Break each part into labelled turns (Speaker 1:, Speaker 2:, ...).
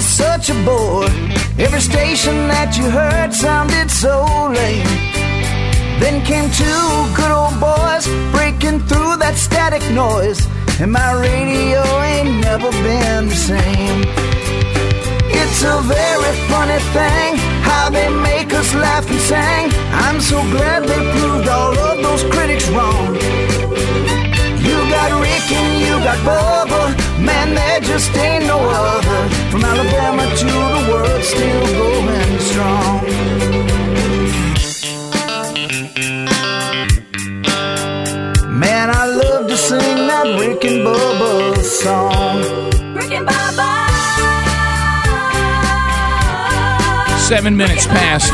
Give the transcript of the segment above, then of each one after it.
Speaker 1: such a bore. Every station that you heard sounded so lame. Then came two good old boys breaking through that static noise. And my radio ain't never been the same. It's a very funny thing how they make us laugh and sing. I'm so glad they proved all of those critics wrong. You got Rick and you got Bubba, man, there just ain't no other. From Alabama to the world, still going strong. Man, I love to sing that Rick and Bubba song.
Speaker 2: Rick and Bubba.
Speaker 3: Seven minutes past.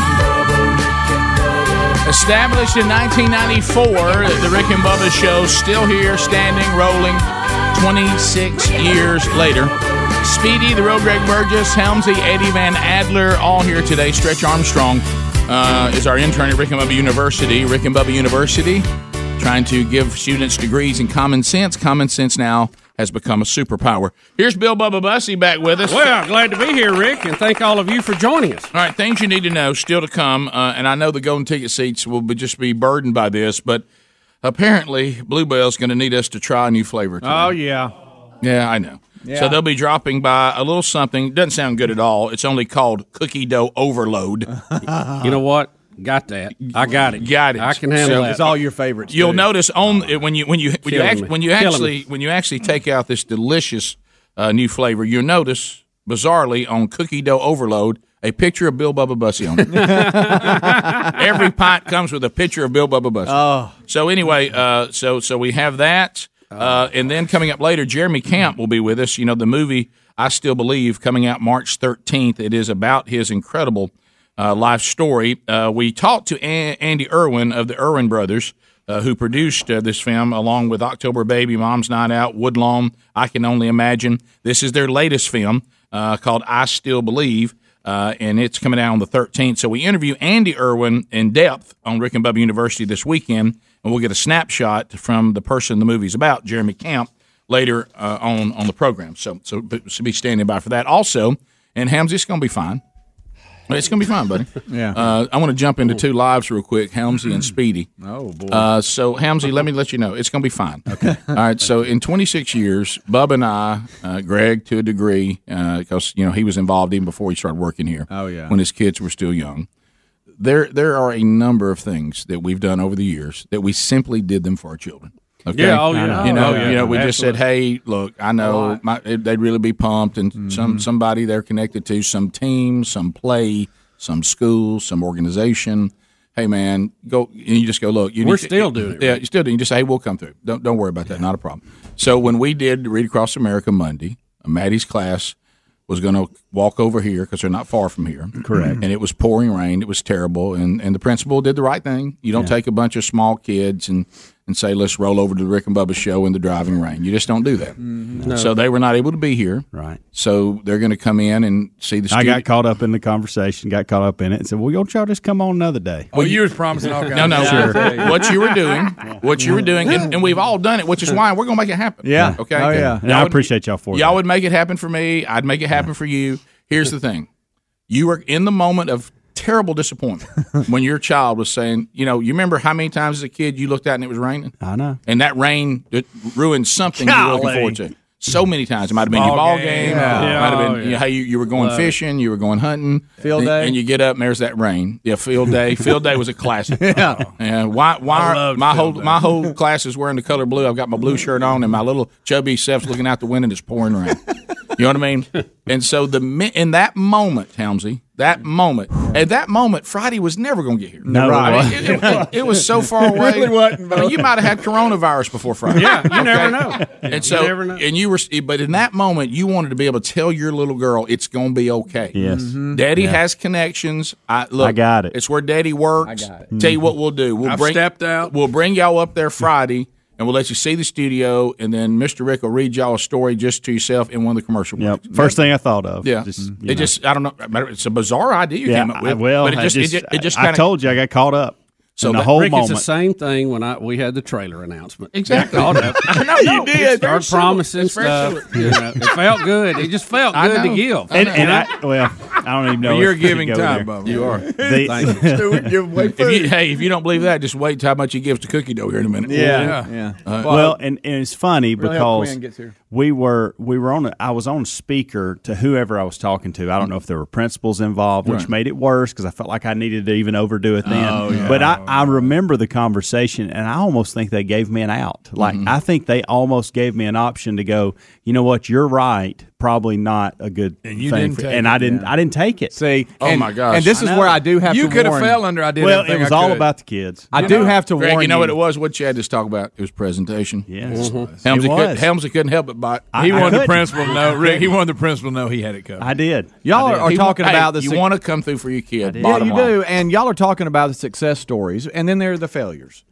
Speaker 3: Established in 1994, the Rick and Bubba Show still here, standing, rolling, 26 years later. Speedy, the real Greg Burgess, Helmsy, Eddie Van Adler, all here today. Stretch Armstrong uh, is our intern at Rick and Bubba University. Rick and Bubba University, trying to give students degrees in common sense. Common sense now has become a superpower. Here's Bill Bubba Bussy back with us.
Speaker 4: Well, glad to be here, Rick, and thank all of you for joining us.
Speaker 3: All right, things you need to know still to come, uh, and I know the golden ticket seats will be, just be burdened by this, but apparently Bluebell's going to need us to try a new flavor. Today.
Speaker 4: Oh yeah,
Speaker 3: yeah, I know. So they'll be dropping by a little something. Doesn't sound good at all. It's only called cookie dough overload.
Speaker 4: you know what? Got that? I got it.
Speaker 3: Got it.
Speaker 4: I can handle
Speaker 3: So
Speaker 4: that.
Speaker 5: It's all your favorites.
Speaker 3: You'll
Speaker 5: too.
Speaker 3: notice on uh, when you when you when you,
Speaker 4: Killing
Speaker 3: act,
Speaker 4: me.
Speaker 3: when you
Speaker 4: Killing
Speaker 3: actually
Speaker 4: me.
Speaker 3: when you actually take out this delicious uh, new flavor, you'll notice bizarrely on cookie dough overload a picture of Bill Bubba Bussy on it. Every pot comes with a picture of Bill Bubba Bussy. So anyway, uh, so so we have that, uh, and then coming up later, Jeremy Camp will be with us. You know, the movie I Still Believe coming out March thirteenth. It is about his incredible uh, life story. Uh, we talked to An- Andy Irwin of the Irwin Brothers. Uh, who produced uh, this film along with October Baby, Mom's Night Out, Woodlawn, I Can Only Imagine. This is their latest film uh, called I Still Believe uh, and it's coming out on the 13th. So we interview Andy Irwin in depth on Rick and Bubba University this weekend, and we'll get a snapshot from the person the movie's about, Jeremy Camp, later uh, on on the program. So so but- so be standing by for that. Also, and Hams, it's going to be fine. It's going to be fine, buddy.
Speaker 5: Yeah.
Speaker 3: Uh, I want to jump into two lives real quick, Helmsy and Speedy.
Speaker 5: Oh boy.
Speaker 3: Uh, so Hamzy, let me let you know it's going to be fine. Okay. All right. So in 26 years, Bub and I, uh, Greg to a degree, because you know he was involved even before he started working here.
Speaker 5: Oh, yeah.
Speaker 3: When his kids were still young, there there are a number of things that we've done over the years that we simply did them for our children. Okay?
Speaker 4: Yeah, oh, yeah.
Speaker 3: You know,
Speaker 4: Oh, yeah.
Speaker 3: you know, we just said,
Speaker 4: Absolutely.
Speaker 3: "Hey, look, I know my, they'd really be pumped, and
Speaker 4: Mm-hmm.
Speaker 3: some somebody they're connected to, some team, some play, some school, some organization. Hey, man, go and you just go look. You
Speaker 4: We're
Speaker 3: need-
Speaker 4: still doing it,
Speaker 3: Yeah, you still do. You just say, "Hey, we'll come through. Don't don't worry about that. Not a problem." So when we did Read Across America Monday, uh, Maddie's class was going to walk over here because they're not far from here. Correct. And it was pouring rain. It was terrible. And and the principal did the right thing. You don't take a bunch of small kids and and say let's roll over to the Rick and Bubba show in the driving rain. You just don't do that.
Speaker 4: Mm-hmm.
Speaker 3: So they were not able to be here.
Speaker 6: Right.
Speaker 3: So they're going to come in and see the.
Speaker 6: I
Speaker 3: student-
Speaker 6: got caught up in the conversation, got caught up in it, and said, "Well, y'all y'all just come on another day."
Speaker 5: well, Oh, you was promising all kinds.
Speaker 3: No, no.
Speaker 5: Of
Speaker 3: What you were doing, what you were doing, and, and we've all done it, which is why we're going to make it happen.
Speaker 6: Yeah.
Speaker 3: Okay.
Speaker 6: Oh, yeah.
Speaker 3: Y'all
Speaker 6: And I
Speaker 3: would-
Speaker 6: appreciate y'all for
Speaker 3: Y'all
Speaker 6: that.
Speaker 3: would make it happen for me. I'd make it happen for you. Here's the thing: you were in the moment of terrible disappointment when your child was saying, you know, you remember how many times as a kid you looked out and it was raining,
Speaker 6: I know.
Speaker 3: and that rain it ruined something you were looking
Speaker 5: Golly.
Speaker 3: forward to. So many times it might have been your ball game.
Speaker 5: Yeah.
Speaker 3: It might
Speaker 4: Yeah.
Speaker 3: have been
Speaker 7: Oh,
Speaker 3: you know, how you, you were going fishing, you were going hunting,
Speaker 5: Field
Speaker 3: and,
Speaker 5: day.
Speaker 3: and you get up and there's that rain. Yeah, field day. Field day was a classic.
Speaker 5: Yeah.
Speaker 3: And why? Why? Are,
Speaker 5: loved
Speaker 3: my
Speaker 5: Phil
Speaker 3: whole
Speaker 5: Dunn.
Speaker 3: my whole class is wearing the color blue. I've got my blue shirt on, and my little chubby self's looking out the window. and It's pouring rain. You know what I mean? And so the mi- in that moment, Helmsy, that moment, at that moment, Friday was never going to get here.
Speaker 6: No,
Speaker 3: I
Speaker 6: it
Speaker 3: mean, it, it- it- it was so far away.
Speaker 5: really wasn't,
Speaker 3: I mean, you might have had coronavirus before Friday.
Speaker 4: Yeah, you never know.
Speaker 3: And so,
Speaker 4: never know.
Speaker 3: and you were, but in that moment, you wanted to be able to tell your little girl it's going to be okay.
Speaker 6: Yes.
Speaker 4: Mm-hmm.
Speaker 3: Daddy has connections. I look.
Speaker 6: I got it.
Speaker 3: It's where Daddy works. I got it. Tell you what we'll do. We'll
Speaker 4: I've
Speaker 3: bring
Speaker 4: stepped out.
Speaker 3: We'll bring y'all up there Friday, and we'll let you see the studio, and then Mr. Rick will read y'all a story just to yourself in one of the commercial
Speaker 6: Yep.
Speaker 3: breaks.
Speaker 6: First thing I thought of.
Speaker 3: Yeah, Mm-hmm.
Speaker 6: Just, you
Speaker 3: it
Speaker 6: know.
Speaker 3: just I don't know. It's a bizarre idea you
Speaker 6: Yeah.
Speaker 3: came up
Speaker 6: I-
Speaker 3: with.
Speaker 6: well,
Speaker 3: but it just
Speaker 6: I
Speaker 3: it just, it just
Speaker 6: I
Speaker 3: kind of
Speaker 6: told you I got caught up.
Speaker 3: So
Speaker 6: And the
Speaker 3: that-
Speaker 6: whole
Speaker 4: uh, Rick,
Speaker 6: moment.
Speaker 4: it's the same thing when I we had the trailer announcement.
Speaker 3: Exactly.
Speaker 4: Got up.
Speaker 3: no, you did.
Speaker 4: Started promising
Speaker 3: It's very
Speaker 4: stuff. You know, it felt good. It just felt
Speaker 3: I
Speaker 4: good to
Speaker 3: know.
Speaker 4: give.
Speaker 6: and, and I, well, I don't even know.
Speaker 3: But you're
Speaker 6: if we should
Speaker 3: giving
Speaker 6: go
Speaker 3: time,
Speaker 6: there.
Speaker 3: Bob. You are.
Speaker 6: The-
Speaker 4: Thank
Speaker 3: If you, hey, if you don't believe that, just wait till how much he gives to Cookie Dough here in a minute. Uh,
Speaker 6: Yeah.
Speaker 5: Yeah.
Speaker 6: well, and, and it's funny
Speaker 5: Really hope
Speaker 6: because
Speaker 5: Quinn gets here.
Speaker 6: we were we were on a, I was on speaker to whoever I was talking to. I don't know if there were principals involved, which made it worse because I felt like I needed to even overdo it then. But I, I remember the conversation, and I almost think they gave me an out. Like I think they almost gave me an option to go. You know what? You're right. Probably not a good and
Speaker 3: you
Speaker 6: thing.
Speaker 3: didn't
Speaker 6: for-
Speaker 3: take
Speaker 6: and
Speaker 3: it,
Speaker 6: I didn't. I didn't take it.
Speaker 5: See,
Speaker 3: Oh,
Speaker 5: and-
Speaker 3: my gosh.
Speaker 5: And this is
Speaker 6: I know.
Speaker 5: where I do have
Speaker 7: You
Speaker 5: to
Speaker 7: could have
Speaker 5: warn-
Speaker 7: fell under. I did.
Speaker 6: well, it
Speaker 7: everything
Speaker 6: was
Speaker 7: I
Speaker 6: all
Speaker 7: could.
Speaker 6: about the kids.
Speaker 5: I do have to
Speaker 3: Greg,
Speaker 5: warn
Speaker 3: you know what it was? What Chad just talked about? It was presentation.
Speaker 6: Yes.
Speaker 7: Mm-hmm.
Speaker 6: Mhm.
Speaker 3: Helmsy,
Speaker 6: It
Speaker 3: Could,
Speaker 6: was.
Speaker 3: Helmsy couldn't help it, but
Speaker 6: I-
Speaker 7: He
Speaker 6: I
Speaker 7: wanted the
Speaker 6: couldn't.
Speaker 7: principal to know. Rick, he wanted the principal to know he had it covered.
Speaker 6: I did.
Speaker 5: Y'all are, are
Speaker 3: He-
Speaker 5: talking
Speaker 3: hey,
Speaker 5: about this.
Speaker 3: You want to come through for your kid.
Speaker 5: Yeah,
Speaker 3: bottom
Speaker 5: you
Speaker 3: line.
Speaker 5: do. And y'all are talking about the success stories, and then there are the failures.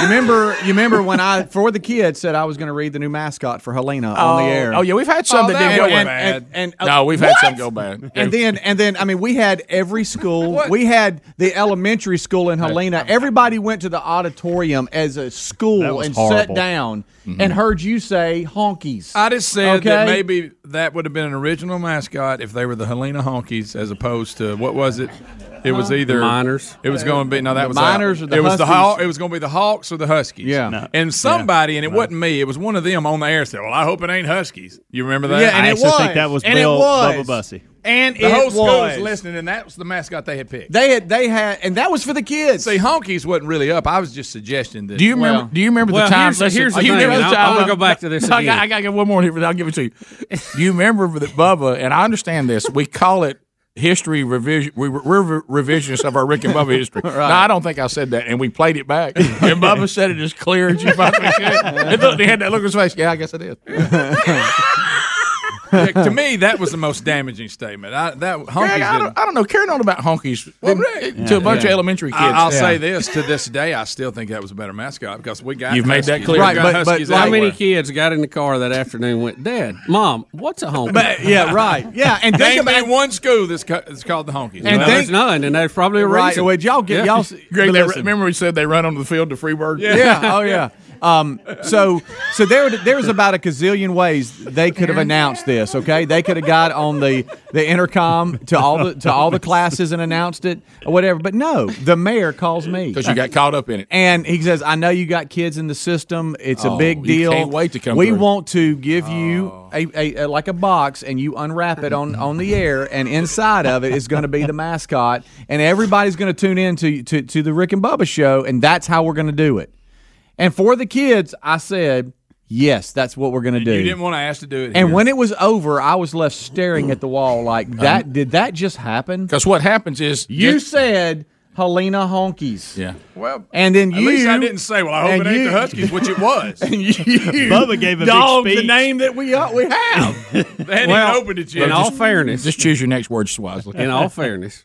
Speaker 5: You remember, you remember when I, for the kids, said I was going to read the new mascot for Helena on the air.
Speaker 3: Oh yeah, we've had some that didn't
Speaker 5: and,
Speaker 3: go
Speaker 5: and,
Speaker 3: bad.
Speaker 5: and, and- uh,
Speaker 3: no, we've had
Speaker 5: what?
Speaker 3: some go bad.
Speaker 5: And then, and then, I mean, we had every school. we had the elementary school in Helena. Everybody went to the auditorium as a
Speaker 6: That
Speaker 5: school
Speaker 6: was
Speaker 5: and sat
Speaker 6: horrible.
Speaker 5: down
Speaker 3: Mm-hmm.
Speaker 5: and heard you say honkies.
Speaker 7: I just said that
Speaker 5: Okay?
Speaker 7: maybe that would have been an original mascot if they were the Helena Honkies as opposed to what was it? It was either
Speaker 4: Miners.
Speaker 7: It was going to be no, that was
Speaker 5: Miners
Speaker 7: out.
Speaker 5: or the
Speaker 7: it was the
Speaker 5: Huskies?
Speaker 7: Haw- It was going to be the Hawks or the Huskies.
Speaker 5: Yeah. No.
Speaker 7: And somebody, and it wasn't me. It was one of them on the air said, "Well, I hope it ain't Huskies." You remember that?
Speaker 5: Yeah, and
Speaker 6: I
Speaker 5: it
Speaker 6: actually
Speaker 5: was.
Speaker 6: think that was
Speaker 5: and
Speaker 6: Bill
Speaker 5: it was.
Speaker 6: Bubba Bussy.
Speaker 5: And
Speaker 7: the
Speaker 5: it
Speaker 7: whole
Speaker 5: was.
Speaker 7: school was listening, and that was the mascot they had picked.
Speaker 5: They had, they had, and that was for the kids.
Speaker 7: See, Honkies wasn't really up. I was just suggesting that.
Speaker 3: Do you remember?
Speaker 5: Well-
Speaker 3: do you remember
Speaker 4: Well,
Speaker 3: the time?
Speaker 4: here's the- here's the
Speaker 3: do you
Speaker 4: thing,
Speaker 3: remember
Speaker 4: and I- I wanna go back to this
Speaker 3: No, I,
Speaker 4: again.
Speaker 3: got, I got to get one more here, but I'll give it to you. Do you remember that Bubba? And I understand this. We call it history revision. We, we're revisionists of our Rick and Bubba history. No, I don't think I said that, and we played it back. And Bubba said it as clear as you possibly could. And look, he had that look on his face. Yeah, I guess I did.
Speaker 7: Rick, to me, that was the most damaging statement. I, that Honkies.
Speaker 3: Greg, I,
Speaker 7: didn't-
Speaker 3: don't, I don't know. Carrying on about honkies
Speaker 7: Rick-
Speaker 3: to a bunch of elementary kids.
Speaker 7: I, will say this: to this day, I still think that was a better mascot because we got
Speaker 3: You've made that
Speaker 7: Huskies.
Speaker 3: clear.
Speaker 7: We
Speaker 5: Right,
Speaker 7: got
Speaker 5: but-
Speaker 7: Huskies
Speaker 5: but like-
Speaker 4: How many
Speaker 7: everywhere.
Speaker 4: kids got in the car that afternoon and went, Dad, Mom, what's a honky?
Speaker 5: But, yeah, right. Yeah, and think
Speaker 7: Name me
Speaker 5: about
Speaker 7: one school that's, ca- that's called the Honkies.
Speaker 4: well,
Speaker 5: And think-
Speaker 4: there's none, and there's probably a
Speaker 5: right.
Speaker 4: reason.
Speaker 5: Well, y'all get y'all. s-
Speaker 3: Greg, they,
Speaker 5: listen.
Speaker 3: remember we said they run onto the field to Freeburg?
Speaker 5: yeah. Oh yeah. Um, so so there there's about a gazillion ways they could have announced this. Okay, they could have got on the the intercom to all the to all the classes and announced it or whatever. But no, the mayor calls me.
Speaker 3: Because you got caught up in it.
Speaker 5: And he says, "I know you got kids in the system. It's
Speaker 3: Oh,
Speaker 5: a big
Speaker 3: you
Speaker 5: deal.
Speaker 3: can't wait to come
Speaker 5: We
Speaker 3: through." Oh.
Speaker 5: want to give you a, a, a like a box, and you unwrap it on on the air, and inside of it is going to be the mascot, and everybody's going to tune in to, to to the Rick and Bubba show, and that's how we're going to do it. And for the kids, I said, yes, that's what we're going to do.
Speaker 7: you didn't want to ask to do it.
Speaker 5: and
Speaker 7: here.
Speaker 5: when it was over, I was left staring at the wall like that. did that just happen?
Speaker 3: Because Um, what happens is
Speaker 5: You
Speaker 3: just-
Speaker 5: said Helena Honkies.
Speaker 3: yeah.
Speaker 7: well,
Speaker 5: And then
Speaker 7: at
Speaker 5: you
Speaker 7: least I didn't say. Well, I hope
Speaker 5: and
Speaker 7: it ain't
Speaker 5: you-
Speaker 7: the Huskies, which it was. they
Speaker 6: Bubba gave a
Speaker 5: dog
Speaker 6: big
Speaker 5: the
Speaker 6: speech.
Speaker 5: name that we uh, we have.
Speaker 7: hadn't
Speaker 4: Well,
Speaker 7: even opened it yet.
Speaker 4: in all fairness,
Speaker 3: Just choose your next word, Swasley.
Speaker 4: in all fairness,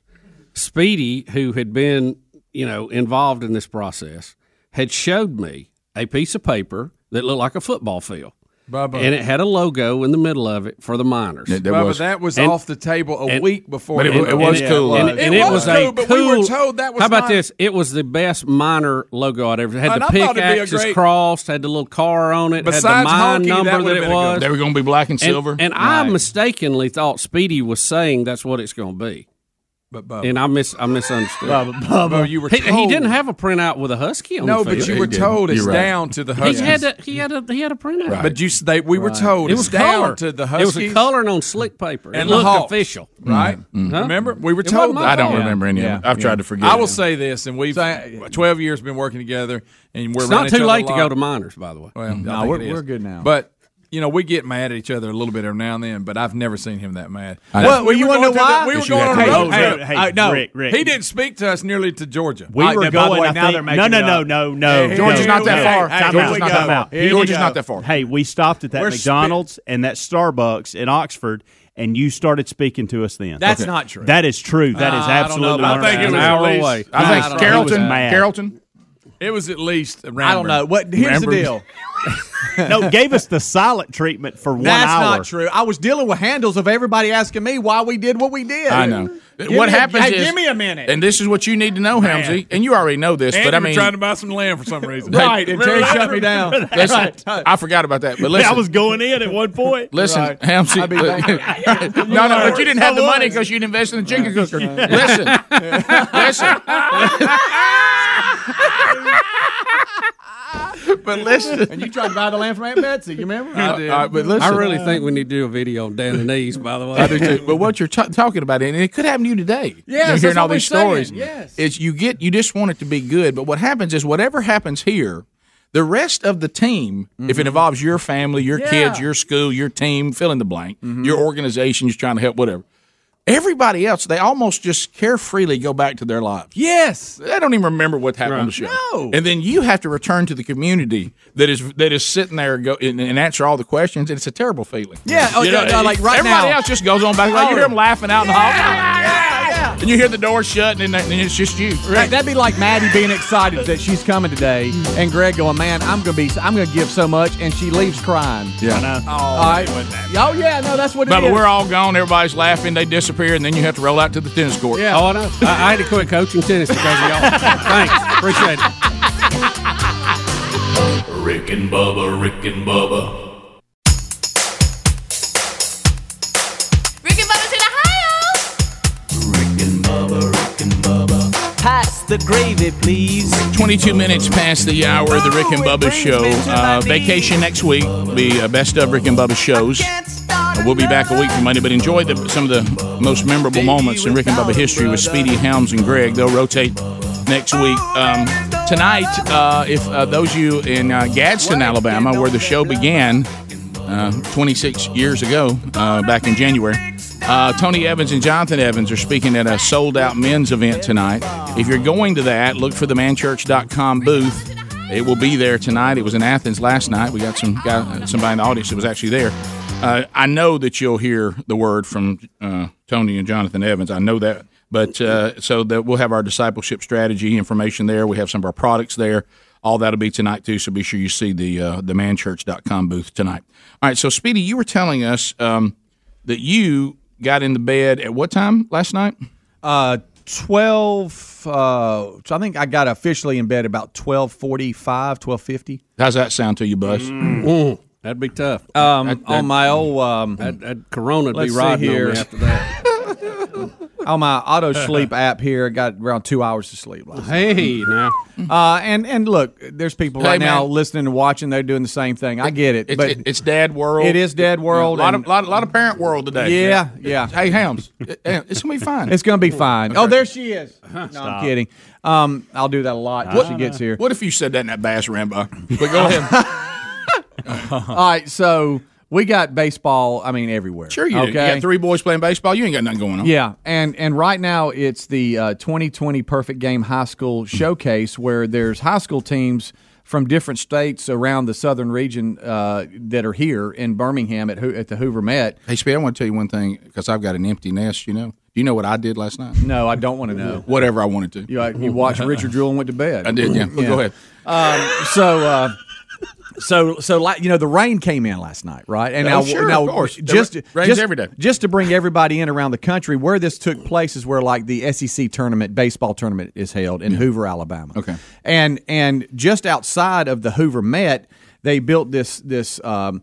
Speaker 4: Speedy, who had been, you know, involved in this process, had showed me a piece of paper that looked like a football field.
Speaker 7: Bubba.
Speaker 4: And it had a logo in the middle of it for the miners.
Speaker 3: It-
Speaker 4: And
Speaker 3: that
Speaker 7: Bubba,
Speaker 3: was-
Speaker 7: that was
Speaker 4: and-
Speaker 7: off the table a
Speaker 4: and-
Speaker 7: week before.
Speaker 3: But it-
Speaker 7: the-
Speaker 3: it was
Speaker 7: and-
Speaker 3: cool.
Speaker 4: And,
Speaker 7: It
Speaker 4: and it, was,
Speaker 7: was cool,
Speaker 4: a
Speaker 7: but we
Speaker 4: cool.
Speaker 7: were told that was
Speaker 4: how about
Speaker 7: not-
Speaker 4: this? It was the best miner logo I'd ever had.
Speaker 7: And
Speaker 4: The
Speaker 7: I thought it'd be a
Speaker 4: pickaxes
Speaker 7: great-
Speaker 4: crossed, had the little car on it,
Speaker 7: Besides
Speaker 4: had
Speaker 7: honky,
Speaker 4: the mine
Speaker 7: that
Speaker 4: number
Speaker 7: would've
Speaker 4: that it
Speaker 7: been a good
Speaker 4: was.
Speaker 3: They were going to be black and
Speaker 4: And,
Speaker 3: silver.
Speaker 4: and I mistakenly thought Speedy was saying that's what it's going to be,
Speaker 7: But Bubba,
Speaker 4: and I mis I misunderstood.
Speaker 7: Bubba, you were
Speaker 4: He, he
Speaker 7: told-
Speaker 4: didn't have a printout with a husky on
Speaker 7: No,
Speaker 4: the
Speaker 7: but
Speaker 4: field.
Speaker 7: you were
Speaker 3: didn't.
Speaker 7: told it's
Speaker 3: You're right.
Speaker 7: down to the
Speaker 4: he
Speaker 7: Huskies.
Speaker 4: had a he had a he had a printout.
Speaker 7: But you, s- they, we were told
Speaker 4: It was
Speaker 7: it's down
Speaker 4: colored.
Speaker 7: to the
Speaker 4: It
Speaker 7: Huskies.
Speaker 4: was a coloring on slick paper.
Speaker 7: And
Speaker 4: it
Speaker 7: the
Speaker 4: looked
Speaker 7: Hawks.
Speaker 4: official.
Speaker 7: right?
Speaker 5: Mm.
Speaker 7: Remember, we were
Speaker 4: It wasn't
Speaker 7: told. that.
Speaker 4: my
Speaker 3: I don't
Speaker 4: Yeah.
Speaker 3: remember any of it. I've tried to forget.
Speaker 7: I will
Speaker 3: it.
Speaker 7: say this, and we've twelve years been working together, and we're
Speaker 4: It's not
Speaker 7: around each
Speaker 4: too
Speaker 7: other a
Speaker 4: late to
Speaker 7: lot.
Speaker 4: go to miners, by the way.
Speaker 7: Well, no,
Speaker 5: we're- we're good now.
Speaker 7: But you know, we get mad at each other a little bit every now and then. But I've never seen him that mad.
Speaker 3: know.
Speaker 7: That's-
Speaker 5: Well, you
Speaker 7: were going
Speaker 5: wanna know
Speaker 7: to the-
Speaker 5: why?
Speaker 7: We were
Speaker 3: Yes, you
Speaker 7: going
Speaker 3: had
Speaker 7: on a
Speaker 3: to.
Speaker 7: road
Speaker 6: Hey,
Speaker 7: trip.
Speaker 6: no, hey,
Speaker 7: I- no.
Speaker 6: Rick, Rick.
Speaker 7: he didn't speak to us nearly to Georgia.
Speaker 6: We
Speaker 5: All
Speaker 6: were
Speaker 5: right, by the
Speaker 6: going.
Speaker 5: way,
Speaker 6: I
Speaker 5: now they're
Speaker 6: think,
Speaker 5: making
Speaker 6: no,
Speaker 5: it
Speaker 6: no, no,
Speaker 5: up.
Speaker 6: no, no,
Speaker 7: Hey,
Speaker 3: Georgia's
Speaker 7: hey,
Speaker 3: not that
Speaker 7: hey,
Speaker 3: far.
Speaker 7: hey, hey,
Speaker 3: Georgia's
Speaker 7: hey,
Speaker 3: not
Speaker 7: hey,
Speaker 3: that far.
Speaker 7: hey, hey,
Speaker 3: Georgia's
Speaker 7: hey,
Speaker 3: not that far.
Speaker 6: Hey, we stopped at that
Speaker 7: We're spit-
Speaker 6: McDonald's and that Starbucks in Oxford, and you started speaking to us then.
Speaker 5: That's not true.
Speaker 6: That is true. That is
Speaker 5: I don't know
Speaker 6: absolutely.
Speaker 5: about
Speaker 7: Uh, I think
Speaker 4: An
Speaker 7: it was
Speaker 4: hour
Speaker 7: at least-
Speaker 4: away.
Speaker 3: I
Speaker 5: I
Speaker 3: think
Speaker 5: don't know.
Speaker 3: Carrollton.
Speaker 6: He was mad.
Speaker 3: Carrollton.
Speaker 7: It was at least a
Speaker 5: I don't
Speaker 7: Ramburg.
Speaker 5: know. What here's the
Speaker 7: Ramburg.
Speaker 5: deal.
Speaker 6: no, gave us the silent treatment for one
Speaker 5: That's
Speaker 6: hour.
Speaker 5: not true. I was dealing with handles of everybody asking me why we did what we did.
Speaker 3: I know.
Speaker 5: Give
Speaker 3: what
Speaker 5: me a-
Speaker 3: happens
Speaker 5: hey,
Speaker 3: is,
Speaker 5: give me a minute.
Speaker 3: and this is what you need to know, Helmsy, and you already know this,
Speaker 7: And
Speaker 3: but
Speaker 7: you
Speaker 3: I
Speaker 7: were
Speaker 3: mean,
Speaker 7: trying to buy some land for some reason.
Speaker 5: right, and
Speaker 7: Remember
Speaker 5: Terry
Speaker 7: that?
Speaker 5: shut me down.
Speaker 3: listen, I forgot about that. But listen,
Speaker 6: I was going in at one point.
Speaker 3: Listen,
Speaker 5: Right.
Speaker 3: Hamsey.
Speaker 5: I'd be
Speaker 3: no, no, but you didn't have the money because you'd invest in the chicken cooker. Listen, listen. but listen.
Speaker 5: And you tried to buy the land from Aunt Betsy. You remember? I
Speaker 3: All right, but
Speaker 4: I
Speaker 3: listen.
Speaker 4: really think we need to do a video on Dan and Ease, by the way.
Speaker 3: I do too. But what you're ta- talking about, and it could happen to you today.
Speaker 5: Yes,
Speaker 3: you're hearing
Speaker 5: that's
Speaker 3: all
Speaker 5: what
Speaker 3: these
Speaker 5: we're saying.
Speaker 3: stories.
Speaker 5: Yes.
Speaker 3: it's you get you just want it to be good. But what happens is whatever happens here, the rest of the team, if
Speaker 5: Mm-hmm.
Speaker 3: it involves your family, your kids, your school, your team, fill in the blank,
Speaker 5: Mm-hmm.
Speaker 3: your organization, you're trying to help, whatever. Everybody else, they almost just carefreely go back to their lives.
Speaker 5: Yes.
Speaker 3: They don't even remember what happened on the show.
Speaker 5: No.
Speaker 3: And then you have to return to the community that is that is sitting there go, and, and answer all the questions. And it's a terrible feeling.
Speaker 5: Yeah, oh,
Speaker 3: You
Speaker 5: yeah, no, like right
Speaker 3: everybody
Speaker 5: now-
Speaker 3: else just goes on back. Like you hear them laughing out in the hall,
Speaker 5: yeah.
Speaker 3: and you hear the door shut, and, then and it's just you.
Speaker 5: That- That'd be like Maddie being excited that she's coming today, and Greg going, "Man, I'm gonna be, I'm gonna give so much," and she leaves crying.
Speaker 3: Yeah.
Speaker 5: All right. Oh yeah, no, that's what. it
Speaker 3: No, but
Speaker 5: is.
Speaker 3: we're all gone. Everybody's laughing. They disappear, and then you have to roll out to the tennis court.
Speaker 5: Yeah.
Speaker 4: Oh, I know. I, I had to quit coaching tennis because of y'all. Thanks. Appreciate it.
Speaker 8: Rick and Bubba, Rick and Bubba.
Speaker 2: Rick and Bubba's in Ohio.
Speaker 8: Rick and Bubba, Rick and Bubba.
Speaker 9: Pass the gravy, please.
Speaker 3: 22 minutes past the hour of the Rick and Bubba show. Uh, vacation next week. Be uh, best of Rick and Bubba shows. Uh, We'll be back a week from Monday, but enjoy the, some of the most memorable moments in Rick and Bubba history with Speedy, Helms, and Greg. They'll rotate next week. Um, tonight, uh, if uh, those of you in uh, Gadsden, Alabama, where the show began uh, 26 years ago, uh, back in January, uh, Tony Evans and Jonathan Evans are speaking at a sold out men's event tonight. If you're going to that, look for the manchurch.com booth. It will be there tonight. It was in Athens last night. We got some guy, somebody in the audience that was actually there. Uh, I know that you'll hear the word from uh, Tony and Jonathan Evans. I know that, but uh, so that we'll have our discipleship strategy information there. We have some of our products there. All that'll be tonight too. So be sure you see the uh, the manchurch.com booth tonight. All right. So Speedy, you were telling us um, that you got into bed at what time last night?
Speaker 5: uh, twelve. Uh, so I think I got officially in bed about 1245, 1250.
Speaker 3: How's that sound to you, Buzz?
Speaker 4: Mm, that'd be tough.
Speaker 5: Um, on my old um,
Speaker 4: that, that Corona'd
Speaker 5: Let's
Speaker 4: be
Speaker 5: see
Speaker 4: riding on
Speaker 5: here.
Speaker 4: me after that.
Speaker 5: on my auto sleep app here, I got around two hours of sleep. Last night.
Speaker 4: hey, now.
Speaker 5: Uh, and and look, there's people
Speaker 3: Hey,
Speaker 5: right now
Speaker 3: man.
Speaker 5: listening and watching. They're doing the same thing. I get it,
Speaker 3: It's,
Speaker 5: but
Speaker 3: it- it's dad world.
Speaker 5: It is dad world
Speaker 3: A lot of
Speaker 5: and-
Speaker 3: lot, lot of parent world today.
Speaker 5: yeah, yeah.
Speaker 3: Hey, Hams, it- it's gonna be fine.
Speaker 5: It's gonna be fine. Oh, there she is. No, I'm kidding. Um, I'll do that a lot when she gets here.
Speaker 3: Ah. what if you said that in that bass rambo? But go ahead.
Speaker 5: All right, so we got baseball. I mean, everywhere.
Speaker 3: Sure, you, do.
Speaker 5: okay.
Speaker 3: you got three boys playing baseball. You ain't got nothing going on.
Speaker 5: Yeah, and and right now it's the uh, 2020 Perfect Game High School Showcase where there's high school teams from different states around the southern region uh, that are here in Birmingham at Ho- at the Hoover Met.
Speaker 3: Hey, Speed, I want to tell you one thing because I've got an empty nest. You know. Do you know what I did last night?
Speaker 5: No, I don't want to know.
Speaker 3: Whatever I wanted to.
Speaker 5: You, uh, you watched Richard Jewell and went to bed.
Speaker 3: I did. Yeah. But Go ahead.
Speaker 5: So, uh, so, so, like you know, the rain came in last night, right? And
Speaker 3: Oh,
Speaker 5: now,
Speaker 3: sure,
Speaker 5: now,
Speaker 3: of course. The
Speaker 5: just
Speaker 3: ra- rains
Speaker 5: just-
Speaker 3: every day.
Speaker 5: Just to bring everybody in around the country, where this took place is where like the SEC tournament, baseball tournament, is held in Hoover, Alabama.
Speaker 3: Okay.
Speaker 5: and and just outside of the Hoover Met, they built this this. Um,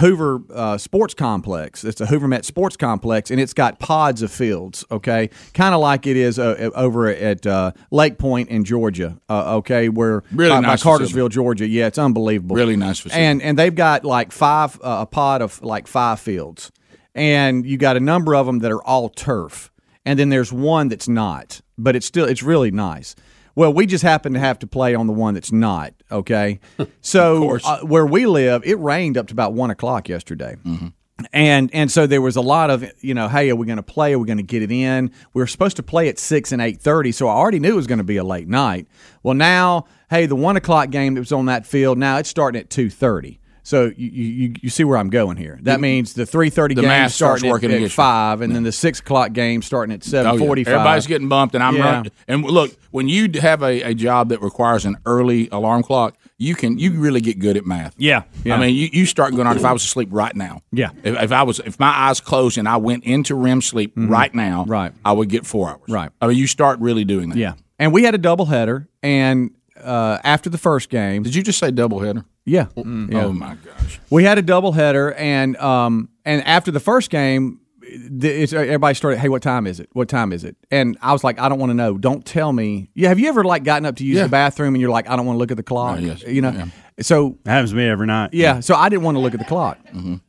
Speaker 5: Hoover uh, Sports Complex. It's a Hoover Met Sports Complex, and it's got pods of fields. Okay, kind of like it is uh, over at uh, Lake Point in Georgia. Uh, okay, where
Speaker 3: Really
Speaker 5: by, by
Speaker 3: nice facility.
Speaker 5: Cartersville, Georgia. Yeah, it's unbelievable.
Speaker 3: Really nice facility.
Speaker 5: And and they've got like five uh, a pod of like five fields, and you got a number of them that are all turf, and then there's one that's not, but it's still it's really nice. Well, we just happen to have to play on the one that's not. Okay, so uh, where we live, it rained up to about one o'clock yesterday.
Speaker 1: Mm-hmm.
Speaker 5: And and so there was a lot of you know, hey, are we going to play? Are we going to get it in? We were supposed to play at six and eight thirty, so I already knew it was going to be a late night. Well, now, hey, the one o'clock game that was on that field now it's starting at two thirty. So you, you, you see where I'm going here. That means the 3:30
Speaker 3: The
Speaker 5: game
Speaker 3: math starts
Speaker 5: starting
Speaker 3: working
Speaker 5: at, at
Speaker 3: against you.
Speaker 5: five, and then the six o'clock game starting at
Speaker 3: Oh,
Speaker 5: seven
Speaker 3: yeah.
Speaker 5: forty-five.
Speaker 3: Everybody's getting bumped, and I'm
Speaker 5: Yeah.
Speaker 3: running. And look, when you d- have a, a job that requires an early alarm clock, you can you really get good at math.
Speaker 6: Yeah.
Speaker 3: I mean, you, you start going on. If I was asleep right now,
Speaker 6: Yeah.
Speaker 3: If, if I was, if my eyes closed and I went into REM sleep right now,
Speaker 5: Mm-hmm. Right.
Speaker 3: I would get four hours.
Speaker 5: Right.
Speaker 3: I mean, you start really doing that.
Speaker 5: yeah. And we had a doubleheader, and uh, after the first game,
Speaker 3: Did you just say doubleheader?
Speaker 5: yeah, Mm, yeah.
Speaker 3: Oh my gosh.
Speaker 5: We had a doubleheader, and um, and after the first game, the- it's, everybody started. Hey, what time is it? What time is it? And I was like, I don't want to know. Don't tell me. Yeah, have you ever like gotten up to use
Speaker 3: Yeah. Oh,
Speaker 5: the bathroom and you're like, I don't want to look at the clock.
Speaker 3: yes.
Speaker 5: You know.
Speaker 3: Yeah.
Speaker 5: So
Speaker 6: That happens to me every night.
Speaker 5: yeah, so I didn't want to look at the clock. And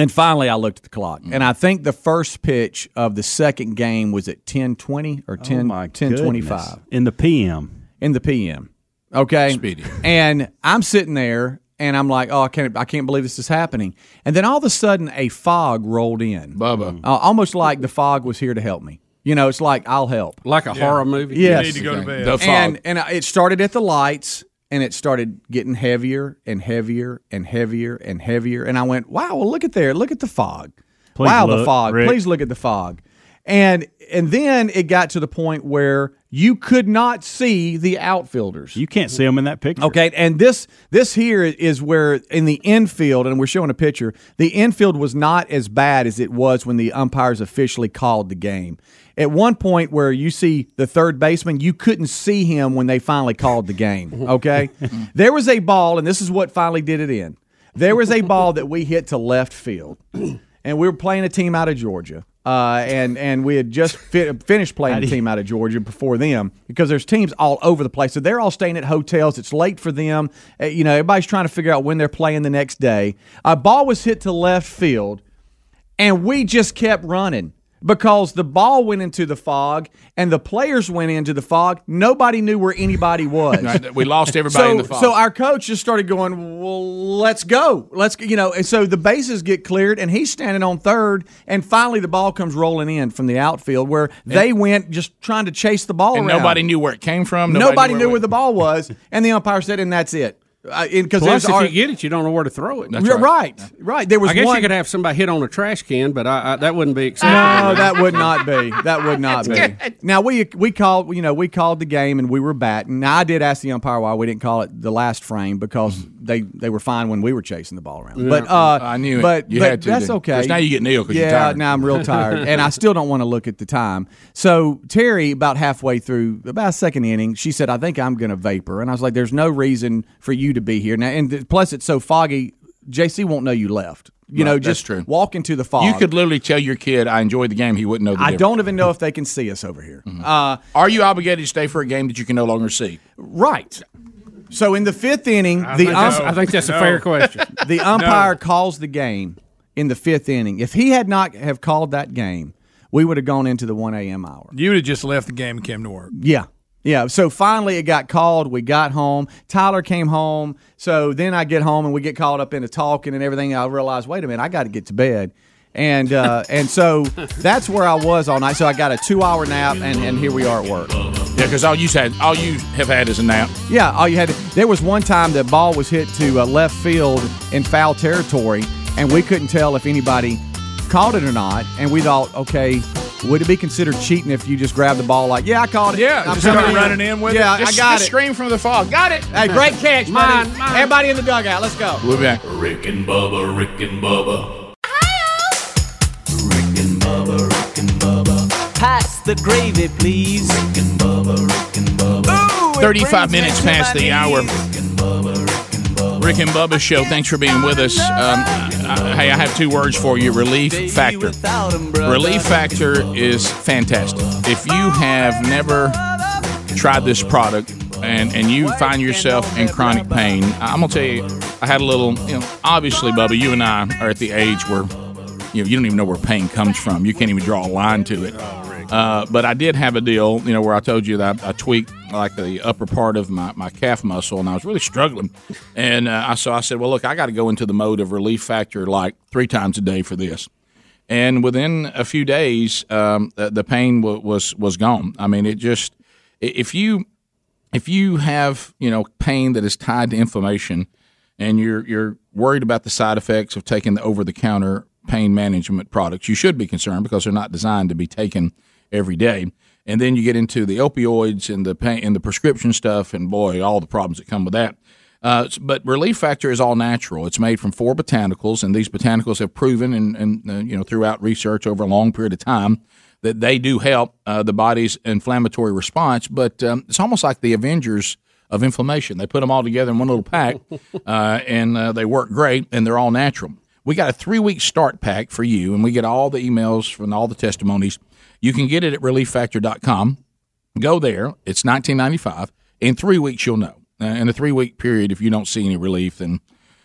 Speaker 5: then finally, I looked at the clock, and I think the first pitch of the second game was at ten twenty or 10,
Speaker 6: my
Speaker 5: 10:25
Speaker 6: goodness. in the PM.
Speaker 5: in the PM. Okay.
Speaker 3: Speedy.
Speaker 5: And I'm sitting there and I'm like, oh, I can't, I can't believe this is happening. And then all of a sudden, a fog rolled in.
Speaker 3: Bubba.
Speaker 5: Uh, almost like the fog was here to help me. You know, it's like, I'll help.
Speaker 4: Like a horror movie.
Speaker 5: Yes.
Speaker 7: You need to go to bed.
Speaker 3: The fog.
Speaker 5: And, and I- it started at the lights and it started getting heavier and heavier and heavier and heavier. And I went, wow, well, look at there. Look at the fog.
Speaker 6: Please
Speaker 5: wow, the
Speaker 6: look,
Speaker 5: fog.
Speaker 6: Rick.
Speaker 5: Please look at the fog. And and then it got to the point where you could not see the outfielders.
Speaker 6: You can't see them in that picture.
Speaker 5: Okay, and this this here is where in the infield, and we're showing a picture. The infield was not as bad as it was when the umpires officially called the game. At one point, where you see the third baseman, you couldn't see him when they finally called the game. Okay, Mm. there was a ball, and this is what finally did it in. There was a ball that we hit to left field, and we were playing a team out of Georgia. Uh, and and we had just fi- finished playing a team out of Georgia before them because there's teams all over the place. So they're all staying at hotels. It's late for them. Uh, you know, everybody's trying to figure out when they're playing the next day. A ball was hit to left field, and we just kept running because the ball went into the fog and the players went into the fog. Nobody knew where anybody was.
Speaker 3: Right, we lost everybody
Speaker 5: So,
Speaker 3: in the fog.
Speaker 5: so our coach just started going, well, let's go. Let's, you know, and so the bases get cleared and he's standing on third. And finally, the ball comes rolling in from the outfield where they went just trying to chase the ball
Speaker 3: and
Speaker 5: around.
Speaker 3: nobody knew where it came from.
Speaker 5: Nobody, knew
Speaker 3: it
Speaker 5: where
Speaker 3: went.
Speaker 5: the ball was. And the umpire said, and that's it. Uh, and, cause
Speaker 4: Plus,
Speaker 5: there's
Speaker 4: if
Speaker 5: our-
Speaker 4: you get it, you don't know where to throw it.
Speaker 5: Yeah, right. right. There was
Speaker 4: I guess
Speaker 5: one.
Speaker 4: you could have somebody hit on a trash can, but I, I, that wouldn't be acceptable.
Speaker 5: No, that would not be. That would not be. Now we we called you know we called the game and we were batting. Now I did ask the umpire why we didn't call it the last frame because they they were fine when we were chasing the ball around. But uh,
Speaker 3: I knew it.
Speaker 5: But,
Speaker 3: You
Speaker 5: but
Speaker 3: had to,
Speaker 5: that's
Speaker 3: didn't you?
Speaker 5: okay.
Speaker 3: 'Cause now you get Neil 'cause you're
Speaker 5: yeah,
Speaker 3: tired.
Speaker 5: now I'm real tired and I still don't want to look at the time. So Terry, about halfway through, about second inning, she said, "I think I'm going to vapor," and I was like, "There's no reason for you to be here now." And th- plus, it's so foggy. JC won't know you left. You
Speaker 3: Right,
Speaker 5: know,
Speaker 3: that's
Speaker 5: just
Speaker 3: true.
Speaker 5: walk into the fog.
Speaker 3: You could literally tell your kid, "I enjoyed the game." He wouldn't know. The
Speaker 5: I
Speaker 3: difference. Mm-hmm.
Speaker 5: don't even know if they can see us over here. Uh,
Speaker 3: Are you obligated to stay for a game that you can no longer see?
Speaker 5: right. So in the fifth inning,
Speaker 4: I,
Speaker 5: the
Speaker 4: think that's,
Speaker 5: ump-
Speaker 4: I think that's a fair question.
Speaker 5: the umpire calls the game in the fifth inning. If he had not have called that game, we would have gone into the one a.m. hour.
Speaker 7: You would have just left the game and came to work.
Speaker 5: Yeah. Yeah. So finally it got called. We got home. Tyler came home. So then I get home and we get caught up into talking and everything. I realized, wait a minute, I got to get to bed. And uh, and so that's where I was all night. So I got a two hour nap and, and here we are at work.
Speaker 3: Yeah, because all you had, all you have had is a nap.
Speaker 5: Yeah, all you had. To, there was one time the ball was hit to uh, left field in foul territory, and we couldn't tell if anybody caught it or not. And we thought, okay, would it be considered cheating if you just grab the ball like, yeah, I caught it.
Speaker 7: Yeah,
Speaker 5: I'm
Speaker 7: just start
Speaker 5: coming
Speaker 7: running in with it.
Speaker 5: yeah,
Speaker 3: Just-
Speaker 5: I got
Speaker 3: just
Speaker 5: it.
Speaker 3: Scream from the fog. Got it.
Speaker 5: Hey, great catch, buddy.
Speaker 4: Mine, mine.
Speaker 5: Everybody in the dugout, let's go.
Speaker 3: We'll be back.
Speaker 8: Rick and Bubba, Rick and Bubba.
Speaker 9: Rick and Bubba, Rick and Bubba. Pass the gravy, please. Rick and Bubba, Rick and Bubba.
Speaker 3: Thirty-five minutes past the hour. Rick and Bubba show. Thanks for being with us. Um, I, hey, I have two words for you: relief factor. Relief Factor is fantastic. If you have never tried this product and, and you find yourself in chronic pain, I- I'm gonna tell you, I had a little. You know, obviously, Bubba, you and I are at the age where you know you don't even know where pain comes from. You can't even draw a line to it. Uh, but I did have a deal, you know, where I told you that I, I tweaked like the upper part of my, my calf muscle, and I was really struggling. And uh, I so I said, well, look, I got to go into the mode of Relief Factor like three times a day for this and within a few days, um, the, the pain w- was was gone. I mean, it just i- if you if you have you know pain that is tied to inflammation, and you're you're worried about the side effects of taking the over the counter pain management products, you should be concerned because they're not designed to be taken every day. And then you get into the opioids and the pain and the prescription stuff, and boy, all the problems that come with that. Uh, s- but Relief Factor is all natural. It's made from four botanicals, and these botanicals have proven, and, and uh, you know, throughout research over a long period of time, that they do help uh, the body's inflammatory response. But um, it's almost like the Avengers of inflammation. They put them all together in one little pack, uh, and uh, they work great, and they're all natural. We got a three week start pack for you, and we get all the emails from all the testimonies. You can get it at relieffactor.com go there. It's nineteen ninety five. In three weeks, you'll know. Uh, in a three week period, if you don't see any relief, then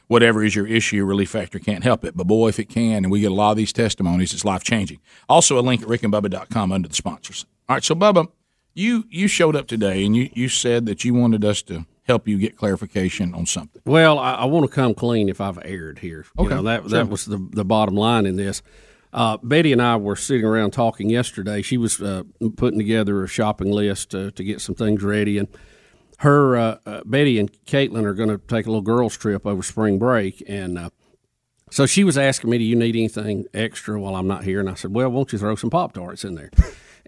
Speaker 3: whatever is your issue, Relief Factor can't help it. But boy, if it can, and we get a lot of these testimonies, it's life changing. Also, a link at rickandbubba.com under the sponsors. All right, so Bubba, you you showed up today, and you you said that you wanted us to help you get clarification on something.
Speaker 4: Well, I, I want to come clean if I've erred here. You
Speaker 3: Okay,
Speaker 4: know, that
Speaker 3: sure.
Speaker 4: that was the, the bottom line in this. Uh, Betty and I were sitting around talking yesterday. She was uh, putting together a shopping list to, to get some things ready, and her uh, uh, Betty and Caitlin are going to take a little girls trip over spring break, and uh, so she was asking me, "Do you need anything extra while I'm not here?" And I said, "Well, won't you throw some pop tarts in there?"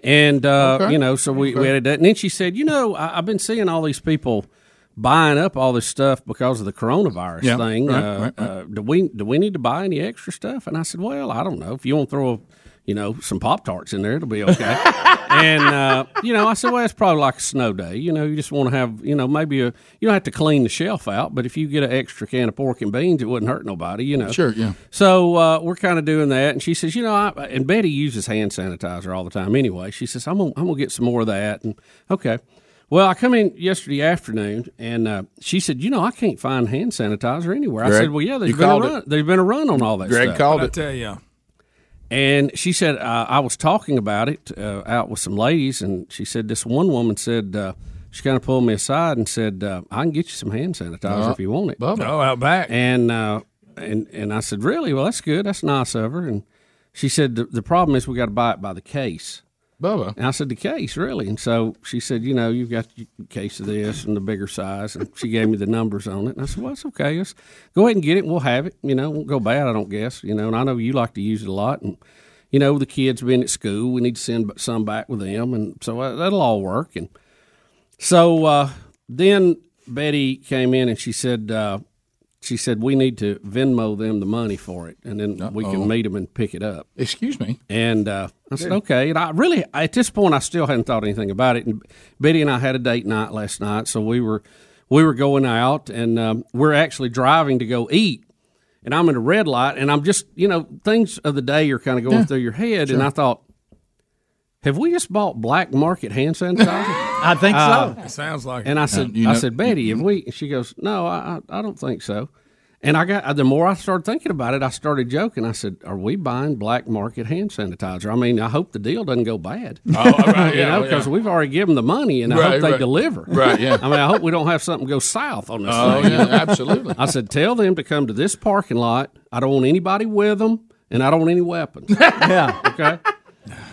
Speaker 4: And uh, you know, so we, we added that. And then she said, "You know, I, I've been seeing all these people buying up all this stuff because of the coronavirus
Speaker 3: Yeah,
Speaker 4: thing.
Speaker 3: right,
Speaker 4: uh,
Speaker 3: right, right.
Speaker 4: Uh, do we do we need to buy any extra stuff?" And I said, "Well, I don't know. If you want to throw, you know, some pop tarts in there, it'll be okay." and uh, you know, I said, "Well, it's probably like a snow day. You know, you just want to have, you know, maybe a you don't have to clean the shelf out, but if you get an extra can of pork and beans, it wouldn't hurt nobody. You know,
Speaker 3: Sure, yeah.
Speaker 4: so uh, we're kind of doing that, and she says, you know, I, and Betty uses hand sanitizer all the time anyway. She says, I'm gonna, I'm gonna get some more of that, and okay. Well, I come in yesterday afternoon, and uh, she said, you know, I can't find hand sanitizer anywhere. I
Speaker 3: Greg,
Speaker 4: said, well, yeah, there's
Speaker 3: you
Speaker 4: been a
Speaker 3: called it.
Speaker 4: run. There's been a run on all that.
Speaker 3: Greg
Speaker 4: stuff.
Speaker 3: called
Speaker 7: I
Speaker 3: it.
Speaker 7: tell you,
Speaker 4: And she said, uh, I was talking about it uh, out with some ladies, and she said, this one woman said, uh, she kind of pulled me aside and said, uh, I can get you some hand sanitizer
Speaker 3: Uh-huh.
Speaker 4: if you want it.
Speaker 3: Bubba,
Speaker 7: oh, out back.
Speaker 4: And uh, and and I said, really? Well, that's good. That's nice of her. And she said, the, the problem is we got to buy it by the case.
Speaker 3: Bubba,
Speaker 4: And I said, the case, really? And so she said, you know, you've got the case of this and the bigger size. And she gave me the numbers on it. And I said, well, it's okay. Let's go ahead and get it. We'll have it. You know, it won't go bad, I don't guess. You know, and I know you like to use it a lot. And, you know, the kids been at school. We need to send some back with them. And so uh, that'll all work. And so uh, then Betty came in and she said, uh, she said, we need to Venmo them the money for it. And then we can meet them and pick it up.
Speaker 3: excuse me.
Speaker 4: And uh, I said, okay. And I really, at this point, I still hadn't thought anything about it. And Betty and I had a date night last night, so we were we were going out, and um, we're actually driving to go eat. And I'm in a red light, and I'm just, you know, things of the day are kind of going through your head. And I thought, have we just bought black market hand sanitizer? Uh,
Speaker 6: I think so.
Speaker 7: Uh, It sounds like
Speaker 4: and I said,
Speaker 3: you
Speaker 4: I
Speaker 3: know- mm-hmm.
Speaker 4: said, Betty, have we? And she goes, No, I, I, I don't think so. And I got the more I started thinking about it, I started joking. I said, "Are we buying black market hand sanitizer? I mean, I hope the deal doesn't go bad,
Speaker 7: oh, all right,
Speaker 4: you
Speaker 7: yeah,
Speaker 4: know,
Speaker 7: yeah.
Speaker 4: because we've already given the money, and I
Speaker 3: Right,
Speaker 4: hope they
Speaker 3: right.
Speaker 4: deliver.
Speaker 3: Right, yeah.
Speaker 4: I mean, I hope we don't have something go south on this
Speaker 3: Oh
Speaker 4: thing.
Speaker 3: yeah, absolutely.
Speaker 4: I said, "Tell them to come to this parking lot. I don't want anybody with them, and I don't want any weapons.
Speaker 6: Yeah.
Speaker 4: Okay."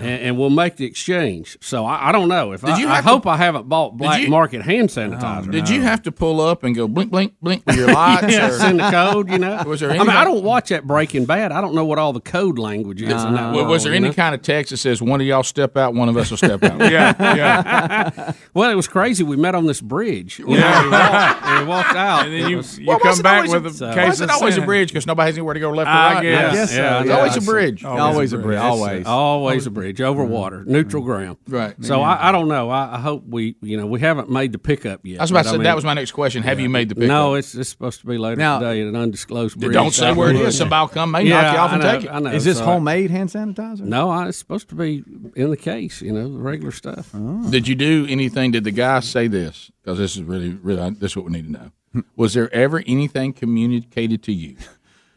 Speaker 4: And, and we'll make the exchange. So I, I don't know if I,
Speaker 3: you
Speaker 4: I
Speaker 3: have to-
Speaker 4: hope I haven't bought black
Speaker 3: you-
Speaker 4: market hand sanitizer.
Speaker 3: Did you have to pull up and go blink, blink, blink with your lights?
Speaker 4: Yeah,
Speaker 3: or,
Speaker 4: send the code, you know.
Speaker 3: Was there
Speaker 4: I mean,
Speaker 3: anybody-
Speaker 4: I don't watch that Breaking Bad. I don't know what all the code language is. in that
Speaker 3: Well,
Speaker 4: world,
Speaker 3: was there
Speaker 4: you
Speaker 3: any
Speaker 4: know?
Speaker 3: kind of text that says one of y'all step out, one of us will step out?
Speaker 7: yeah, yeah.
Speaker 4: Well, it was crazy. We met on this bridge. You know, we walked, and we walked out.
Speaker 7: And then
Speaker 4: It
Speaker 7: you,
Speaker 4: was-
Speaker 7: you come back
Speaker 3: always
Speaker 7: with a
Speaker 3: so-
Speaker 7: case
Speaker 3: Why is
Speaker 7: of
Speaker 3: it always a
Speaker 7: sin?
Speaker 3: bridge? Because nobody has anywhere to go left or
Speaker 7: I
Speaker 3: right. Yeah.
Speaker 7: guess. Yes, yeah,
Speaker 3: It's always a bridge. Mm-hmm.
Speaker 5: Always a bridge. Always.
Speaker 4: always a bridge over water, neutral ground.
Speaker 3: Right. Mm-hmm.
Speaker 4: So I, I don't know. I, I hope we, you know, we haven't made the pickup yet.
Speaker 3: I was about
Speaker 4: but
Speaker 3: to say
Speaker 4: mean,
Speaker 3: that was my next question. Have you made the pickup?
Speaker 4: No, it's, it's supposed to be later
Speaker 5: Now-
Speaker 4: today at an undisclosed bridge.
Speaker 3: Don't say
Speaker 4: out
Speaker 3: where it
Speaker 4: in
Speaker 3: is.
Speaker 4: the-
Speaker 3: Somebody will come, may
Speaker 4: Yeah,
Speaker 3: knock you off
Speaker 4: I
Speaker 3: and
Speaker 4: know,
Speaker 3: take it.
Speaker 4: I know.
Speaker 5: Is this
Speaker 4: So-
Speaker 5: homemade hand sanitizer?
Speaker 4: No, I, it's supposed to be in the case. You know, the regular stuff.
Speaker 7: Oh.
Speaker 3: Did you do anything? Did the guy say this? Because this is really, really, this is what we need to know. Was there ever anything communicated to you?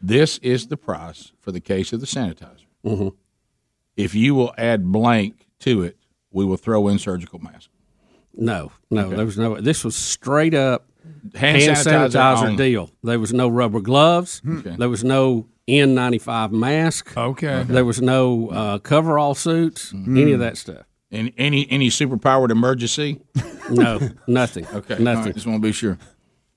Speaker 3: This is the price for the case of the sanitizer. If you will add blank to it, we will throw in surgical mask.
Speaker 4: No, no, there was no. This was straight up
Speaker 3: Hand
Speaker 4: hand,
Speaker 3: sanitizer
Speaker 4: sanitizer,
Speaker 3: only.
Speaker 4: deal. There was no rubber gloves.
Speaker 7: Hmm.
Speaker 4: There was no N95 mask.
Speaker 7: Okay. Hmm.
Speaker 4: There was no uh, coverall suits. Any of that stuff.
Speaker 3: And any any superpowered emergency?
Speaker 4: No, nothing.
Speaker 3: Okay, all
Speaker 4: nothing.
Speaker 3: right, just want to be sure.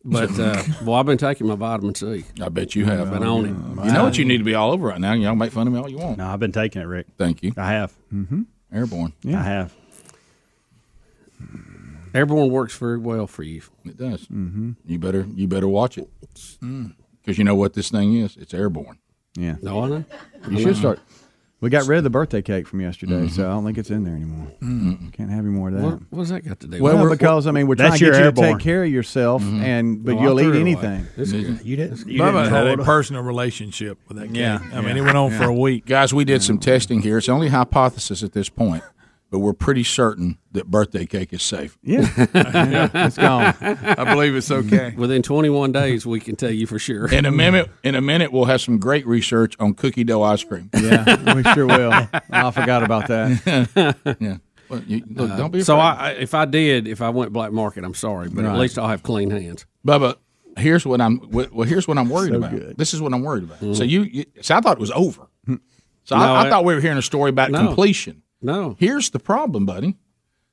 Speaker 4: But uh, well, I've been taking my vitamin C.
Speaker 3: I bet you have.
Speaker 4: I've been on it.
Speaker 3: You know what you need to be all over right now. Y'all make fun of me all you want.
Speaker 6: No, I've been taking it, Rick.
Speaker 3: Thank you.
Speaker 6: I have.
Speaker 3: Airborne.
Speaker 6: I have.
Speaker 4: Airborne works very well for you.
Speaker 3: It does. Mm-hmm. You better you better watch it because you know what this thing is. It's airborne.
Speaker 5: Yeah.
Speaker 4: No, I know.
Speaker 5: You should start. We got rid of the birthday cake from yesterday, so I don't think it's in there anymore. Can't have any more of that.
Speaker 4: Mm-hmm. What, what's that got to do?
Speaker 5: Well,
Speaker 4: with it? Mm-hmm.
Speaker 5: because I mean, we're trying
Speaker 6: That's
Speaker 5: to get
Speaker 6: your
Speaker 5: you to
Speaker 6: airborne.
Speaker 5: take care of yourself, and but
Speaker 4: Well, I
Speaker 5: you'll
Speaker 4: threw
Speaker 5: eat
Speaker 4: it away.
Speaker 5: anything.
Speaker 4: This guy-
Speaker 6: You didn't. You
Speaker 7: Bubba had a
Speaker 6: didn't
Speaker 7: personal relationship with that. Game. Yeah, I mean, it went on for a week.
Speaker 3: Guys, we did some testing here. It's only hypothesis at this point, but we're pretty certain that birthday cake is safe.
Speaker 5: Yeah. Yeah, it's gone.
Speaker 7: I believe it's okay.
Speaker 4: Within 21 days, we can tell you for sure.
Speaker 3: In a minute, in a minute, we'll have some great research on cookie dough ice cream.
Speaker 5: Yeah, we sure will. Oh, I forgot about that.
Speaker 3: yeah. Well, you, look, don't be
Speaker 4: So
Speaker 3: afraid.
Speaker 4: I, I- if I did, if I went black market, I'm sorry, but at least I'll have clean hands.
Speaker 3: Bubba, here's what I'm. wh- Well, here's what I'm worried about. This is what I'm worried about. So you, you, so I thought it was over.
Speaker 5: Hmm.
Speaker 3: So
Speaker 4: Mm-hmm. No,
Speaker 3: I, I,
Speaker 4: I-
Speaker 3: thought we were hearing a story about
Speaker 4: No.
Speaker 3: completion.
Speaker 4: No,
Speaker 3: Here's the problem, buddy.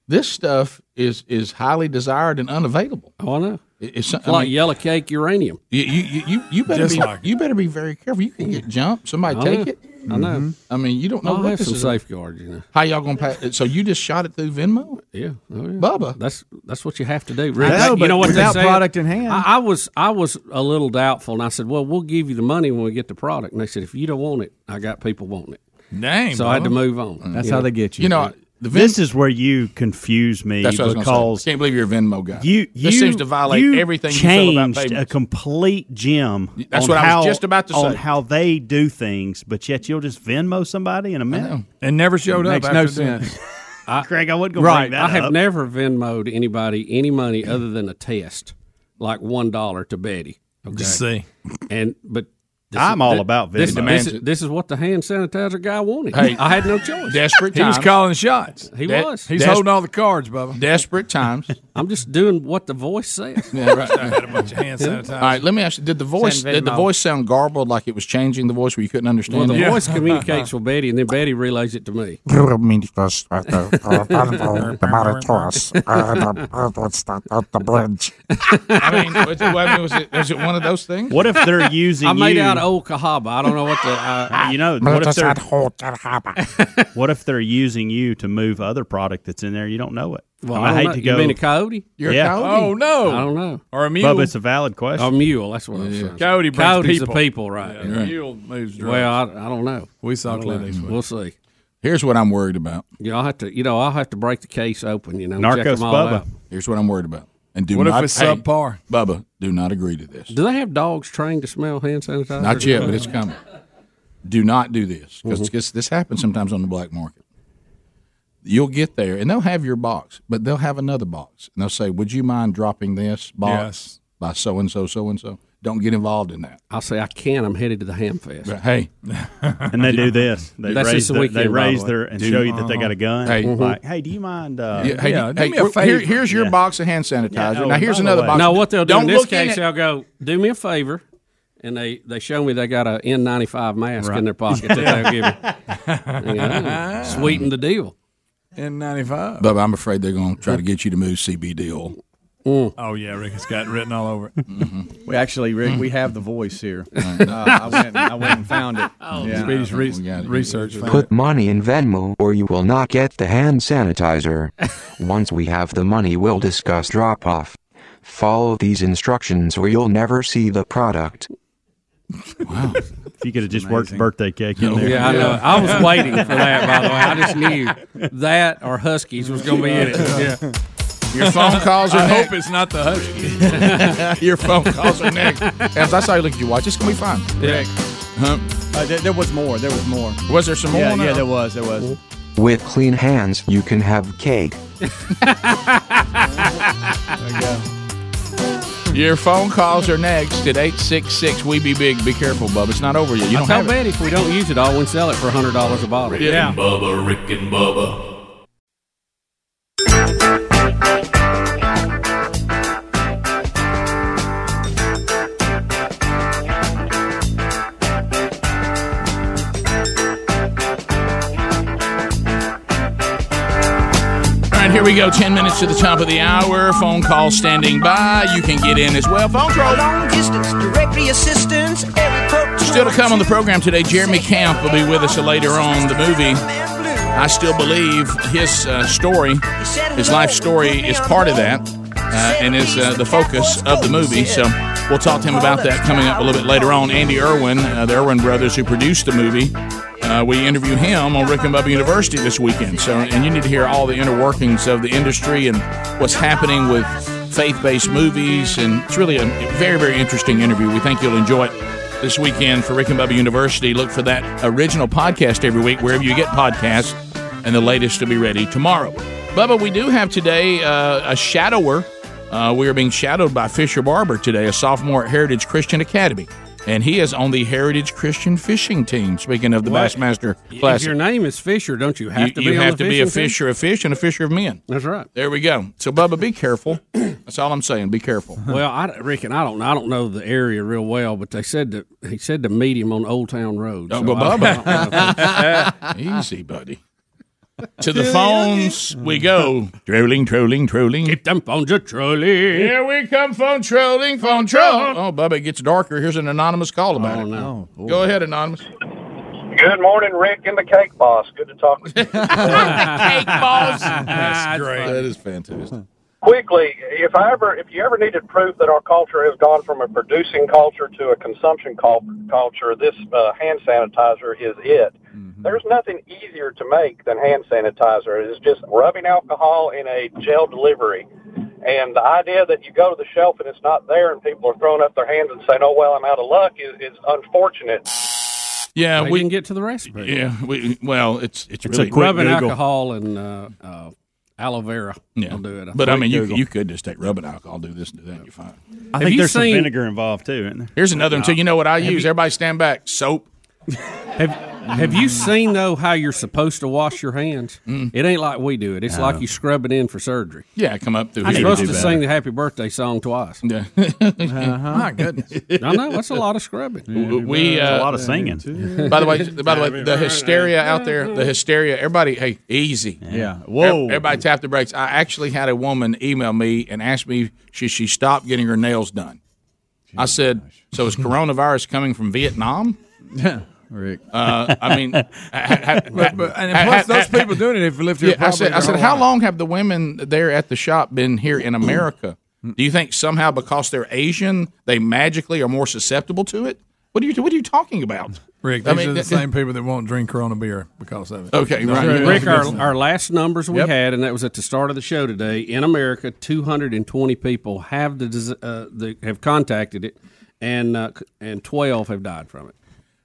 Speaker 3: This stuff is is highly desired and unavailable.
Speaker 4: oh, I know.
Speaker 3: It- It's,
Speaker 4: It's like yellow cake uranium.
Speaker 3: you, you, you, you, you better
Speaker 7: Just
Speaker 3: be
Speaker 7: like-
Speaker 3: you better be very careful. You can get jumped. Somebody
Speaker 4: I
Speaker 3: take
Speaker 4: know.
Speaker 3: it. Mm-hmm.
Speaker 4: I know.
Speaker 3: I mean, you don't know
Speaker 4: I'll
Speaker 3: what
Speaker 4: have
Speaker 3: this
Speaker 4: some
Speaker 3: is.
Speaker 4: safeguards, you know.
Speaker 3: How y'all gonna pass? So you just shot it through Venmo,
Speaker 4: Yeah. Oh, yeah.
Speaker 3: Bubba?
Speaker 4: That's that's what you have to do. Rick.
Speaker 5: know,
Speaker 4: you
Speaker 5: but
Speaker 4: know what
Speaker 5: without
Speaker 4: they say?
Speaker 5: product in hand.
Speaker 4: I, I was I was a little doubtful, and I said, "Well, we'll give you the money when we get the product." And they said, "If you don't want it, I got people wanting it."
Speaker 7: Dang.
Speaker 4: So I had to
Speaker 7: Bubba.
Speaker 4: move on.
Speaker 5: That's
Speaker 4: You
Speaker 5: how
Speaker 4: know?
Speaker 5: they get you.
Speaker 3: You know the Venmo.
Speaker 6: This is where you confuse me
Speaker 3: that's what I was gonna
Speaker 6: because
Speaker 3: say. I can't believe you're a Venmo guy.
Speaker 6: you you
Speaker 3: this seems to violate
Speaker 6: you
Speaker 3: everything you feel about
Speaker 6: changed a
Speaker 3: payments.
Speaker 6: complete gym.
Speaker 3: That's
Speaker 6: on
Speaker 3: what I was
Speaker 6: how,
Speaker 3: just about to
Speaker 6: on
Speaker 3: say.
Speaker 6: how they do things, but yet you'll just Venmo somebody in a minute.
Speaker 7: and never showed up.
Speaker 5: makes
Speaker 7: after
Speaker 5: no
Speaker 7: that.
Speaker 5: sense.
Speaker 6: Craig, I wasn't going to
Speaker 4: Right.
Speaker 6: bring that
Speaker 4: I have
Speaker 6: up.
Speaker 4: never Venmoed anybody any money other than a test, like one dollar to Betty. Okay.
Speaker 7: Just see.
Speaker 4: And but this
Speaker 6: I'm
Speaker 4: is-
Speaker 6: all
Speaker 4: thi-
Speaker 6: about
Speaker 4: this. This,
Speaker 6: Venmo.
Speaker 3: Demands
Speaker 4: is-
Speaker 3: it.
Speaker 4: this is what the hand sanitizer guy wanted.
Speaker 3: Hey.
Speaker 4: I had no choice.
Speaker 3: Desperate
Speaker 7: He was
Speaker 3: times.
Speaker 7: calling shots.
Speaker 4: He
Speaker 3: that-
Speaker 4: was.
Speaker 7: He's
Speaker 3: Des-
Speaker 7: holding all the cards, Bubba.
Speaker 3: desperate times.
Speaker 4: I'm just doing what the voice says.
Speaker 3: Yeah, right, right.
Speaker 7: Had a bunch of hand sanitizer.
Speaker 3: All right, let me ask you: Did the voice
Speaker 4: Send
Speaker 3: did the
Speaker 4: Venmo.
Speaker 3: voice sound garbled, like it was changing the voice, where you couldn't
Speaker 4: Well,
Speaker 3: understand
Speaker 4: the
Speaker 3: it?
Speaker 4: voice communicates with Betty, and then Betty relays it to me.
Speaker 3: I mean, was it, I mean, was it was it one of those things?
Speaker 6: What if they're using
Speaker 4: I made
Speaker 6: you?
Speaker 4: out old Cahaba. I don't know what the. I,
Speaker 6: you know, what if, they're, what if they're using you to move other product that's in there? You don't know it.
Speaker 4: well,
Speaker 6: I, mean, I
Speaker 4: don't
Speaker 6: hate
Speaker 4: know.
Speaker 6: to
Speaker 4: You
Speaker 6: go.
Speaker 4: mean a coyote?
Speaker 3: You're
Speaker 6: Yeah.
Speaker 3: a coyote.
Speaker 7: Oh no.
Speaker 4: I don't know.
Speaker 7: Or a mule.
Speaker 6: Bubba, it's a valid question.
Speaker 4: A mule. That's what I'm saying.
Speaker 7: Coyote brings
Speaker 4: Coyotes
Speaker 7: people.
Speaker 4: are people, right?
Speaker 7: A mule moves. drugs.
Speaker 4: Well, I, I don't know.
Speaker 7: we saw Clint Eastwood.
Speaker 4: We'll see.
Speaker 3: Here's what I'm worried about.
Speaker 4: Yeah, I'll have to. You know, I'll have to break the case open. You know, and check
Speaker 6: Narcos
Speaker 4: them all
Speaker 6: Bubba.
Speaker 4: out.
Speaker 3: Here's what I'm worried about. And do
Speaker 7: What if
Speaker 3: not,
Speaker 7: it's
Speaker 3: hey,
Speaker 7: subpar?
Speaker 3: Bubba, do not agree to this.
Speaker 4: Do they have dogs trained to smell hand sanitizer?
Speaker 3: Not yet, but it's coming. Do not do this because this happens sometimes on the black market. You'll get there and they'll have your box, but they'll have another box and they'll say, "Would you mind dropping this box
Speaker 7: Yes.
Speaker 3: by so and so, so and so?" Don't get involved in that.
Speaker 4: I'll say I can. I'm headed to the ham fest.
Speaker 3: But hey,
Speaker 6: and they do this. They
Speaker 4: That's
Speaker 6: raise,
Speaker 4: just the
Speaker 6: their-
Speaker 4: weekend,
Speaker 6: they
Speaker 4: by the
Speaker 6: raise
Speaker 4: way. Uh-huh.
Speaker 6: their and show you that they got a gun.
Speaker 3: Hey.
Speaker 6: Like, hey, do you mind? Uh,
Speaker 3: yeah, hey,
Speaker 7: yeah, do
Speaker 3: hey,
Speaker 7: me a
Speaker 3: we're- here-
Speaker 7: favor.
Speaker 3: here's your box of hand sanitizer.
Speaker 6: oh,
Speaker 3: now
Speaker 6: and
Speaker 3: here's
Speaker 6: by the
Speaker 3: another
Speaker 6: way-
Speaker 3: box.
Speaker 4: No, what they'll do
Speaker 3: Don't
Speaker 4: in this
Speaker 3: look in
Speaker 4: case,
Speaker 3: it.
Speaker 4: they'll go, do me a favor. And they, they show me they got an N95 mask in their pocket that they'll give me. You know, sweeten the deal.
Speaker 7: N95.
Speaker 3: Bubba, I'm afraid they're going to try to get you to move CBD oil. mm.
Speaker 7: Oh yeah, Rick. It's got written all over it.
Speaker 5: Mm-hmm. We actually, Rick, we have the voice here. Uh, I, went and, I went and found it.
Speaker 4: Oh,
Speaker 5: Yeah.
Speaker 7: Speedy's Oh, re-
Speaker 3: we got it.
Speaker 7: research. found
Speaker 10: Put money in Venmo or you will not get the hand sanitizer. Once we have the money, we'll discuss drop off. Follow these instructions or you'll never see the product.
Speaker 6: If you could have just worked birthday cake in there.
Speaker 4: Oh, Yeah, I know. I was waiting for that, by the way. I just knew that or Huskies was going to be in it. Yeah.
Speaker 3: Your phone calls
Speaker 7: I
Speaker 3: are
Speaker 7: hope
Speaker 3: next.
Speaker 7: it's not the Husky.
Speaker 3: Your phone calls are next. As I saw you look at your watch, it's going to be fine.
Speaker 5: Rick, uh, there, there was more. There was more.
Speaker 3: Was there some
Speaker 5: Yeah,
Speaker 3: more? Mm-hmm.
Speaker 5: yeah,
Speaker 3: now?
Speaker 5: there was. There was.
Speaker 10: With clean hands, you can have cake.
Speaker 3: Your phone calls are next at 866 We Be Big. Be careful, Bub. It's not over yet. You
Speaker 4: I
Speaker 3: don't
Speaker 4: tell
Speaker 3: have it.
Speaker 4: Betty if we don't use it all, we'll sell it for $100 a bottle.
Speaker 3: Yeah.
Speaker 8: Bubba, Rick and Bubba.
Speaker 3: All right, here we go. Ten minutes to the top of the hour. Phone call standing by. You can get in as well. Phone call.
Speaker 11: Long distance directory assistance. Every pro-
Speaker 3: Still to come on the program today, Jeremy Camp will be with us later on the movie. I still believe his uh, story, his life story, is part of that, uh, and is uh, the focus of the movie. So we'll talk to him about that coming up a little bit later on. Andy Irwin, uh, the Irwin brothers who produced the movie, uh, we interviewed him on Rick and Bubba University this weekend. So, and you need to hear all the inner workings of the industry and what's happening with faith-based movies, and it's really a very, very interesting interview. We think you'll enjoy it this weekend for Rick and Bubba University. Look for that original podcast every week wherever you get podcasts, and the latest will be ready tomorrow. Bubba, we do have today uh, a shadower. Uh, we are being shadowed by Fisher Barber today, a sophomore at Heritage Christian Academy, and he is on the Heritage Christian fishing team. Speaking of the
Speaker 4: What?
Speaker 3: Bassmaster
Speaker 4: If
Speaker 3: Classic,
Speaker 4: your name is Fisher, don't you have
Speaker 3: you,
Speaker 4: to be
Speaker 3: you
Speaker 4: on
Speaker 3: have
Speaker 4: the
Speaker 3: to be a
Speaker 4: fishing team?
Speaker 3: fisher of fish and a fisher of men.
Speaker 4: That's right.
Speaker 3: There we go. So, Bubba, be careful. That's all I'm saying. Be careful.
Speaker 4: Well, I reckon I don't. I don't know the area real well, but they said that he said to meet him on Old Town Road.
Speaker 3: Don't
Speaker 4: so
Speaker 3: go,
Speaker 4: I- I
Speaker 3: Oh, Bubba.
Speaker 4: don't know.
Speaker 3: Easy, buddy. To the phones we go. Trolling, trolling, trolling. Keep
Speaker 4: them phones a trolling.
Speaker 3: Here we come, phone trolling, phone troll. Oh, Bubba, it gets darker. Here's an anonymous call about it.
Speaker 4: Oh, No.
Speaker 3: Go ahead, anonymous.
Speaker 12: Good morning, Rick and the Cake Boss. Good to talk with you.
Speaker 3: Cake
Speaker 12: Boss.
Speaker 3: That's great. That is fantastic.
Speaker 12: Quickly, if I ever, if you ever needed proof that our culture has gone from a producing culture to a consumption cul- culture, this uh, hand sanitizer is it. There's nothing easier to make than hand sanitizer. It's just rubbing alcohol in a gel delivery. And the idea that you go to the shelf and it's not there and people are throwing up their hands and saying, oh, well, I'm out of luck is, is unfortunate.
Speaker 3: Yeah,
Speaker 4: They
Speaker 3: we
Speaker 4: didn't get to the recipe.
Speaker 3: Yeah, we well, it's it's,
Speaker 4: It's
Speaker 3: really
Speaker 4: a quick rubbing alcohol and uh, uh, aloe vera.
Speaker 3: Yeah,
Speaker 4: will do it. A
Speaker 3: but I
Speaker 4: quick
Speaker 3: mean, you,
Speaker 4: Google.
Speaker 3: you could just take rubbing alcohol, do this, and do that, and you're fine.
Speaker 6: I
Speaker 3: Have
Speaker 6: think
Speaker 3: you
Speaker 6: there's
Speaker 3: seen-
Speaker 6: some vinegar involved too, isn't there?
Speaker 3: Here's another one too. You know what I
Speaker 6: Have
Speaker 3: use?
Speaker 6: you-
Speaker 3: Everybody stand back. Soap.
Speaker 4: Have, have you seen though how you're supposed to wash your hands? It ain't like we do it. It's like you scrub it in for surgery.
Speaker 3: Mm. Yeah, come up through
Speaker 4: I'm
Speaker 3: here.
Speaker 4: supposed to
Speaker 3: You do
Speaker 4: sing the happy birthday song twice.
Speaker 3: Yeah.
Speaker 4: My
Speaker 7: goodness.
Speaker 4: I know that's a lot of scrubbing.
Speaker 3: we uh, By the way, by the way, the hysteria out there, the hysteria. Everybody, hey, easy.
Speaker 5: Yeah.
Speaker 3: Whoa. Everybody tap the brakes. I actually had a woman email me and ask me should she stop getting her nails done. I said, so is coronavirus coming from Vietnam?
Speaker 5: Yeah, Rick.
Speaker 3: Uh, I mean, ha- ha-
Speaker 7: But- but- and plus those people doing it if you live to your
Speaker 3: I said, I
Speaker 7: property their
Speaker 3: said,
Speaker 7: whole
Speaker 3: how
Speaker 7: life."
Speaker 3: long have the women there at the shop been here in America? Do you think somehow because they're Asian, they magically are more susceptible to it? What are you What are you talking about,
Speaker 7: Rick, these
Speaker 3: I mean,
Speaker 7: are the
Speaker 3: th-
Speaker 7: same people that won't drink Corona beer because of it.
Speaker 3: Okay,
Speaker 7: No,
Speaker 3: right.
Speaker 7: that's
Speaker 4: Rick,
Speaker 7: the
Speaker 4: our,
Speaker 7: difference.
Speaker 4: our last numbers we
Speaker 7: Yep.
Speaker 4: had, and that was at the start of the show today. In America, 220 people have the, dis- uh, the have contacted it, and uh, c- and 12 have died from it.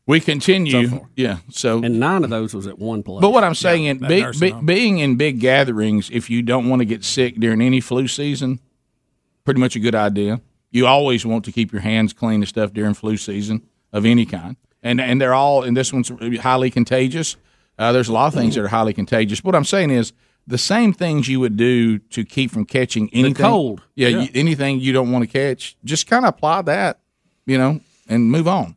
Speaker 3: We continue. yeah. So
Speaker 4: and nine of those was at one place.
Speaker 3: But what I'm saying, in
Speaker 4: that
Speaker 3: big,
Speaker 4: nursing
Speaker 3: big-
Speaker 4: home.
Speaker 3: being in big gatherings, if you don't want to get sick during any flu season, pretty much a good idea. You always want to keep your hands clean and stuff during flu season of any kind. And and they're all, and this one's highly contagious. Uh, there's a lot of things that are highly contagious. What I'm saying is the same things you would do to keep from catching anything.
Speaker 4: cold.
Speaker 3: Yeah,
Speaker 4: Yeah.
Speaker 3: You, anything you don't want to catch, just kind of apply that, you know, and move on.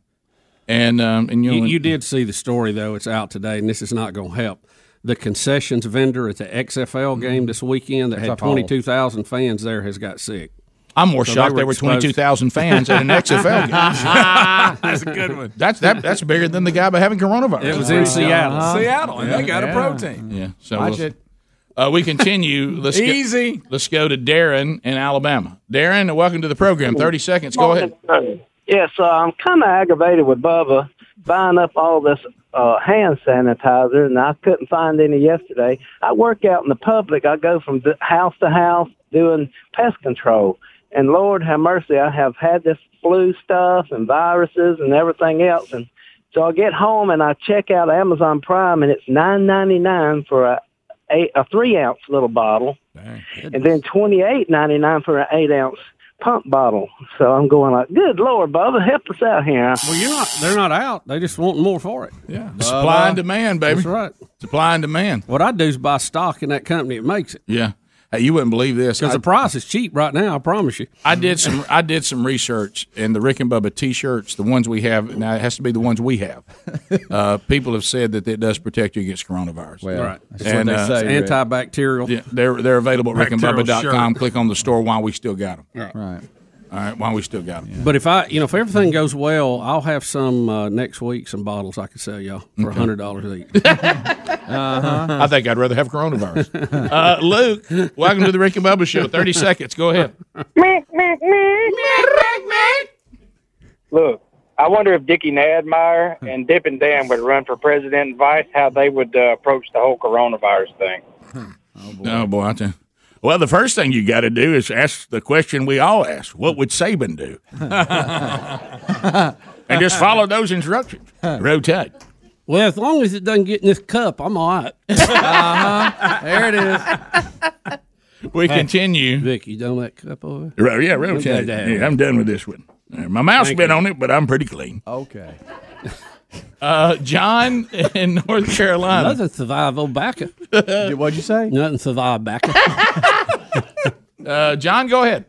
Speaker 3: And um, and you,
Speaker 4: you,
Speaker 3: know,
Speaker 4: you did see the story though; it's out today, and this is not going to help. The concessions vendor at the XFL game this weekend that
Speaker 3: That's
Speaker 4: had
Speaker 3: awful.
Speaker 4: 22,000 fans there has got sick.
Speaker 3: I'm more
Speaker 4: So they
Speaker 3: shocked
Speaker 4: were
Speaker 3: there were
Speaker 4: exposed-
Speaker 3: 22,000 fans at an XFL game.
Speaker 7: that's a good one.
Speaker 3: That's that, that's bigger than the guy by having coronavirus.
Speaker 4: It was in Seattle.
Speaker 7: uh, Seattle, and they got a protein.
Speaker 3: Yeah. So
Speaker 7: Watch
Speaker 3: we'll-
Speaker 7: it.
Speaker 3: Uh, we continue. Let's go-
Speaker 7: Easy.
Speaker 3: let's go to Darren in Alabama. Darren, welcome to the program. 30 seconds. Go ahead.
Speaker 13: Yes, uh, I'm kind of aggravated with Bubba buying up all this uh, hand sanitizer, and I couldn't find any yesterday. I work out in the public. I go from d- house to house doing pest control. And Lord have mercy, I have had this flu stuff and viruses and everything else. And so I get home and I check out Amazon Prime, and it's nine ninety nine for a eight, a three ounce little bottle, and then twenty eight ninety nine for an eight ounce pump bottle. So I'm going like, good lord, Bubba, help us out here.
Speaker 4: Well, you're not. They're not out. They just want more for it. Uh,
Speaker 3: Yeah, Supply and demand, baby.
Speaker 4: That's right.
Speaker 3: Supply and demand.
Speaker 4: What I do is buy stock in that company. It makes it.
Speaker 3: Yeah. Hey, you wouldn't believe this
Speaker 4: because the price is cheap right now. I promise you.
Speaker 3: I did some I did some research, and the Rick and Bubba T-shirts, the ones we have now, it has to be the ones we have. Uh, people have said that it does protect you against coronavirus.
Speaker 4: Well, Right. that's
Speaker 3: And,
Speaker 4: what they
Speaker 3: uh,
Speaker 4: say, Rick. antibacterial.
Speaker 3: Yeah, they're they're available at
Speaker 4: Bacterial
Speaker 3: rickandbubba.com.
Speaker 4: shirt.
Speaker 3: Click on the store while we still got them.
Speaker 4: Right.
Speaker 3: All right, while we still got them.
Speaker 4: But if I, you know, if everything goes well, I'll have some uh, next week. Some bottles I could sell y'all for
Speaker 3: Okay.
Speaker 4: hundred dollars each.
Speaker 3: Uh-huh. I think I'd rather have coronavirus. Uh, Luke, welcome to the Rick and Bubba Show. Thirty seconds. Go ahead.
Speaker 14: Look, I wonder if Dickie Nadmeyer and Dip and Dan would run for president and vice, how they would uh, approach the whole coronavirus thing.
Speaker 3: Oh boy, I tell you. Well, the first thing you got to do is ask the question we all ask: What would Saban do? and just follow those instructions. Rotate.
Speaker 4: Well, as long as it doesn't get in this cup, I'm all right.
Speaker 3: Uh-huh.
Speaker 4: Oh,
Speaker 5: There it is.
Speaker 3: We continue.
Speaker 4: Vic, you done that cup over?
Speaker 3: Right, yeah, rotate. Yeah, I'm done with this one. Uh, My mouth's
Speaker 4: Thank
Speaker 3: been
Speaker 4: you.
Speaker 3: on it, but I'm pretty clean.
Speaker 5: Okay.
Speaker 3: Uh, John in North Carolina.
Speaker 4: Nothing survived old backer.
Speaker 5: What'd you say?
Speaker 4: Nothing survived backer.
Speaker 3: Uh, John, go ahead.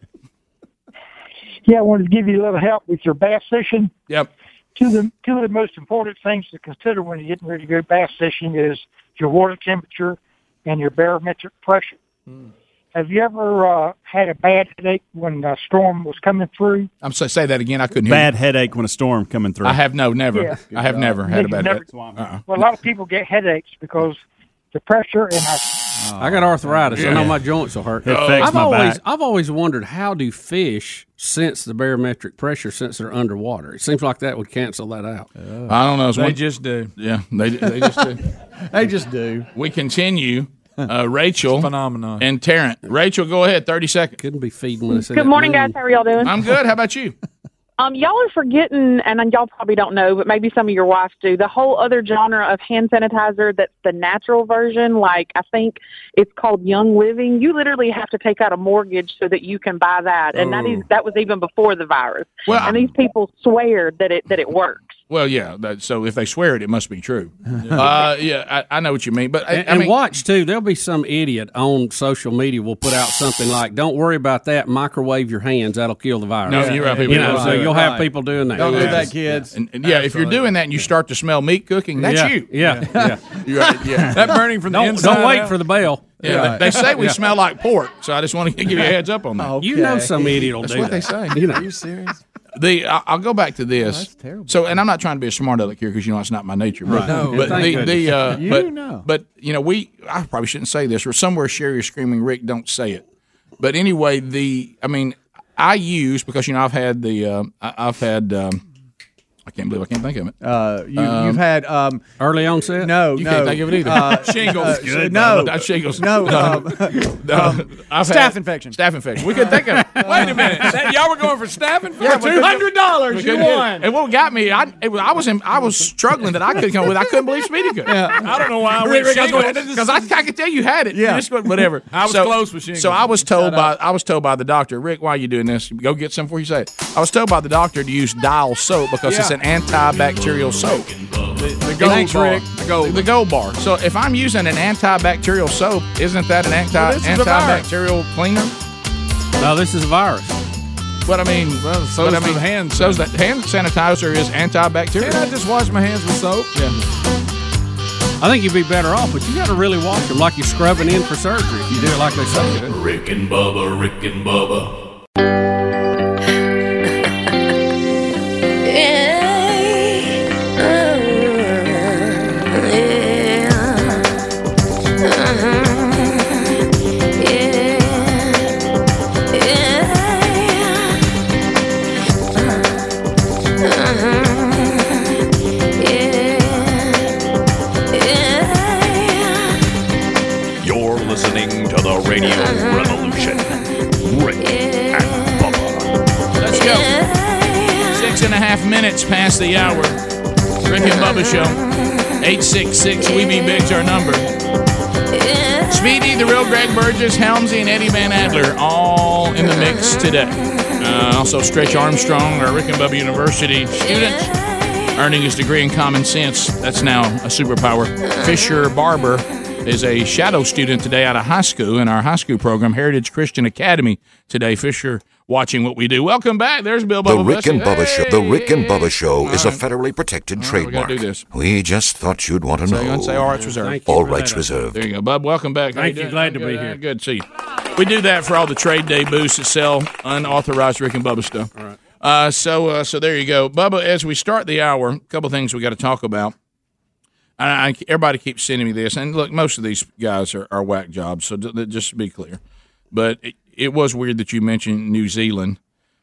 Speaker 15: Yeah, I wanted to give you a little help with your bass fishing.
Speaker 3: Yep.
Speaker 15: Two of the two of the most important things to consider when you're getting ready to go bass fishing is your water temperature and your barometric pressure.
Speaker 3: Hmm.
Speaker 15: Have you ever uh, had a bad headache when a storm was coming through?
Speaker 3: I'm so say that again. I couldn't hear.
Speaker 6: Bad
Speaker 3: you.
Speaker 6: headache when a storm coming through.
Speaker 3: I have no, never.
Speaker 15: Yeah.
Speaker 3: I have never had a bad
Speaker 15: Never-
Speaker 3: head. Uh-uh.
Speaker 15: Well, a lot of people get headaches because the pressure and our
Speaker 4: I got arthritis. I know
Speaker 3: Yeah.
Speaker 4: my joints will hurt.
Speaker 3: It affects
Speaker 4: I've
Speaker 3: my
Speaker 4: always,
Speaker 3: back.
Speaker 4: I've always wondered how do fish sense the barometric pressure since they're underwater? It seems like that would cancel that out.
Speaker 3: Oh. I don't know. It's
Speaker 4: They
Speaker 3: just do. Yeah, they, they just do. they just do. We continue. Uh, Rachel, phenomenon, and Tarrant. Rachel, go ahead. Thirty seconds.
Speaker 4: Couldn't be feeding when I said
Speaker 16: Good morning, guys. How are y'all doing?
Speaker 3: I'm good. How about you?
Speaker 16: Um, y'all are forgetting, and y'all probably don't know, but maybe some of your wives do, the whole other genre of hand sanitizer that's the natural version. Like, I think it's called Young Living. You literally have to take out a mortgage so that you can buy that. And that,
Speaker 3: Oh.
Speaker 16: is, that was even before the virus.
Speaker 3: Well,
Speaker 16: and these people swear that it, that it works.
Speaker 3: Well, yeah. That, so if they swear it, it must be true. Uh, yeah, I, I know what you mean, but I,
Speaker 4: And,
Speaker 3: I
Speaker 4: and
Speaker 3: mean,
Speaker 4: watch too. There'll be some idiot on social media will put out something like, "Don't worry about that. Microwave your hands. That'll kill the virus."
Speaker 3: No, you're right. People
Speaker 4: You know,
Speaker 3: don't
Speaker 4: so
Speaker 3: do it.
Speaker 4: you'll have
Speaker 3: Right.
Speaker 4: people doing that.
Speaker 3: Don't do that, kids. And, and yeah, if you're doing that and you start to smell meat cooking, that's
Speaker 4: Yeah.
Speaker 3: you.
Speaker 4: Yeah. Yeah.
Speaker 3: You're right, yeah.
Speaker 4: That burning from the Don't- inside don't wait out. for the bell.
Speaker 3: Yeah,
Speaker 4: Right.
Speaker 3: they, they say we
Speaker 4: Yeah.
Speaker 3: smell like pork, so I just want to give you a heads up on that.
Speaker 4: You know some idiot will
Speaker 3: That's
Speaker 4: do that.
Speaker 3: what they say. You know. Are you serious? The I- I'll go back to this. that's terrible. So, and I'm not trying to be a smart aleck here because you know it's not my nature. But,
Speaker 4: Right. No,
Speaker 3: but
Speaker 4: thank
Speaker 3: the, the uh,
Speaker 4: goodness.
Speaker 3: but,
Speaker 4: You know.
Speaker 3: but you know we I probably shouldn't say this or somewhere Sherry is screaming Rick don't say it. But anyway, the I mean I use because you know I've had the um, I, I've had um, I can't believe I can't think of it.
Speaker 5: Uh, you,
Speaker 3: Um,
Speaker 5: you've had um,
Speaker 4: early onset.
Speaker 5: No,
Speaker 3: You
Speaker 5: no,
Speaker 3: can't think of it either.
Speaker 5: uh,
Speaker 3: Shingles.
Speaker 5: uh,
Speaker 3: Good,
Speaker 5: no,
Speaker 3: not shingles.
Speaker 5: No,
Speaker 3: No.
Speaker 5: um,
Speaker 3: No, I've
Speaker 5: staph
Speaker 3: had-
Speaker 5: infection.
Speaker 3: Staph infection. We could think of it. Wait a minute.
Speaker 7: That- y'all were going for staffing for
Speaker 3: Yeah, we couldn't-
Speaker 7: $200.
Speaker 3: we couldn't get it. And what got me, I, it was, I was in, I was struggling that I could come with. I couldn't believe Speedy could.
Speaker 7: I don't know why I went shingles.
Speaker 3: because I, I could tell you had it.
Speaker 7: Yeah.
Speaker 3: You just went- whatever.
Speaker 7: I was close with shingles.
Speaker 3: So I was told by I was told by the doctor, Rick, why are you doing this? Go get some before you say it. I was told by the doctor to use Dial soap because it's
Speaker 7: Yeah.
Speaker 3: an antibacterial soap.
Speaker 7: The gold
Speaker 3: Thanks,
Speaker 7: bar.
Speaker 3: Rick. The gold. bar. So if I'm using an antibacterial soap, isn't that an anti
Speaker 7: Well, this is a virus.
Speaker 3: antibacterial cleaner?
Speaker 4: No, this is a virus.
Speaker 3: But I mean, well,
Speaker 7: so
Speaker 3: but I
Speaker 7: is
Speaker 3: mean,
Speaker 7: the hand
Speaker 3: so's that hand sanitizer is antibacterial.
Speaker 7: Can I just wash my hands with soap?
Speaker 3: Yeah.
Speaker 4: I think you'd be better off, but you got to really wash them like you're scrubbing in for surgery. If you do it like they say.
Speaker 8: Rick and Bubba, Rick and Bubba.
Speaker 17: You're listening to the Radio Revolution. Rick and
Speaker 3: Let's go. Six and a half minutes past the hour. Rick and Bubba Show. 866 We Be Big's our number. Speedy, the real Greg Burgess, Helmsy, and Eddie Van Adler all in the mix today. Uh, also, Stretch Armstrong, our Rick and Bubba University student, earning his degree in common sense. That's now a superpower. Fisher Barber is a shadow student today out of high school in our high school program, Heritage Christian Academy. Today, Fisher watching what we do. Welcome back. There's Bill
Speaker 18: The
Speaker 3: Bubba.
Speaker 18: Rick and
Speaker 3: Bussy.
Speaker 18: Bubba Show. The Rick and Bubba Show
Speaker 3: All
Speaker 18: is a
Speaker 3: right.
Speaker 18: federally protected
Speaker 3: we gotta
Speaker 18: trademark.
Speaker 3: do this.
Speaker 18: We just thought you'd want to
Speaker 3: So you
Speaker 18: know.
Speaker 3: wanna say all rights reserved. Thank you
Speaker 18: All
Speaker 3: for
Speaker 18: rights
Speaker 3: that.
Speaker 18: reserved.
Speaker 3: There you go, Bub. Welcome back. How
Speaker 4: Thank you.
Speaker 3: doing?
Speaker 4: Glad to
Speaker 3: Good,
Speaker 4: be
Speaker 3: uh,
Speaker 4: here.
Speaker 3: Good to see you. We do that for all the trade day booths that sell unauthorized Rick and Bubba stuff. All right. Uh, so, uh, so there you go, Bubba. As we start the hour, a couple things we got to talk about. I, I, everybody keeps sending me this, and look, most of these guys are, are whack jobs. So d- just to be clear, but it, it was weird that you mentioned New Zealand.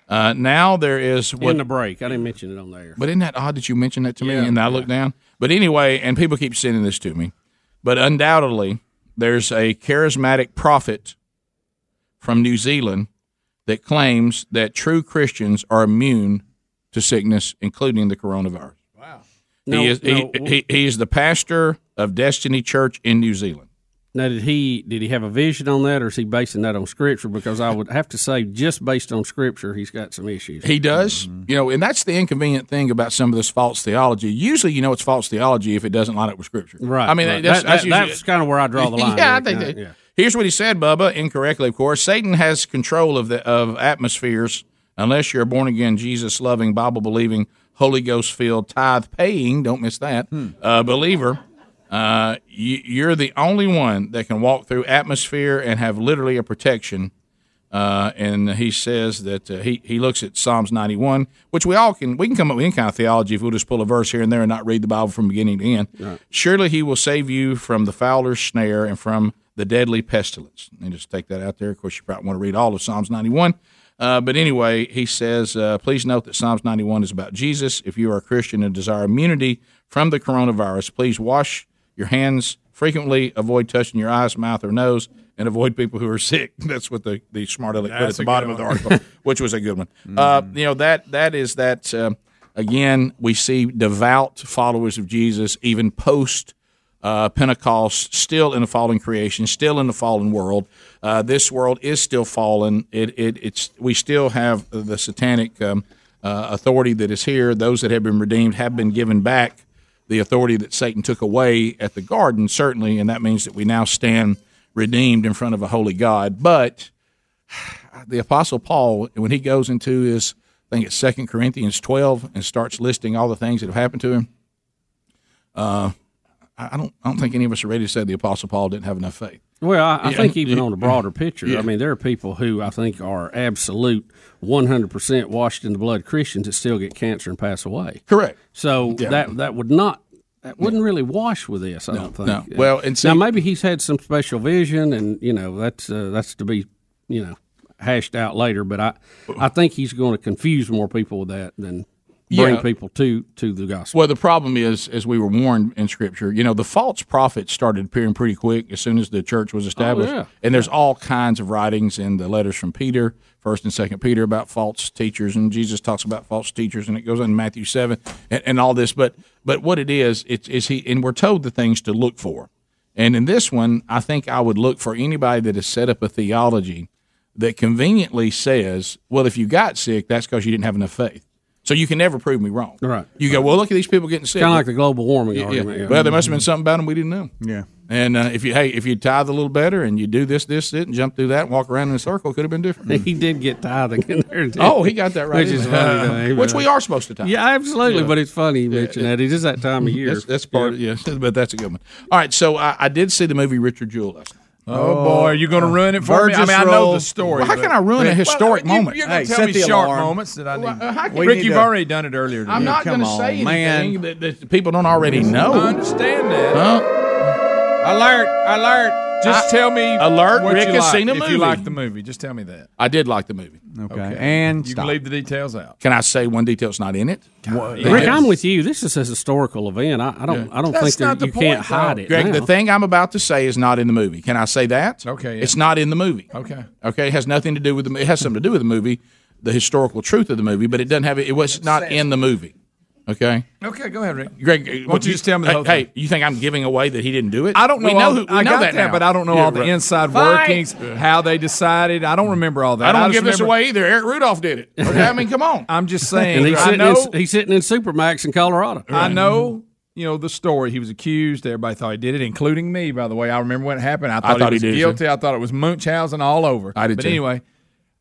Speaker 3: Uh, now there is what
Speaker 4: in the break. I didn't mention it on there.
Speaker 3: but isn't that odd that you mentioned that to me? And I look down. But anyway, and people keep sending this to me. But undoubtedly, there's a charismatic prophet from New Zealand that claims that true Christians are immune to sickness, including the coronavirus. Wow. He,
Speaker 4: No,
Speaker 3: is, he,
Speaker 4: no.
Speaker 3: he, he is the pastor of Destiny Church in New Zealand.
Speaker 4: Now, did he did he have a vision on that, or is he basing that on scripture? Because I would have to say, just based on scripture, he's got some issues.
Speaker 3: He does.
Speaker 4: Mm-hmm.
Speaker 3: You know, and that's the inconvenient thing about some of this false theology. Usually, you know, it's false theology if it doesn't line up with Scripture.
Speaker 4: Right.
Speaker 3: I mean,
Speaker 4: right.
Speaker 3: that's,
Speaker 4: That-
Speaker 3: that's,
Speaker 4: that-
Speaker 3: usually-
Speaker 4: that's kind of where I draw the line.
Speaker 3: yeah, I
Speaker 4: Rick.
Speaker 3: think.
Speaker 4: Yeah,
Speaker 3: that-
Speaker 4: yeah.
Speaker 3: Here's what he said, Bubba, incorrectly, of course. Satan has control of the of atmospheres unless you're a born again, Jesus loving, Bible believing, Holy Ghost filled, tithe paying. Don't miss that
Speaker 4: Hmm.
Speaker 3: uh, believer. Uh, you, you're the only one that can walk through atmosphere and have literally a protection. Uh, and he says that uh, he he looks at Psalms 91, which we all can we can come up with any kind of theology if we'll just pull a verse here and there and not read the Bible from beginning to end. Surely he will save you from the fowler's snare and from the deadly pestilence. And just take that out there. Of course, you probably want to read all of Psalms 91. Uh, but anyway, he says, uh, please note that Psalms 91 is about Jesus. If you are a Christian and desire immunity from the coronavirus, please wash your hands frequently, avoid touching your eyes, mouth, or nose, and avoid people who are sick. That's what the, the smart aleck put at
Speaker 7: That's
Speaker 3: the
Speaker 7: a
Speaker 3: bottom
Speaker 7: good
Speaker 3: of the
Speaker 7: one.
Speaker 3: article, which was a good one. Uh, you know that that is that. um again, we see devout followers of Jesus, even post uh, Pentecost, still in the fallen creation, still in the fallen world. Uh, this world is still fallen. It, it it's we still have the satanic um, uh, authority that is here. Those that have been redeemed have been given back the authority that Satan took away at the garden, certainly, and that means that we now stand redeemed in front of a holy God. But the Apostle Paul, when he goes into his, I think it's Second Corinthians 12, and starts listing all the things that have happened to him, uh, I I don't, I don't think any of us are ready to say the Apostle Paul didn't have enough faith.
Speaker 4: Well, I, I
Speaker 3: Yeah.
Speaker 4: think even on the broader picture,
Speaker 3: Yeah.
Speaker 4: I mean, there are people who I think are absolute 100% washed in the blood Christians that still get cancer and pass away.
Speaker 3: Correct.
Speaker 4: So
Speaker 3: Yeah.
Speaker 4: that that would not that wouldn't really wash with this. I don't think.
Speaker 3: no. Well, and see-
Speaker 4: now maybe he's had some special vision, and you know that's uh, that's to be you know hashed out later. But I I think he's going to confuse more people with that than bring
Speaker 3: Yeah.
Speaker 4: people to to the gospel.
Speaker 3: Well, the problem is, as we were warned in Scripture, you know, the false prophets started appearing pretty quick as soon as the church was established.
Speaker 4: Oh, yeah.
Speaker 3: And there's all kinds of writings in the letters from Peter, First and Second Peter, about false teachers, and Jesus talks about false teachers, and it goes on in Matthew seven and, and all this. But but what it is, it's is he, and we're told the things to look for. And in this one, I think I would look for anybody that has set up a theology that conveniently says, well, if you got sick, that's because you didn't have enough faith. So you can never prove me wrong. Right. You go, well, look at these people getting sick.
Speaker 4: Kind of like the global warming
Speaker 3: Yeah, yeah.
Speaker 4: argument. yeah.
Speaker 3: Well, there must have been something about them we didn't know.
Speaker 5: Yeah.
Speaker 3: And uh, if you hey, if you tithe a little better and you do this, this, it, and jump through that, and walk around in a circle, it could have been different.
Speaker 4: He did get tithing in there. didn't
Speaker 3: Oh, he got that right,
Speaker 4: Which is
Speaker 3: didn't he?
Speaker 4: funny,
Speaker 3: Uh,
Speaker 4: though.
Speaker 3: which we are supposed to tithe.
Speaker 4: Yeah, absolutely.
Speaker 3: Yeah.
Speaker 4: But it's funny you mention that. It is that time of year.
Speaker 3: That's, that's part of yes, but that's a good one. All right, so I, I did see the movie Richard Jewell last night.
Speaker 7: Oh, boy, are you going to ruin it for
Speaker 3: Burgess
Speaker 7: me? I mean, I know
Speaker 3: uh, Roll.
Speaker 7: the story.
Speaker 3: Well, how
Speaker 7: but-
Speaker 3: can I ruin a
Speaker 7: Well,
Speaker 3: historic
Speaker 7: you-
Speaker 3: moment?
Speaker 7: You're going
Speaker 3: Hey,
Speaker 7: to
Speaker 3: set
Speaker 7: tell me
Speaker 3: the
Speaker 7: sharp
Speaker 3: alarm. uh,
Speaker 7: moments that I need.
Speaker 3: how can- We
Speaker 7: Rick,
Speaker 3: need
Speaker 7: you've
Speaker 3: to-
Speaker 7: already done it earlier.
Speaker 3: I'm not going to say anything that, that people don't already know.
Speaker 7: I understand that.
Speaker 3: Huh?
Speaker 7: Alert! Alert! Just
Speaker 3: I-
Speaker 7: tell me.
Speaker 3: Alert,
Speaker 7: What
Speaker 3: Rick
Speaker 7: you
Speaker 3: has
Speaker 7: like.
Speaker 3: seen the
Speaker 7: if
Speaker 3: movie.
Speaker 7: you like the movie, just tell me that.
Speaker 3: I did like the movie.
Speaker 5: Okay, and
Speaker 7: you
Speaker 5: stop.
Speaker 7: can leave the details out.
Speaker 3: Can I say one detail's not in it?
Speaker 4: Rick, I'm with you. This is a historical event. I, I don't. I don't
Speaker 7: That's
Speaker 4: think that
Speaker 7: not the
Speaker 4: you
Speaker 7: point,
Speaker 4: can't hide
Speaker 7: though.
Speaker 4: it.
Speaker 3: Greg, the
Speaker 4: now.
Speaker 3: thing I'm about to say is not in the movie. Can I say that?
Speaker 7: Okay, yeah.
Speaker 3: It's not in the movie.
Speaker 7: Okay.
Speaker 3: Okay, it has nothing to do with the. mo- It has something to do with the movie, the historical truth of the movie, but it doesn't have it. It was not in the movie. Okay,
Speaker 7: Okay, go ahead, Rick.
Speaker 3: Greg, uh,
Speaker 7: Why don't you just tell me the
Speaker 3: hey,
Speaker 7: whole
Speaker 3: hey,
Speaker 7: thing?
Speaker 3: you think I'm giving away that he didn't do it?
Speaker 7: I don't know.
Speaker 3: We know
Speaker 7: all,
Speaker 3: who, we
Speaker 7: I
Speaker 3: know
Speaker 7: got
Speaker 3: that,
Speaker 7: that,
Speaker 3: now.
Speaker 7: but I don't know
Speaker 3: Yeah,
Speaker 7: all the
Speaker 3: right.
Speaker 7: inside
Speaker 3: Fight!
Speaker 7: workings, how they decided. I don't remember all that.
Speaker 3: I don't
Speaker 7: just
Speaker 3: give this
Speaker 7: remember-
Speaker 3: away either. Eric Rudolph did it. Okay, I mean, come on.
Speaker 7: I'm just saying.
Speaker 4: and he's
Speaker 7: I
Speaker 4: sitting,
Speaker 7: know.
Speaker 4: in, he's sitting in Supermax in Colorado.
Speaker 7: I know. you know, the story. He was accused. Everybody thought he did it, including me, by the way. I remember when it happened. I thought,
Speaker 3: thought he
Speaker 7: he was
Speaker 3: did, too.
Speaker 7: guilty. I thought it was Munchausen all over.
Speaker 3: I did,
Speaker 7: But
Speaker 3: too.
Speaker 7: anyway,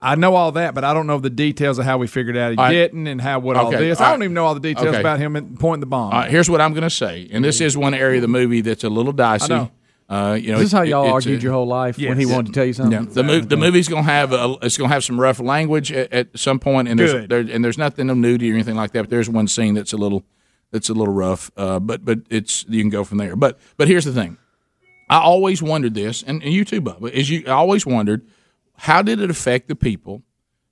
Speaker 7: I know all that, but I don't know the details of how we figured out he
Speaker 3: All right.
Speaker 7: didn't and how what all
Speaker 3: Okay.
Speaker 7: this.
Speaker 3: All
Speaker 7: I
Speaker 3: right.
Speaker 7: don't even know all the details
Speaker 3: Okay.
Speaker 7: about him and pointing the bomb.
Speaker 3: All right, here's what I'm going to say, and this is one area of the movie that's a little dicey.
Speaker 7: I know.
Speaker 3: Uh, you know,
Speaker 5: Is this
Speaker 3: it-
Speaker 5: how y'all
Speaker 3: it- it's
Speaker 5: argued
Speaker 3: a-
Speaker 5: your whole life when he
Speaker 3: Yes.
Speaker 5: wanted to tell you something?
Speaker 3: The, mov- the
Speaker 5: Mm-hmm.
Speaker 3: movie's gonna have a, it's gonna have some rough language at, at some point, and there's
Speaker 5: Good.
Speaker 3: there, and there's nothing of nudity or anything like that. But there's one scene that's a little that's a little rough, uh, but but it's you can go from there. But but here's the thing, I always wondered this, and, and you too, Bubba, is you I always wondered how did it affect the people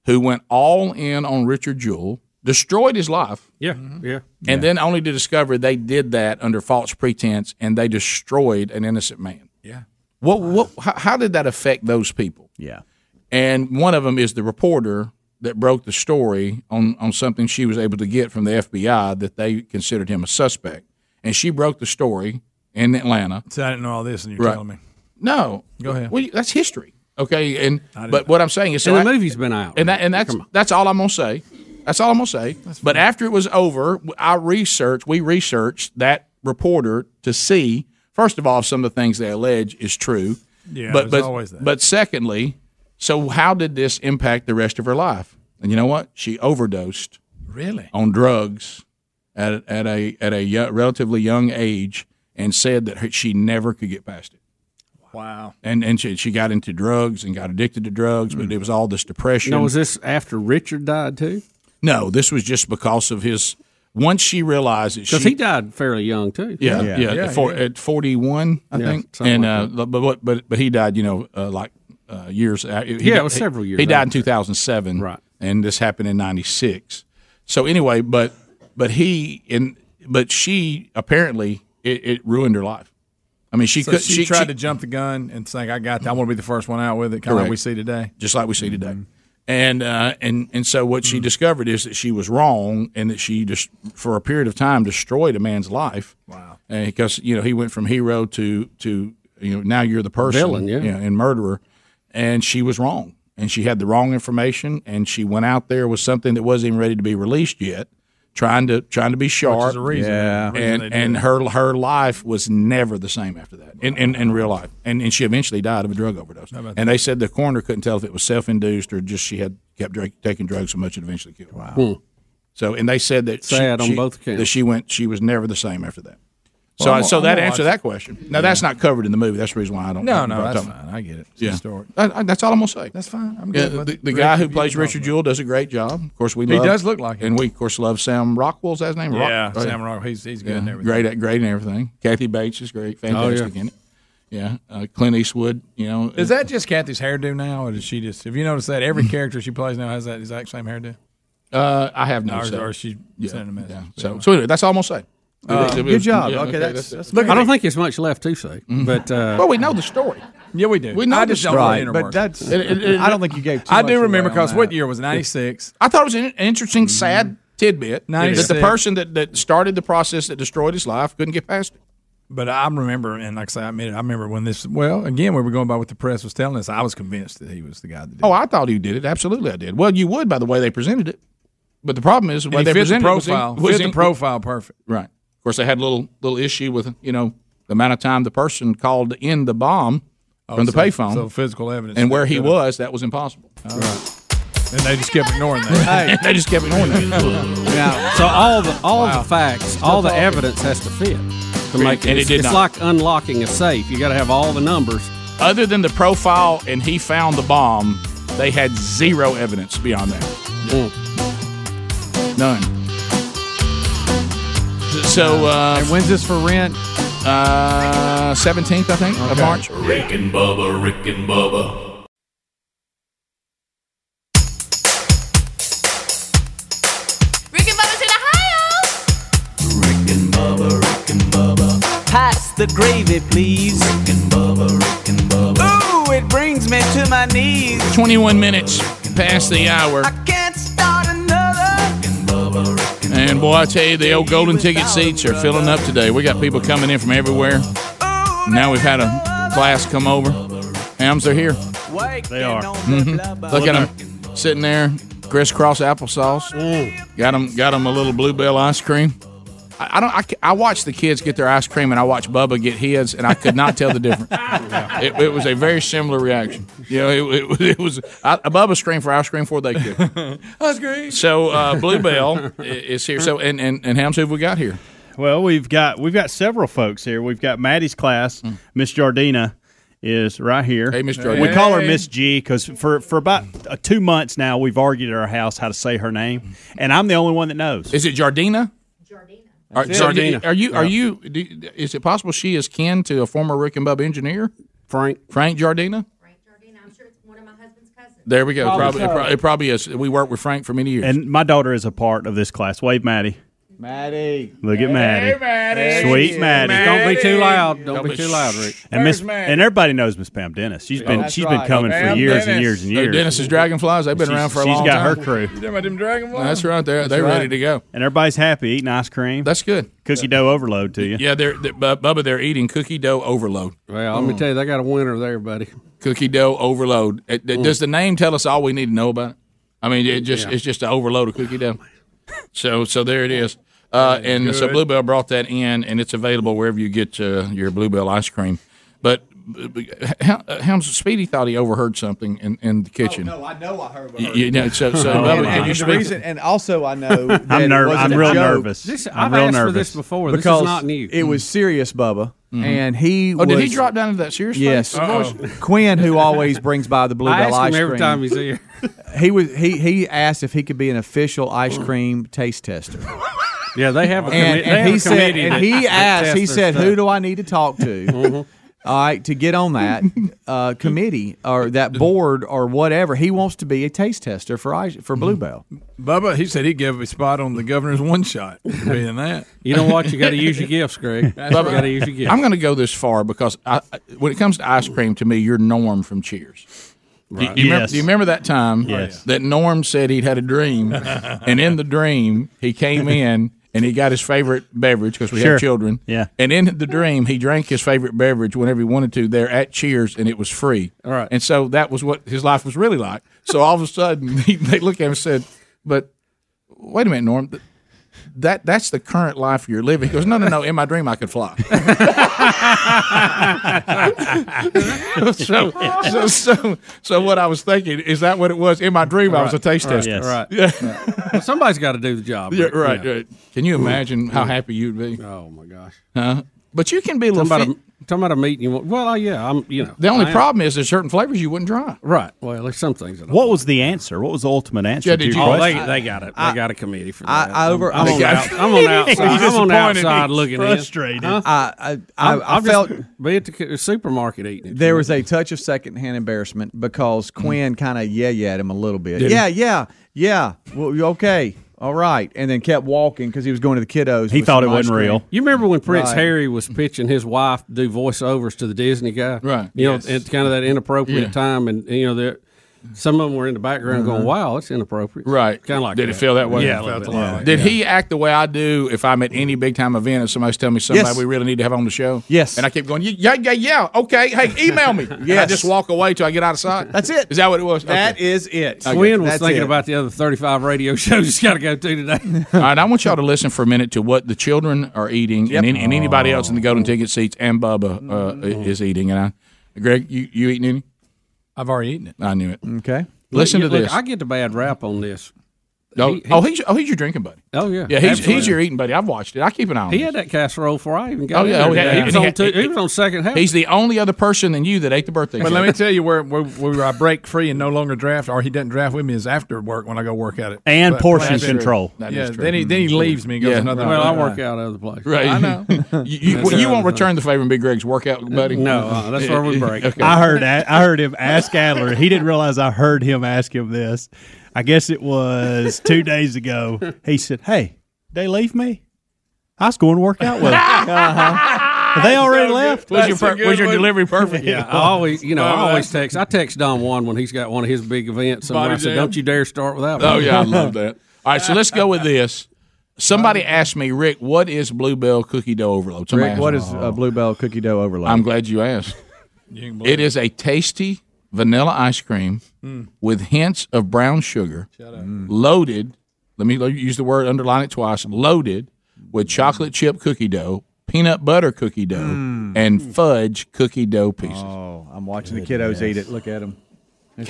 Speaker 3: who went all in on Richard Jewell, destroyed his life,
Speaker 4: Yeah,
Speaker 7: Mm-hmm.
Speaker 4: yeah.
Speaker 3: and then only to discover they did that under false pretense and they destroyed an innocent man.
Speaker 7: Yeah.
Speaker 3: What what how, how did that affect those people?
Speaker 6: Yeah.
Speaker 3: And one of them is the reporter that broke the story on on something she was able to get from the FBI that they considered him a suspect. And she broke the story in Atlanta.
Speaker 7: So I didn't know all this, and you're
Speaker 3: Right.
Speaker 7: telling me.
Speaker 3: No.
Speaker 7: Go ahead.
Speaker 3: Well, that's history. Okay, and
Speaker 7: I didn't
Speaker 3: but what I'm saying is so
Speaker 4: and
Speaker 3: I-
Speaker 4: the movie's been out.
Speaker 3: and that, and that's that's all I'm gonna say. That's all I'm gonna say. But after it was over, I researched. We researched that reporter to see first of all if some of the things they allege is true.
Speaker 7: Yeah,
Speaker 3: but
Speaker 7: there's
Speaker 3: but
Speaker 7: always that.
Speaker 3: but secondly, so how did this impact the rest of her life? And you know what? She overdosed
Speaker 7: Really?
Speaker 3: on drugs at at a at a yo- relatively young age, and said that her, she never could get past it.
Speaker 7: Wow.
Speaker 3: And and she, she got into drugs and got addicted to drugs, but it was all this depression.
Speaker 4: No, Hmm. was this after Richard died too?
Speaker 3: No, this was just because of his. Once she realized that she,
Speaker 4: Because he died fairly young too.
Speaker 3: yeah, yeah, at, four, at forty-one, I
Speaker 4: Yeah,
Speaker 3: think,
Speaker 4: something
Speaker 3: and
Speaker 4: like
Speaker 3: uh, but what- but but he died, you know, uh, like uh, years. a- he
Speaker 4: Yeah, it
Speaker 3: di-
Speaker 4: was
Speaker 3: he-
Speaker 4: several years
Speaker 3: He died in
Speaker 4: after.
Speaker 3: two thousand seven, right? And this happened in ninety-six. So anyway, but but he and but she apparently it, it ruined her life. I mean, she
Speaker 7: So
Speaker 3: could
Speaker 7: she, tried to jump the gun and think, "I got that. I want to be the first one out with it." Kind of like
Speaker 3: Correct.
Speaker 7: we see today.
Speaker 3: just like we see today.
Speaker 7: Mm-hmm.
Speaker 3: And uh, and and so what
Speaker 7: Mm.
Speaker 3: she discovered is that she was wrong, and that she just for a period of time destroyed a man's life. Wow! Because you know he went from hero to to you know now you're the person
Speaker 4: Villain, yeah.
Speaker 3: and murderer, and she was wrong, and she had the wrong information, and she went out there with something that wasn't even ready to be released yet, trying to trying to be sharp.
Speaker 7: the reason-
Speaker 3: yeah.
Speaker 7: the reason they
Speaker 3: and
Speaker 7: did
Speaker 3: and
Speaker 7: it.
Speaker 3: her her life was never the same after that in in, in real life, and and she eventually died of a drug overdose.
Speaker 7: How about
Speaker 3: And they said the coroner couldn't tell if it was self induced or just she had kept drink, taking drugs so much it eventually killed her. Wow.
Speaker 4: Hmm.
Speaker 3: So, and they said that she-
Speaker 4: Sad on
Speaker 3: she,
Speaker 4: both counts.
Speaker 3: That she went, she was never the same after that. So,
Speaker 7: Well,
Speaker 3: I
Speaker 7: I'm-
Speaker 3: so
Speaker 7: I'm
Speaker 3: that
Speaker 7: gonna
Speaker 3: answered
Speaker 7: watch
Speaker 3: that
Speaker 7: it.
Speaker 3: question. Now, that's not covered in the movie. That's the reason why I don't.
Speaker 7: No,
Speaker 3: I'm
Speaker 7: no,
Speaker 3: not
Speaker 7: that's
Speaker 3: talking about
Speaker 7: fine. I get it. It's
Speaker 3: Yeah.
Speaker 7: historic.
Speaker 3: I- I- that's all I'm gonna say.
Speaker 7: That's fine. I'm
Speaker 3: Yeah,
Speaker 7: good.
Speaker 3: the,
Speaker 7: with
Speaker 3: the
Speaker 7: it.
Speaker 3: guy
Speaker 7: Rick,
Speaker 3: who
Speaker 7: if you
Speaker 3: plays
Speaker 7: don't
Speaker 3: Richard Jewell does a great job. Of course, we
Speaker 7: He
Speaker 3: love,
Speaker 7: does look like him.
Speaker 3: and we of course love Sam Rockwell's his name. Rock-
Speaker 7: Yeah,
Speaker 3: right?
Speaker 7: Sam Rock. He's- he's good and everything. Oh,
Speaker 3: Great, at- great and everything. Kathy Bates is great, fantastic in it. Yeah, uh, Clint Eastwood. You know,
Speaker 7: Is that just Kathy's hairdo now, or does she just? Have you noticed that every character she plays now has that exact same hairdo?
Speaker 3: Uh, I have noticed
Speaker 7: Or,
Speaker 3: that.
Speaker 7: or she
Speaker 3: Yeah,
Speaker 7: sending a message.
Speaker 3: So, so anyway, that's all I'm gonna say.
Speaker 7: Uh,
Speaker 3: It- it
Speaker 7: good
Speaker 3: was-
Speaker 7: job.
Speaker 3: yeah,
Speaker 7: Okay, that's-
Speaker 3: it. Mm-hmm.
Speaker 7: that's
Speaker 4: I don't think there's much left to say, but uh,
Speaker 3: Well, we know the story.
Speaker 7: Yeah, we do.
Speaker 3: We know
Speaker 7: I
Speaker 3: the
Speaker 7: just
Speaker 3: story.
Speaker 7: don't
Speaker 3: Right,
Speaker 7: know
Speaker 3: but
Speaker 7: but
Speaker 3: that's- It- it- I don't think you gave too
Speaker 7: I
Speaker 3: much
Speaker 7: do remember
Speaker 3: away on
Speaker 7: because
Speaker 3: that.
Speaker 7: what year was ninety six?
Speaker 3: I thought it was an interesting,
Speaker 7: Mm-hmm.
Speaker 3: sad tidbit that
Speaker 7: 96.
Speaker 3: the person that, that started the process that destroyed his life couldn't get past it.
Speaker 7: But I remember, and like I say, I admit it. I remember when this. Well, again, we were going by what the press was telling us. I was convinced that he was the guy that did.
Speaker 3: Oh, I thought he did it. Absolutely, I did. Well, you would by the way they presented it. But the problem is the
Speaker 7: it.
Speaker 3: way
Speaker 7: And
Speaker 3: they
Speaker 7: he fit the
Speaker 3: presented
Speaker 7: profile.
Speaker 3: it was,
Speaker 7: fit the profile perfect.
Speaker 3: Right. Of course, they had a little little issue with you know the amount of time the person called in the bomb
Speaker 7: Oh,
Speaker 3: from the
Speaker 7: so-
Speaker 3: payphone.
Speaker 7: so physical evidence
Speaker 3: and where he
Speaker 7: could've-
Speaker 3: was, that was impossible.
Speaker 7: And they just kept ignoring that.
Speaker 3: they just kept ignoring that.
Speaker 4: yeah. So all the all
Speaker 7: Wow.
Speaker 4: the facts,
Speaker 7: Still
Speaker 4: all the
Speaker 7: talking.
Speaker 4: evidence has to fit to
Speaker 3: And-
Speaker 4: make
Speaker 3: and it
Speaker 4: It's,
Speaker 3: did
Speaker 4: it's
Speaker 3: not.
Speaker 4: like unlocking a safe. You got to have all the numbers.
Speaker 3: Other than the profile and he found the bomb, they had zero evidence beyond that. None. So, uh, and
Speaker 5: when's this for rent?
Speaker 3: Uh, seventeenth, I think, of March.
Speaker 8: Rick and Bubba, Rick and Bubba.
Speaker 2: Rick and Bubba's in Ohio.
Speaker 9: Pass the gravy, please. Rick and Bubba, Rick and Bubba. Ooh, it brings me to my knees.
Speaker 3: 21 minutes past the hour.
Speaker 9: Can't start another.
Speaker 3: And boy, I tell you, the old golden ticket seats are filling up today. We got people coming in from everywhere. Now we've had a class come over. Hams, they're here.
Speaker 6: They are.
Speaker 3: Mhm. Look at them sitting there, crisscross applesauce. Got them, got them a little bluebell ice cream. I I don't. I, ca- I watched the kids get their ice cream, and I watched Bubba get his, and I could not tell the difference. it, it was a very similar reaction. You know, it, it, was- it was I, Bubba screamed for ice cream before they could.
Speaker 7: That's great.
Speaker 3: So uh, Bluebell i- is here. So and and and Helms, who have we got here?
Speaker 6: Well, we've got we've got several folks here. We've got Maddie's class.
Speaker 4: Mm.
Speaker 6: Miss Jardina is right here. Hey, Miss
Speaker 3: Jardina.
Speaker 6: We call her
Speaker 3: Hey.
Speaker 6: Miss G because for for about uh, two months now we've argued at our house how to say her
Speaker 4: Mm.
Speaker 6: name, and I'm the only one that knows.
Speaker 3: Is it Jardina? Are,
Speaker 6: That's it.
Speaker 3: Jardina. Are you? Are
Speaker 6: Yeah.
Speaker 3: you? Do, is it possible she is kin to a former Rick and Bub engineer,
Speaker 4: Frank
Speaker 3: Frank Jardina? There we go. Probably,
Speaker 6: Probably
Speaker 3: it,
Speaker 6: so.
Speaker 3: probably, it probably is. We worked with Frank for many years.
Speaker 6: And my daughter is a part of this class. Wave, Maddie.
Speaker 5: Maddie.
Speaker 6: Look at Maddie.
Speaker 5: Maddie.
Speaker 6: Sweet Maddie.
Speaker 4: Don't be too loud. Don't, be too loud, Rick. Oh,
Speaker 6: And Miss and everybody knows Miss Pam Dennis. She's been
Speaker 3: That's
Speaker 6: she's
Speaker 3: right.
Speaker 6: been coming
Speaker 3: Pam
Speaker 6: for years
Speaker 3: Dennis.
Speaker 6: and years and
Speaker 3: Those
Speaker 6: years.
Speaker 3: Dennis's Dragonflies, they've been
Speaker 6: She's-
Speaker 3: around for a long
Speaker 6: She's got
Speaker 3: time.
Speaker 6: her crew.
Speaker 7: You talking about them dragonflies?
Speaker 3: That's right. They're,
Speaker 6: That's
Speaker 3: they're
Speaker 6: right.
Speaker 3: ready to go.
Speaker 6: And everybody's happy eating ice cream.
Speaker 3: That's good.
Speaker 6: Cookie dough overload to you.
Speaker 3: Yeah, they're, they Bubba. They're eating cookie dough overload.
Speaker 4: Well,
Speaker 3: Mm.
Speaker 4: let me tell you, they got a winner there, buddy.
Speaker 3: Cookie dough overload. Uh, th-
Speaker 4: Mm.
Speaker 3: Does the name tell us all we need to know about it? I mean, it just it's just an overload of cookie dough. So so there it is. Uh, and so
Speaker 7: Good.
Speaker 3: Bluebell brought that in, and it's available wherever you get uh, your Bluebell ice cream. But, but but Hel- uh, Helms Speedy thought he overheard something in, in the kitchen.
Speaker 5: Oh, no, I know I heard.
Speaker 3: You- you know, so so
Speaker 5: and,
Speaker 3: Bubba,
Speaker 5: and
Speaker 3: can you
Speaker 5: the
Speaker 3: speak?
Speaker 5: reason- and also I know that
Speaker 6: I'm
Speaker 5: it
Speaker 6: nerv-
Speaker 5: wasn't
Speaker 6: I'm
Speaker 5: a
Speaker 6: real
Speaker 5: joke.
Speaker 6: nervous. This- I'm I've real asked for nervous. this before. This is
Speaker 5: Because
Speaker 6: not new.
Speaker 5: It was serious, Bubba, and Mm-hmm. he.
Speaker 3: Oh, did he
Speaker 5: was-
Speaker 3: drop down into that serious?
Speaker 5: Yes,
Speaker 3: Of course.
Speaker 5: Quinn, who always brings by the bluebell
Speaker 4: I ask
Speaker 5: ice
Speaker 4: him every
Speaker 5: cream,
Speaker 4: time he's here.
Speaker 5: He was he he asked if he could be an official ice cream taste tester.
Speaker 4: Yeah, they have a
Speaker 5: and,
Speaker 4: commi-
Speaker 5: and
Speaker 4: they have
Speaker 5: he
Speaker 4: a
Speaker 5: said,
Speaker 4: committee
Speaker 5: and
Speaker 4: that-
Speaker 5: he
Speaker 4: that
Speaker 5: asked,
Speaker 4: tests their
Speaker 5: he said,
Speaker 4: stuff. Mm-hmm.
Speaker 5: "Who do I need to talk to?" All right, to get on that uh, committee or that board or whatever, he wants to be a taste tester for ice, for
Speaker 4: Mm-hmm.
Speaker 5: Bluebell.
Speaker 7: Bubba, he said he gave a spot on the governor's one shot for being that.
Speaker 4: You know what? You got to use your gifts, Greg. You got
Speaker 3: Bubba,
Speaker 4: to use your gifts.
Speaker 3: I'm going to go this far because I, I- when it comes to ice cream, to me, you're Norm from Cheers. Do you- Do, you remember,
Speaker 6: Yes.
Speaker 3: do you remember that time
Speaker 6: Yes.
Speaker 3: that Norm said he'd had a dream, and in the dream he came in and he got his favorite beverage because we
Speaker 6: Sure.
Speaker 3: have children.
Speaker 6: Yeah.
Speaker 3: and in the dream he drank his favorite beverage whenever he wanted to there at Cheers, and it was free. All right, and so that was what his life was really like. So all of a sudden he, they look at him and said, "But wait a minute, Norm." th- That that's the current life you're living. He goes, no, no, no. In my dream, I could fly. so, so, so, so what I was thinking is that what it was in my dream? I was a taste
Speaker 4: Right,
Speaker 3: tester.
Speaker 4: Right.
Speaker 3: Yeah.
Speaker 4: Well, somebody's got to do the job.
Speaker 3: Yeah,
Speaker 4: Rick.
Speaker 3: right,
Speaker 4: Yeah.
Speaker 3: right. Can you imagine how happy you'd be?
Speaker 4: Oh my gosh.
Speaker 3: Huh? But you can be a little.
Speaker 4: Talking
Speaker 3: fit-
Speaker 4: about a, talking about a meeting. you want- Well, I- yeah, I'm. You know,
Speaker 3: the only
Speaker 4: I am.
Speaker 3: problem is there's certain flavors you wouldn't try.
Speaker 4: Right. Well, there's some things. That
Speaker 6: What was the answer? What was the ultimate answer
Speaker 4: Yeah,
Speaker 6: to
Speaker 4: did
Speaker 6: your
Speaker 4: you- Oh, they-
Speaker 6: question?
Speaker 4: they got it. They got a committee for
Speaker 5: I,
Speaker 4: that.
Speaker 5: I over.
Speaker 4: I'm, I'm on, out, I'm on outside. I'm on outside looking in. Huh?
Speaker 5: I I,
Speaker 4: I'm-
Speaker 5: I, I
Speaker 4: I'm
Speaker 5: felt
Speaker 4: just, be at the c- supermarket eating. It. Mm.
Speaker 5: there was a touch of secondhand embarrassment because Quinn kind of yeah yeah him a little bit.
Speaker 4: Did he?
Speaker 5: yeah, yeah, yeah. Well, you okay, all right, and then kept walking because he was going to the kiddos. with some ice cream.
Speaker 4: You remember when Prince
Speaker 5: Right.
Speaker 4: Harry was pitching his wife to do voiceovers to the Disney guy?
Speaker 3: Right.
Speaker 4: You
Speaker 3: Yes.
Speaker 4: know, it's kind of that inappropriate
Speaker 3: Yeah. Mm-hmm.
Speaker 4: time, and you know, there, some of them were in the background going, "Wow, that's inappropriate."
Speaker 3: Right.
Speaker 4: Kind of like.
Speaker 3: Did it feel that way?
Speaker 4: Yeah. a
Speaker 3: It
Speaker 4: little
Speaker 3: felt
Speaker 4: bit.
Speaker 3: a lot like- Did he act the way I do if I'm at any big time event and somebody's telling me somebody
Speaker 5: Yes.
Speaker 3: we really need to have on the show?
Speaker 5: Yes.
Speaker 3: And I keep going, yeah, yeah, yeah. Okay. Hey, email me. And I
Speaker 5: Yes.
Speaker 3: just walk away till I get out of sight.
Speaker 5: That's it.
Speaker 3: Is that what it was?
Speaker 5: That
Speaker 3: Okay.
Speaker 5: is it.
Speaker 3: I got
Speaker 4: Quinn
Speaker 3: you.
Speaker 4: was
Speaker 3: That's
Speaker 4: thinking
Speaker 3: it.
Speaker 4: about the other 35 radio shows he's got to go to today.
Speaker 3: All right, I want y'all to listen for a minute to what the children are eating, and, any, and anybody else in the golden ticket seats and Bubba uh, is eating. And I, Greg, you you eating any?
Speaker 7: I've already eaten it.
Speaker 3: I knew it.
Speaker 5: Okay.
Speaker 3: Listen
Speaker 4: Look,
Speaker 3: to
Speaker 4: look,
Speaker 3: this.
Speaker 4: I get the bad rap on this.
Speaker 3: oh,
Speaker 4: he-
Speaker 3: oh, he's oh he's your drinking buddy.
Speaker 4: Oh yeah,
Speaker 3: Yeah, he's he's
Speaker 4: Absolutely.
Speaker 3: your eating buddy. I've watched it. I keep an eye on.
Speaker 4: He
Speaker 3: him.
Speaker 4: had that casserole before I even got.
Speaker 3: Oh, yeah,
Speaker 4: there
Speaker 3: oh, yeah,
Speaker 4: today.
Speaker 3: yeah,
Speaker 4: he, was
Speaker 3: and he
Speaker 4: on
Speaker 3: had-
Speaker 4: two, he was on second half.
Speaker 3: He's the only other person than you that ate the birthday.
Speaker 7: But
Speaker 3: cake.
Speaker 7: let me tell you where, where, where I break free and no longer draft, or he doesn't draft with me, is after work when I go work at it.
Speaker 6: And
Speaker 7: But-
Speaker 6: portion
Speaker 7: That's true.
Speaker 6: control. That
Speaker 7: Yeah,
Speaker 6: is true.
Speaker 7: then he then he leaves me and goes
Speaker 3: Yeah.
Speaker 7: another.
Speaker 4: well, I
Speaker 7: way.
Speaker 4: work out other place.
Speaker 3: Right.
Speaker 7: I know.
Speaker 3: you, you,
Speaker 7: That's
Speaker 3: you
Speaker 7: right.
Speaker 3: won't return the favor and be Greg's workout buddy.
Speaker 4: No, uh, that's where we break.
Speaker 3: Okay.
Speaker 6: I heard that. I heard him ask Adler. He didn't realize I heard him ask him this. I guess it was two days ago. He said, "Hey, they leave me. I was going to work out with them. They already left.
Speaker 3: Was your, per- was your delivery perfect?
Speaker 4: Yeah, I always, you know, I always text. I text Don Juan when he's got one of his big events. Somewhere.
Speaker 3: Body
Speaker 4: I said,
Speaker 3: jam.
Speaker 4: "Don't you dare start without me."
Speaker 3: Oh yeah, I love that. All right, so let's go with this. Somebody asked me, Rick, what is Bluebell Cookie Dough Overload? Somebody
Speaker 5: Rick,
Speaker 3: asked
Speaker 5: what
Speaker 3: me.
Speaker 5: is uh, bluebell cookie dough overload?
Speaker 3: I'm glad you asked. It is a tasty vanilla ice cream
Speaker 4: Mm.
Speaker 3: with hints of brown sugar, loaded. Let me lo- use the word underline it twice. Loaded with chocolate chip cookie dough, peanut butter cookie dough, and fudge cookie dough pieces.
Speaker 5: Mm. Oh, I'm watching the kiddos eat it. Look at them.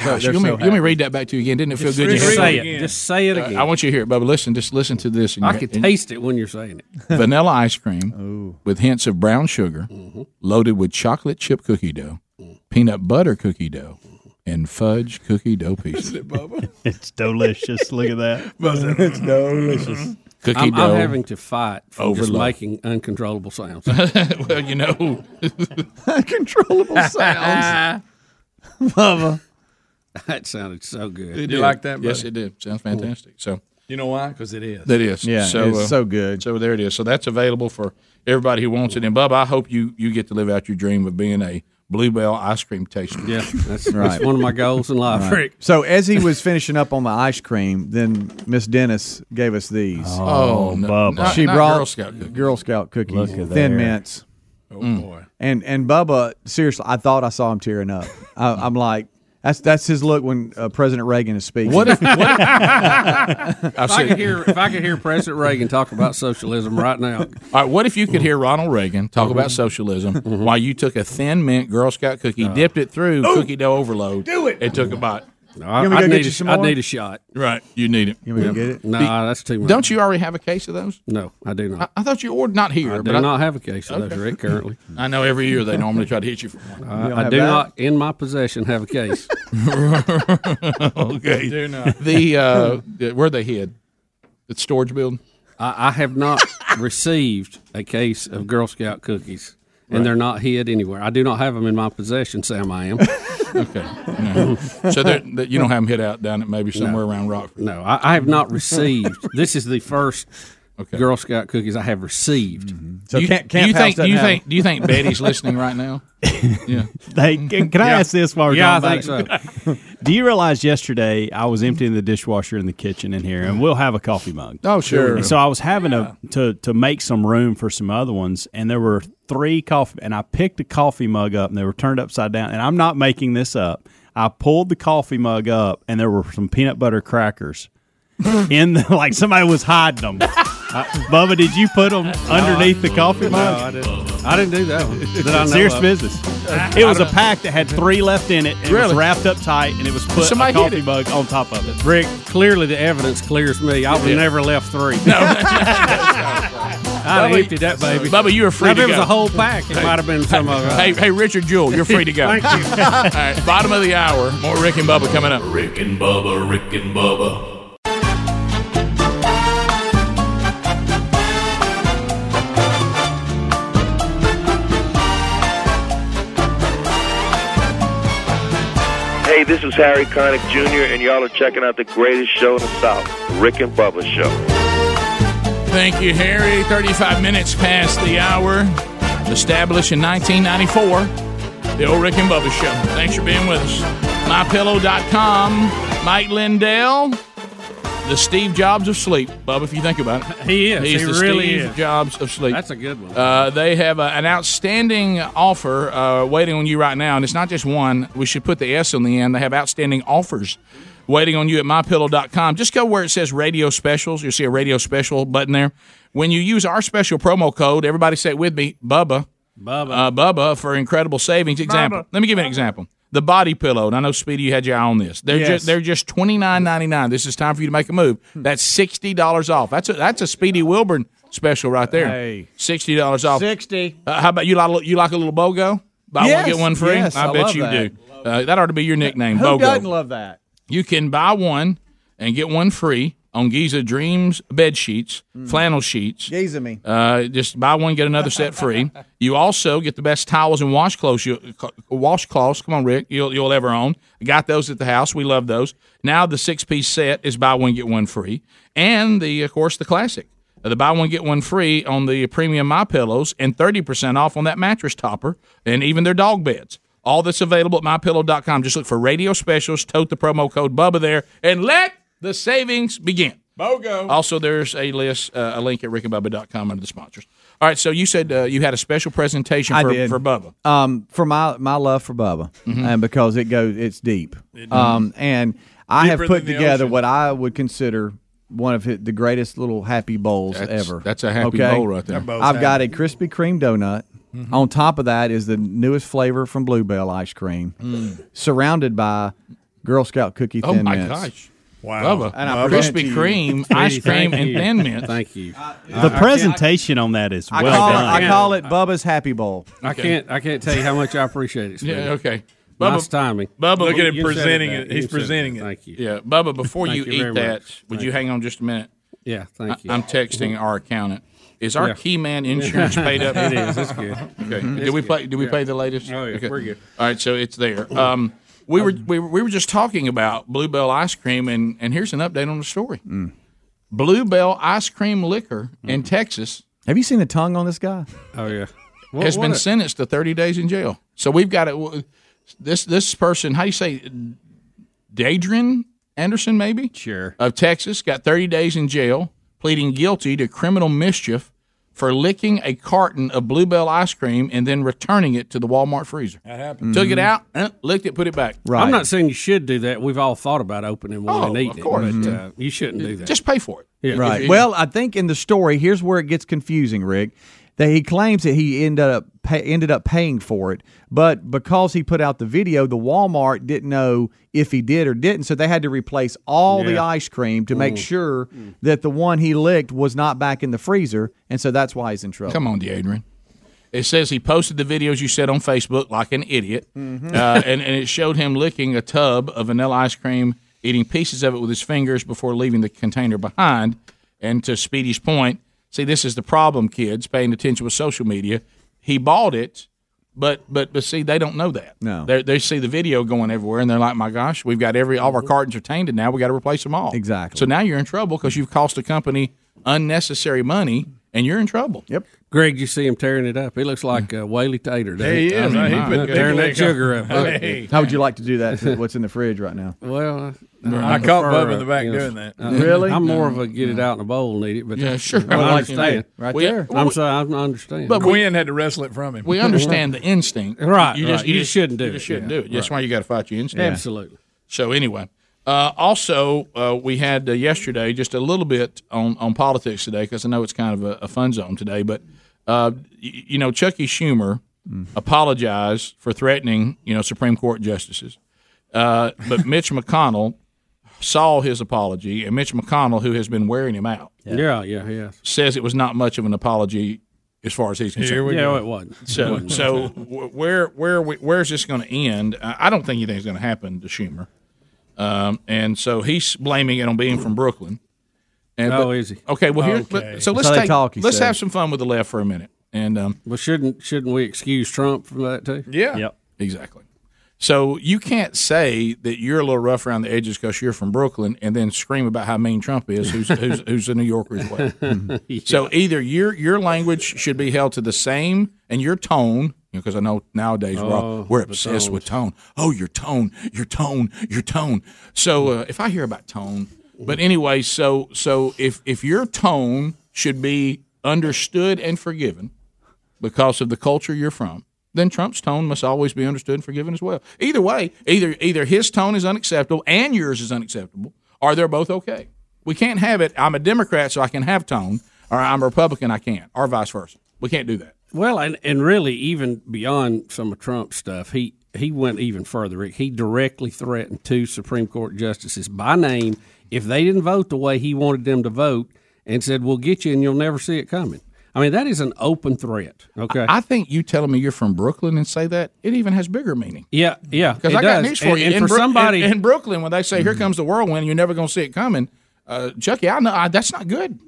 Speaker 3: Gosh, you may, you may read that back to you again. Didn't it feel
Speaker 5: Just
Speaker 3: good? in
Speaker 5: read
Speaker 3: your
Speaker 5: it
Speaker 3: head?
Speaker 5: again. Just say it
Speaker 3: Uh,
Speaker 5: again.
Speaker 3: I want you to hear it, Bubba. Listen, just listen to this.
Speaker 4: I can taste it when you're saying it.
Speaker 3: vanilla ice cream with hints of brown sugar,
Speaker 4: Mm-hmm.
Speaker 3: loaded with chocolate chip cookie dough,
Speaker 4: Mm.
Speaker 3: peanut butter cookie dough,
Speaker 4: Mm-hmm.
Speaker 3: and fudge cookie dough pieces.
Speaker 6: it's delicious. Look at that.
Speaker 4: It's
Speaker 6: delicious.
Speaker 3: Mm-hmm. Cookie
Speaker 4: I'm,
Speaker 3: dough
Speaker 4: I'm having to fight for just
Speaker 3: overload.
Speaker 4: making uncontrollable sounds.
Speaker 3: well, you know,
Speaker 5: uncontrollable
Speaker 4: sounds.
Speaker 5: Bubba.
Speaker 4: That sounded so good.
Speaker 7: Did you like that?
Speaker 3: Yes,
Speaker 7: buddy?
Speaker 3: it did. Sounds fantastic. So
Speaker 7: You know why? Because it is.
Speaker 3: that is so uh,
Speaker 5: so good.
Speaker 3: So there it is. So that's available for everybody who wants it. And Bubba, I hope you you get to live out your dream of being a bluebell ice cream taster.
Speaker 4: Yeah, that's, that's one of my goals in life.
Speaker 5: Right. So as he was finishing up on the ice cream, then Miss Dennis gave us these.
Speaker 3: Oh, Oh, no. Bubba. Not-
Speaker 5: she
Speaker 3: not
Speaker 5: brought
Speaker 3: Girl Scout cookies.
Speaker 5: Girl Scout cookies,
Speaker 6: Look at
Speaker 5: thin
Speaker 6: there.
Speaker 5: mints. Oh
Speaker 4: Mm.
Speaker 5: boy! And and Bubba, seriously, I thought I saw him tearing up. I, I'm like, that's that's his look when uh, President Reagan is speaking.
Speaker 4: What if- what
Speaker 5: I've
Speaker 4: if I
Speaker 5: seen-
Speaker 4: could hear if I could hear President Reagan talk about socialism right now, Mm-hmm.
Speaker 3: All right, what if you could hear Ronald Reagan talk about socialism while you took a thin mint Girl Scout cookie, dipped it through cookie dough overload, do it, and took a bite?
Speaker 4: I- You want me to I'd go need get a- you some I'd more? need a shot.
Speaker 3: Right, you need it.
Speaker 5: You want me to get it?
Speaker 4: Nah, that's too much.
Speaker 3: Don't you already have a case of those?
Speaker 4: No, I do not.
Speaker 3: I, I thought you ordered not here.
Speaker 4: I do
Speaker 3: but
Speaker 4: not have a case of those, Rick, currently.
Speaker 3: I know every year they normally try to hit you for one.
Speaker 4: I- I do not, in my possession, have a case.
Speaker 3: okay. The uh, the- where they hid the storage building.
Speaker 4: I, I have not received a case of Girl Scout cookies, and
Speaker 3: Right.
Speaker 4: they're not hid anywhere. I do not have them in my possession, Sam. I am. okay.
Speaker 3: No. So they're- that you don't have them hid out down at maybe somewhere around Rockford.
Speaker 4: No, I, I have not received. this is the first Girl Scout cookies I have received.
Speaker 3: So You- Camp- do you Camp House think- do doesn't you have think- them. do you think Betty's listening right now? Yeah.
Speaker 6: Hey, can, can I
Speaker 3: Yeah.
Speaker 6: ask this while we're
Speaker 3: Yeah,
Speaker 6: talking
Speaker 3: I
Speaker 6: about
Speaker 3: think
Speaker 6: it? Do you realize yesterday I was emptying the dishwasher in the kitchen in here, and we'll have a coffee mug.
Speaker 3: Oh, sure.
Speaker 6: And so I was having a, to to make some room for some other ones, and there were three coffee, and I picked a coffee mug up, and they were turned upside down. And I'm not making this up. I pulled the coffee mug up, and there were some peanut butter crackers. in the, like somebody was hiding them. Bubba, did you put them underneath the coffee mug?
Speaker 4: I didn't. I didn't do that one. that I know
Speaker 6: Serious
Speaker 4: of.
Speaker 6: business. It was a pack that had three left in it. and It was
Speaker 4: Really?
Speaker 6: wrapped up tight, and it was put
Speaker 4: Somebody
Speaker 6: a
Speaker 4: hit
Speaker 6: coffee mug on top of it.
Speaker 4: Rick, clearly the evidence clears me. I would
Speaker 6: Yeah.
Speaker 4: never left three. No, I
Speaker 3: Bubba,
Speaker 4: emptied that baby.
Speaker 3: Bubba, you were free
Speaker 4: Now,
Speaker 3: to
Speaker 4: if it was
Speaker 3: go.
Speaker 4: a whole pack, it
Speaker 3: Hey.
Speaker 4: might have been some of it.
Speaker 3: Hey, hey, Richard Jewell, you're free to go.
Speaker 4: Thank you.
Speaker 3: All right, bottom of the hour. More Rick and Bubba coming up.
Speaker 8: Rick and Bubba, Rick and Bubba,
Speaker 19: Hey, this is Harry Connick Jr., and y'all are checking out the greatest show in the South, the Rick and Bubba Show.
Speaker 3: Thank you, Harry. 35 minutes past the hour. Established in 1994, the old Rick and Bubba Show. Thanks for being with us. MyPillow.com, Mike Lindell, the Steve Jobs of sleep. Bubba, if you think about it.
Speaker 4: He is.
Speaker 3: He's
Speaker 4: He
Speaker 3: the
Speaker 4: really
Speaker 3: Steve
Speaker 4: is.
Speaker 3: Jobs of sleep.
Speaker 4: That's a good one.
Speaker 3: Uh, they have uh, an outstanding offer uh, waiting on you right now, and it's not just one. We should put the S on the end. They have outstanding offers waiting on you at mypillow.com. Just go where it says radio specials. You'll see a radio special button there. When you use our special promo code, everybody say it with me, Bubba.
Speaker 4: Bubba.
Speaker 3: Uh, Bubba for incredible savings. Example. Let me give you an example. The body pillow, and I know Speedy, you had your eye on this. They're
Speaker 4: Yes.
Speaker 3: just they're just twenty nine ninety nine. This is time for you to make a move. That's sixty dollars off. That's a that's a Speedy Wilburn special right there.
Speaker 5: Hey.
Speaker 3: Sixty dollars off.
Speaker 5: Sixty.
Speaker 3: Uh, how about you? Like you like a little bogo? Buy
Speaker 5: Yes,
Speaker 3: one get one free.
Speaker 5: yes,
Speaker 3: I,
Speaker 5: I
Speaker 3: bet
Speaker 5: love
Speaker 3: you
Speaker 5: that.
Speaker 3: do. Uh, that ought to be your nickname,
Speaker 5: Who
Speaker 3: bogo.
Speaker 5: doesn't love that?
Speaker 3: You can buy one and get one free on Giza Dreams bed sheets,
Speaker 5: Mm.
Speaker 3: flannel sheets.
Speaker 5: Giza me.
Speaker 3: Uh, just buy one, get another set free. You also get the best towels and washcloths. You, washcloths, come on, Rick, you'll, you'll ever own. Got those at the house. We love those. Now the six piece set is buy one get one free, and the of course the classic. Uh, The buy one get one free on the premium my pillows and thirty percent off on that mattress topper and even their dog beds. All that's available at mypillow.com. Just look for radio specials. Tote the promo code Bubba there, and let the savings begin.
Speaker 7: Bogo.
Speaker 3: Also, there's a list, uh, a link at rickandbubba.com under the sponsors. All right, so you said uh, you had a special presentation
Speaker 5: I
Speaker 3: for,
Speaker 5: did.
Speaker 3: for Bubba. Mm-hmm.
Speaker 5: Um, for my my love for Bubba, and because it goes, it's deep. Um, and I have
Speaker 3: Deeper
Speaker 5: put
Speaker 3: than the
Speaker 5: together
Speaker 3: ocean.
Speaker 5: what I would consider one of his, the greatest little happy bowls
Speaker 3: That's-
Speaker 5: ever.
Speaker 3: that's a happy bowl right there. That bowl's
Speaker 5: I've got a
Speaker 3: happy.
Speaker 5: Krispy Kreme donut.
Speaker 3: Mhm.
Speaker 5: On top of that is the newest flavor from Bluebell ice cream,
Speaker 3: Mm.
Speaker 5: surrounded by Girl Scout cookie
Speaker 3: Oh
Speaker 5: thin
Speaker 3: my
Speaker 5: mints.
Speaker 3: gosh. Wow. Bubba,
Speaker 5: And I
Speaker 3: Bubba.
Speaker 5: present
Speaker 3: Krispy
Speaker 5: to you-
Speaker 3: Kreme, ice cream, and thin mints.
Speaker 4: Thank you.
Speaker 6: The presentation on that is
Speaker 5: I
Speaker 6: well
Speaker 5: call it-
Speaker 6: done.
Speaker 5: I call it Bubba's Happy Bowl.
Speaker 4: I can't. I can't tell you how much I appreciate it. Smitty.
Speaker 3: Yeah, okay.
Speaker 4: nice timing.
Speaker 3: Bubba,
Speaker 4: You said that.
Speaker 3: that.
Speaker 4: You said that. Thank you.
Speaker 3: Yeah, Bubba. Before
Speaker 4: Thank
Speaker 3: you,
Speaker 4: you
Speaker 3: eat
Speaker 4: very
Speaker 3: that,
Speaker 4: much.
Speaker 3: would
Speaker 4: Thank
Speaker 3: you hang on just a minute?
Speaker 4: Yeah, thank you.
Speaker 3: I, am texting
Speaker 4: Mhm.
Speaker 3: our accountant. Is our
Speaker 4: Yeah.
Speaker 3: key man insurance paid up?
Speaker 4: It is. It's good.
Speaker 3: Okay.
Speaker 4: Mhm.
Speaker 3: Did
Speaker 4: It's
Speaker 3: we
Speaker 4: good.
Speaker 3: pay? Did we
Speaker 4: Yeah.
Speaker 3: pay the latest?
Speaker 4: Oh, yeah,
Speaker 3: Okay.
Speaker 4: we're good.
Speaker 3: All right. So it's there. Um, we were we were, we were just talking about Bluebell ice cream, and and here's an update on the story.
Speaker 5: Mm.
Speaker 3: Bluebell ice cream liquor in Texas
Speaker 5: Have you seen the tongue on this guy?
Speaker 4: Oh yeah.
Speaker 3: has
Speaker 5: What-
Speaker 3: been
Speaker 5: what a-
Speaker 3: sentenced to 30 days in jail. So we've got it. This this person, how do you say, Dadrin Anderson, maybe
Speaker 4: sure
Speaker 3: of Texas, got 30 days in jail, pleading guilty to criminal mischief for licking a carton of Bluebell ice cream and then returning it to the Walmart freezer.
Speaker 7: That happened. Mm-hmm.
Speaker 3: Took it out, uh, licked it, put it back.
Speaker 4: I'm not saying you should do that. We've all thought about opening one
Speaker 3: Oh,
Speaker 4: and eating
Speaker 3: of course.
Speaker 4: it, but uh,
Speaker 3: Mhm.
Speaker 4: you shouldn't do that.
Speaker 3: Just pay for it.
Speaker 4: Yeah.
Speaker 5: Mm-hmm. Right.
Speaker 4: If-
Speaker 5: well, I think in the story, here's where it gets confusing, Rick. That he claims that he ended up pay, ended up paying for it, but because he put out the video, the Walmart didn't know if he did or didn't, so they had to replace all the
Speaker 6: Yeah.
Speaker 5: ice cream to make
Speaker 6: Mm.
Speaker 5: sure that the one he licked was not back in the freezer, and so that's why he's in trouble.
Speaker 3: Come on, Deadrin. It says he posted the videos you said on Facebook like an idiot,
Speaker 7: Mm-hmm.
Speaker 3: uh, and, and it showed him licking a tub of vanilla ice cream, eating pieces of it with his fingers before leaving the container behind. And to Speedy's point, see, this is the problem, kids, paying attention with social media. He bought it, but but but see, they don't know that.
Speaker 5: No.
Speaker 3: they they see the video going everywhere, and they're like, "My gosh, we've got every all of our cartons are tainted now. We got to replace them all."
Speaker 5: Mm-hmm. Exactly.
Speaker 3: So now you're in trouble because you've cost the company unnecessary money, and you're in trouble.
Speaker 5: Yep.
Speaker 4: Greg, you see him tearing it up. He looks like uh, Whaley Tater. doesn't
Speaker 3: Yeah, he is. He put
Speaker 4: Uh,
Speaker 3: the
Speaker 4: tearing that
Speaker 3: big leg
Speaker 4: sugar up.
Speaker 3: up. Hey.
Speaker 5: How would you like to do that? To what's in the fridge right now?
Speaker 4: Well,
Speaker 5: I
Speaker 4: I'm
Speaker 5: caught
Speaker 4: prefer,
Speaker 5: Bubba in the back
Speaker 4: you know,
Speaker 5: doing that.
Speaker 4: uh,
Speaker 5: Really?
Speaker 4: I'm more of
Speaker 5: No.
Speaker 4: a get it out in a bowl and eat it. But
Speaker 3: Yeah, sure.
Speaker 4: I
Speaker 3: Right
Speaker 4: understand.
Speaker 3: there. Right We- there.
Speaker 4: I'm sorry. I understand.
Speaker 3: But
Speaker 7: Gwen had to wrestle it from him.
Speaker 3: We understand the instinct,
Speaker 4: Right,
Speaker 3: You
Speaker 4: right.
Speaker 3: just
Speaker 4: You just shouldn't do
Speaker 3: You
Speaker 4: it.
Speaker 3: just shouldn't
Speaker 4: Yeah,
Speaker 3: do it. That's
Speaker 4: right.
Speaker 3: why you got to fight your instinct.
Speaker 4: Yeah. Absolutely.
Speaker 3: So anyway, uh, also uh, we had uh, yesterday just a little bit on on politics today because I know it's kind of a, a fun zone today. But uh, y- you know, Chuckie Schumer
Speaker 4: Mm.
Speaker 3: apologized for threatening you know Supreme Court justices, uh, but Mitch McConnell saw his apology, and Mitch McConnell, who has been wearing him out,
Speaker 4: Yeah, yeah, yeah.
Speaker 3: says it was not much of an apology as far as he's concerned.
Speaker 4: Here we Yeah, go. it wasn't. It
Speaker 3: So,
Speaker 4: wasn't.
Speaker 3: so wh- where where we- where's this going to end? I I don't think anything's going to happen to Schumer, um, and so he's blaming it on being from Brooklyn. And,
Speaker 4: Oh, is he?
Speaker 3: Okay, well here.
Speaker 4: Okay.
Speaker 3: but- so
Speaker 4: That's
Speaker 3: let's
Speaker 4: how they
Speaker 3: take
Speaker 4: talk, he
Speaker 3: let's
Speaker 4: said.
Speaker 3: have some fun with the left for a minute. And um,
Speaker 4: well, shouldn't shouldn't we excuse Trump from that too?
Speaker 3: Yeah. Yep. Exactly. So you can't say that you're a little rough around the edges because you're from Brooklyn, and then scream about how mean Trump is, who's who's, who's a New Yorker as well. So either your your language should be held to the same, and your tone, because I know nowadays we're all,
Speaker 4: Oh,
Speaker 3: we're
Speaker 4: the
Speaker 3: obsessed with tone. Oh, your tone, your tone, your tone. So uh, if I hear about tone, but anyway, so so if if your tone should be understood and forgiven because of the culture you're from, then Trump's tone must always be understood and forgiven as well. Either way, either either his tone is unacceptable and yours is unacceptable, or they're both okay. We can't have it. I'm a Democrat, so I can have tone, or I'm a Republican, I can't, or vice versa. We can't do that.
Speaker 4: Well, and, and really, even beyond some of Trump's stuff, he, he went even further. Rick. He directly threatened two Supreme Court justices by name if they didn't vote the way he wanted them to vote and said, We'll get you and you'll never see it coming. I mean, that is an open threat. Okay.
Speaker 3: I think you telling me you're from Brooklyn and say that it even has bigger meaning.
Speaker 4: yeah, yeah.
Speaker 3: Because
Speaker 4: it
Speaker 3: I got
Speaker 4: does.
Speaker 3: news for
Speaker 4: And-
Speaker 3: you.
Speaker 4: And,
Speaker 3: in
Speaker 4: for
Speaker 3: Bro-
Speaker 4: somebody.
Speaker 3: in, in Brooklyn, when they say "Here comes the whirlwind," you're never going to see it coming. Uh, Chucky, I know I, that's not good.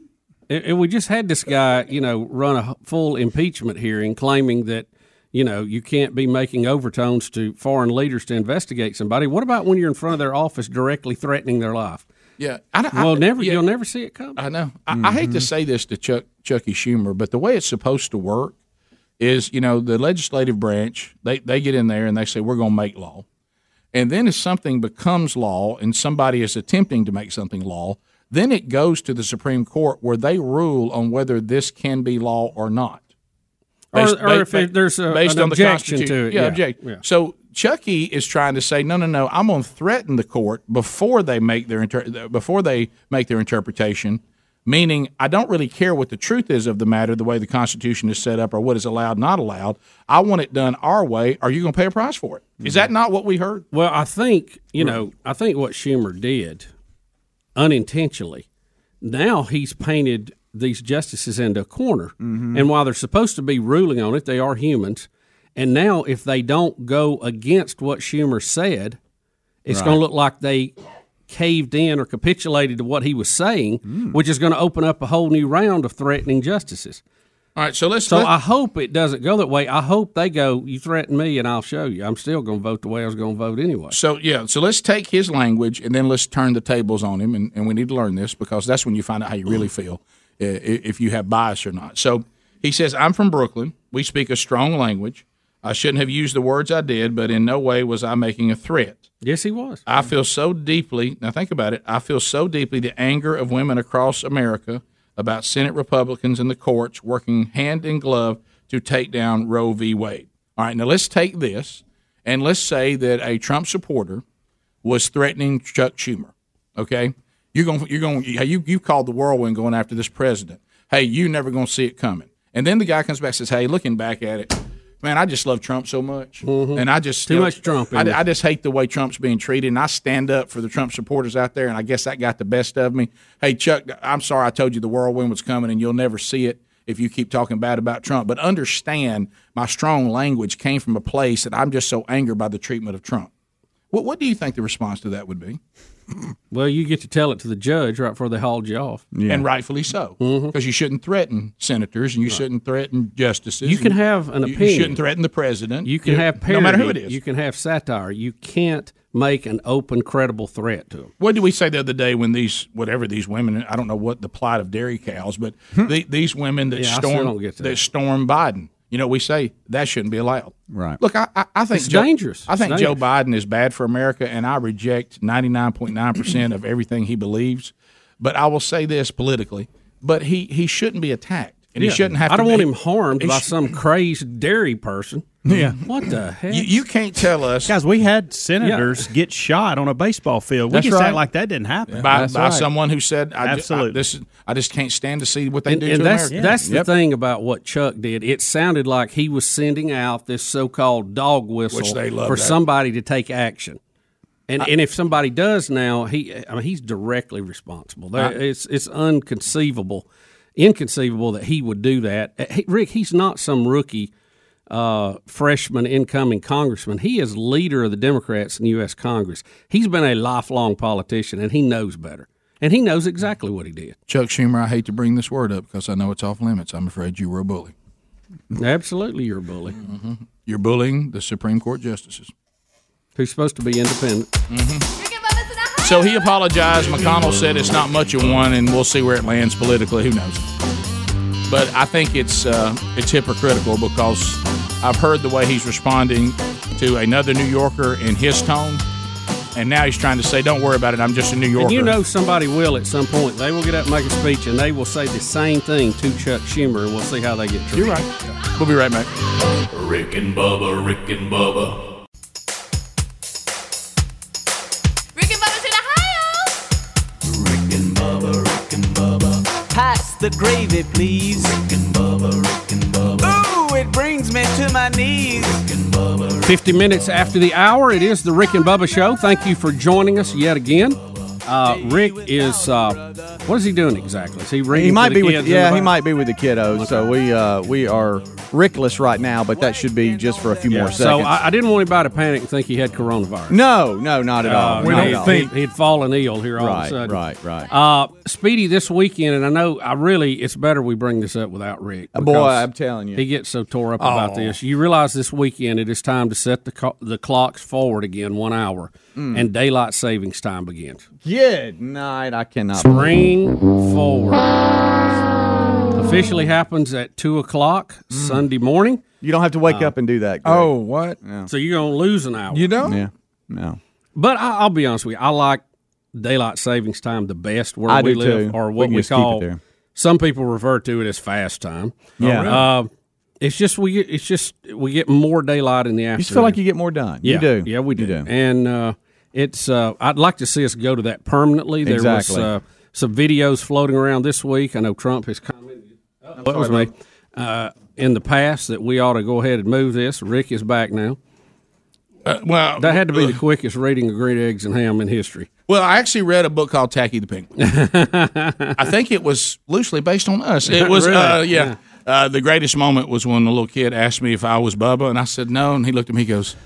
Speaker 4: And- and we just had this guy, you know, run a full impeachment hearing claiming that, you know, you can't be making overtones to foreign leaders to investigate somebody. What about when you're in front of their office directly threatening their life?
Speaker 3: Yeah, I, don't- I-
Speaker 4: well, Mm-hmm. never
Speaker 3: yeah.
Speaker 4: you'll never see it come.
Speaker 3: I know. I, I hate to say this to Chuck Chucky Schumer, but the way it's supposed to work is, you know, the legislative branch they they get in there and they say we're going to make law, and then if something becomes law and somebody is attempting to make something law, then it goes to the Supreme Court where they rule on whether this can be law or not.
Speaker 4: Or-
Speaker 3: Based-
Speaker 4: or
Speaker 3: ba-
Speaker 4: if it- there's a-
Speaker 3: based
Speaker 4: an
Speaker 3: on the
Speaker 4: objection
Speaker 3: Constitution.
Speaker 4: to it,
Speaker 3: yeah,
Speaker 4: yeah,
Speaker 3: object.
Speaker 4: yeah.
Speaker 3: So Chucky is trying to say, no, no, no, I'm going to threaten the court before they make their inter- before they make their interpretation. Meaning, I don't really care what the truth is of the matter, the way the Constitution is set up, or what is allowed, not allowed. I want it done our way. Are you going to pay a price for it? Is
Speaker 4: Mm-hmm.
Speaker 3: that not what we heard?
Speaker 4: Well, I think you know. I think what Schumer did, unintentionally, now he's painted these justices into a corner.
Speaker 7: Mm-hmm.
Speaker 4: And while they're supposed to be ruling on it, they are humans. And now, if they don't go against what Schumer said, it's
Speaker 7: Right.
Speaker 4: going to look like they caved in or capitulated to what he was saying,
Speaker 3: Mm.
Speaker 4: which is going to open up a whole new round of threatening justices.
Speaker 3: All right, so let's.
Speaker 4: So
Speaker 3: let-
Speaker 4: I hope it doesn't go that way. I hope they go. You threaten me, and I'll show you. I'm still going to vote the way I was going to vote anyway.
Speaker 3: So yeah, so let's take his language and then let's turn the tables on him, and, and we need to learn this because that's when you find out how you really feel, i- i- if you have bias or not. So he says, "I'm from Brooklyn. We speak a strong language. I shouldn't have used the words I did, but in no way was I making a threat."
Speaker 4: Yes, he was.
Speaker 3: I feel so deeply. Now think about it. I feel so deeply the anger of women across America about Senate Republicans and the courts working hand in glove to take down Roe v. Wade. All right, now let's take this and let's say that a Trump supporter was threatening Chuck Schumer. Okay, you're going. You're going. You you called the whirlwind going after this president. Hey, you never going to see it coming. And then the guy comes back and says, "Hey, looking back at it, man, I just love Trump so much, and I just
Speaker 4: Mm-hmm. Too much Trump in
Speaker 3: I,
Speaker 4: it.
Speaker 3: I just hate the way Trump's being treated, and I stand up for the Trump supporters out there, and I guess that got the best of me. Hey, Chuck, I'm sorry I told you the whirlwind was coming, and you'll never see it if you keep talking bad about Trump. But understand, my strong language came from a place that I'm just so angered by the treatment of Trump. What What do you think the response to that would be?
Speaker 4: Well, you get to tell it to the judge right before they hauled you off,
Speaker 3: And rightfully so, because
Speaker 4: Mm-hmm.
Speaker 3: you shouldn't threaten senators and you shouldn't threaten justices.
Speaker 4: You can
Speaker 3: and
Speaker 4: have an
Speaker 3: you-
Speaker 4: opinion.
Speaker 3: You shouldn't threaten the president.
Speaker 4: You can have parody.
Speaker 3: no matter who it is.
Speaker 4: You can have satire. You can't make an open, credible threat to them.
Speaker 3: What did we say the other day when these whatever these women? I don't know what the plight of dairy cows, but the, these women that
Speaker 4: Yeah, I still
Speaker 3: storm
Speaker 4: don't get that.
Speaker 3: that storm Biden. You know, we say that shouldn't be allowed.
Speaker 6: Right.
Speaker 3: Look, I, I, I think
Speaker 4: It's
Speaker 3: Joe,
Speaker 4: dangerous.
Speaker 3: I
Speaker 4: It's
Speaker 3: think Joe
Speaker 4: dangerous.
Speaker 3: Biden is bad for America, and I reject ninety nine point nine percent of everything he believes. But I will say this politically: but he he shouldn't be attacked, and
Speaker 4: Yeah.
Speaker 3: he shouldn't have.
Speaker 4: I
Speaker 3: to
Speaker 4: don't
Speaker 3: be-
Speaker 4: want him harmed
Speaker 3: he
Speaker 4: by
Speaker 3: sh-
Speaker 4: some crazed dairy person.
Speaker 6: Yeah.
Speaker 4: What the heck?
Speaker 3: You, you can't tell us,
Speaker 6: guys. We had senators get shot on a baseball field. We
Speaker 3: That's
Speaker 6: just
Speaker 3: right.
Speaker 6: act like that didn't happen.
Speaker 3: by, by someone who said, I, ju- I-
Speaker 6: Absolutely.
Speaker 3: this is- I just can't stand to see what they
Speaker 4: And,
Speaker 3: do
Speaker 4: and
Speaker 3: to
Speaker 4: that's
Speaker 3: America.
Speaker 4: that's the thing about what Chuck did. It sounded like he was sending out this so-called dog whistle
Speaker 3: Which they love
Speaker 4: for
Speaker 3: that.
Speaker 4: somebody to take action. And, and if somebody does now, he I mean he's directly responsible. There-
Speaker 3: I-
Speaker 4: it's it's unconceivable, inconceivable that he would do that. Uh, he- Rick, he's not some rookie uh, freshman incoming congressman. He is leader of the Democrats in U.S. Congress. He's been a lifelong politician, and he knows better. And he knows exactly what he did.
Speaker 3: Chuck Schumer, I hate to bring this word up because I know it's off limits. I'm afraid you were a bully.
Speaker 4: Absolutely, you're a bully.
Speaker 3: Mm-hmm. You're bullying the Supreme Court justices.
Speaker 4: Who's supposed to be independent?
Speaker 3: So he apologized. McConnell said it's not much of one, and we'll see where it lands politically. Who knows? But I think it's uh, it's hypocritical because I've heard the way he's responding to another New Yorker in his tone, and now he's trying to say, "Don't worry about it. I'm just a New Yorker."
Speaker 4: And you know somebody will at some point. They will get up and make a speech and they will say the same thing to Chuck Schumer and we'll see how they get treated.
Speaker 3: You're right. We'll be right back.
Speaker 8: Rick and Bubba, Rick and Bubba,
Speaker 2: Rick and Bubba's in Ohio.
Speaker 9: Pass the gravy, please. Ooh, it brings me to my knees.
Speaker 4: 50 minutes after the hour, it is the Rick and Bubba Show. Thank you for joining us yet again. Uh, Rick is, uh, what is he doing exactly? Is he reading?
Speaker 5: He
Speaker 4: to
Speaker 5: might
Speaker 4: the
Speaker 5: be with
Speaker 4: kids
Speaker 5: yeah,
Speaker 4: in the
Speaker 5: he
Speaker 4: back?
Speaker 5: might be with the kiddos. So we uh, we are Rickless right now, but that should be just for a few more
Speaker 4: So
Speaker 5: seconds.
Speaker 4: I, I didn't want anybody to panic and think he had coronavirus.
Speaker 5: no, no, not at all.
Speaker 4: Uh,
Speaker 5: Not at
Speaker 4: he-
Speaker 5: all.
Speaker 4: he, would fallen ill here all of a
Speaker 5: Right,
Speaker 4: sudden.
Speaker 5: right, right.
Speaker 4: Uh, Speedy this weekend, and I know I really it's better we bring this up without Rick.
Speaker 5: Uh, boy,
Speaker 4: because
Speaker 5: I'm telling you.
Speaker 4: he gets so tore up
Speaker 5: Aw.
Speaker 4: about this. You realize this weekend it is time to set the co- the clocks forward again one hour,
Speaker 5: Mm.
Speaker 4: and daylight savings time begins.
Speaker 5: Good night. I cannot.
Speaker 4: Spring forward officially happens at two o'clock Sunday morning.
Speaker 5: Mm. You don't have to wake up and do that. Greg.
Speaker 4: Oh, what? So you're gonna lose an hour. You don't.
Speaker 5: Yeah. No.
Speaker 4: But I, I'll be honest with you, I like daylight savings time the best where
Speaker 5: I
Speaker 4: we
Speaker 5: do
Speaker 4: live,
Speaker 5: too.
Speaker 4: or
Speaker 5: We
Speaker 4: what
Speaker 5: can
Speaker 4: we,
Speaker 5: just keep it
Speaker 4: call.
Speaker 5: there. Oh,
Speaker 4: Some people refer to it as fast time.
Speaker 5: Yeah.
Speaker 4: Uh, It's just we. It's just we get more daylight in the afternoon.
Speaker 5: You just feel like you get more done.
Speaker 4: Yeah,
Speaker 5: You do.
Speaker 4: Yeah, we do.
Speaker 5: You do.
Speaker 4: And uh, it's. Uh, I'd like to see us go to that permanently. There
Speaker 5: Exactly.
Speaker 4: was uh, some videos floating around this week. I know Trump has commented. Oh, that was me. Uh, in the past, that we ought to go ahead and move this. Rick is back now.
Speaker 3: Uh, well,
Speaker 4: that had to be the quickest reading of green eggs and ham in history.
Speaker 3: Well, I actually read a book called Tacky the Penguin. I think it was loosely based on us. It was, uh,
Speaker 4: Really?
Speaker 3: yeah.
Speaker 4: Yeah.
Speaker 3: Uh, the greatest moment was when the little kid asked me if I was Bubba, and I said no, and he looked at me. He goes,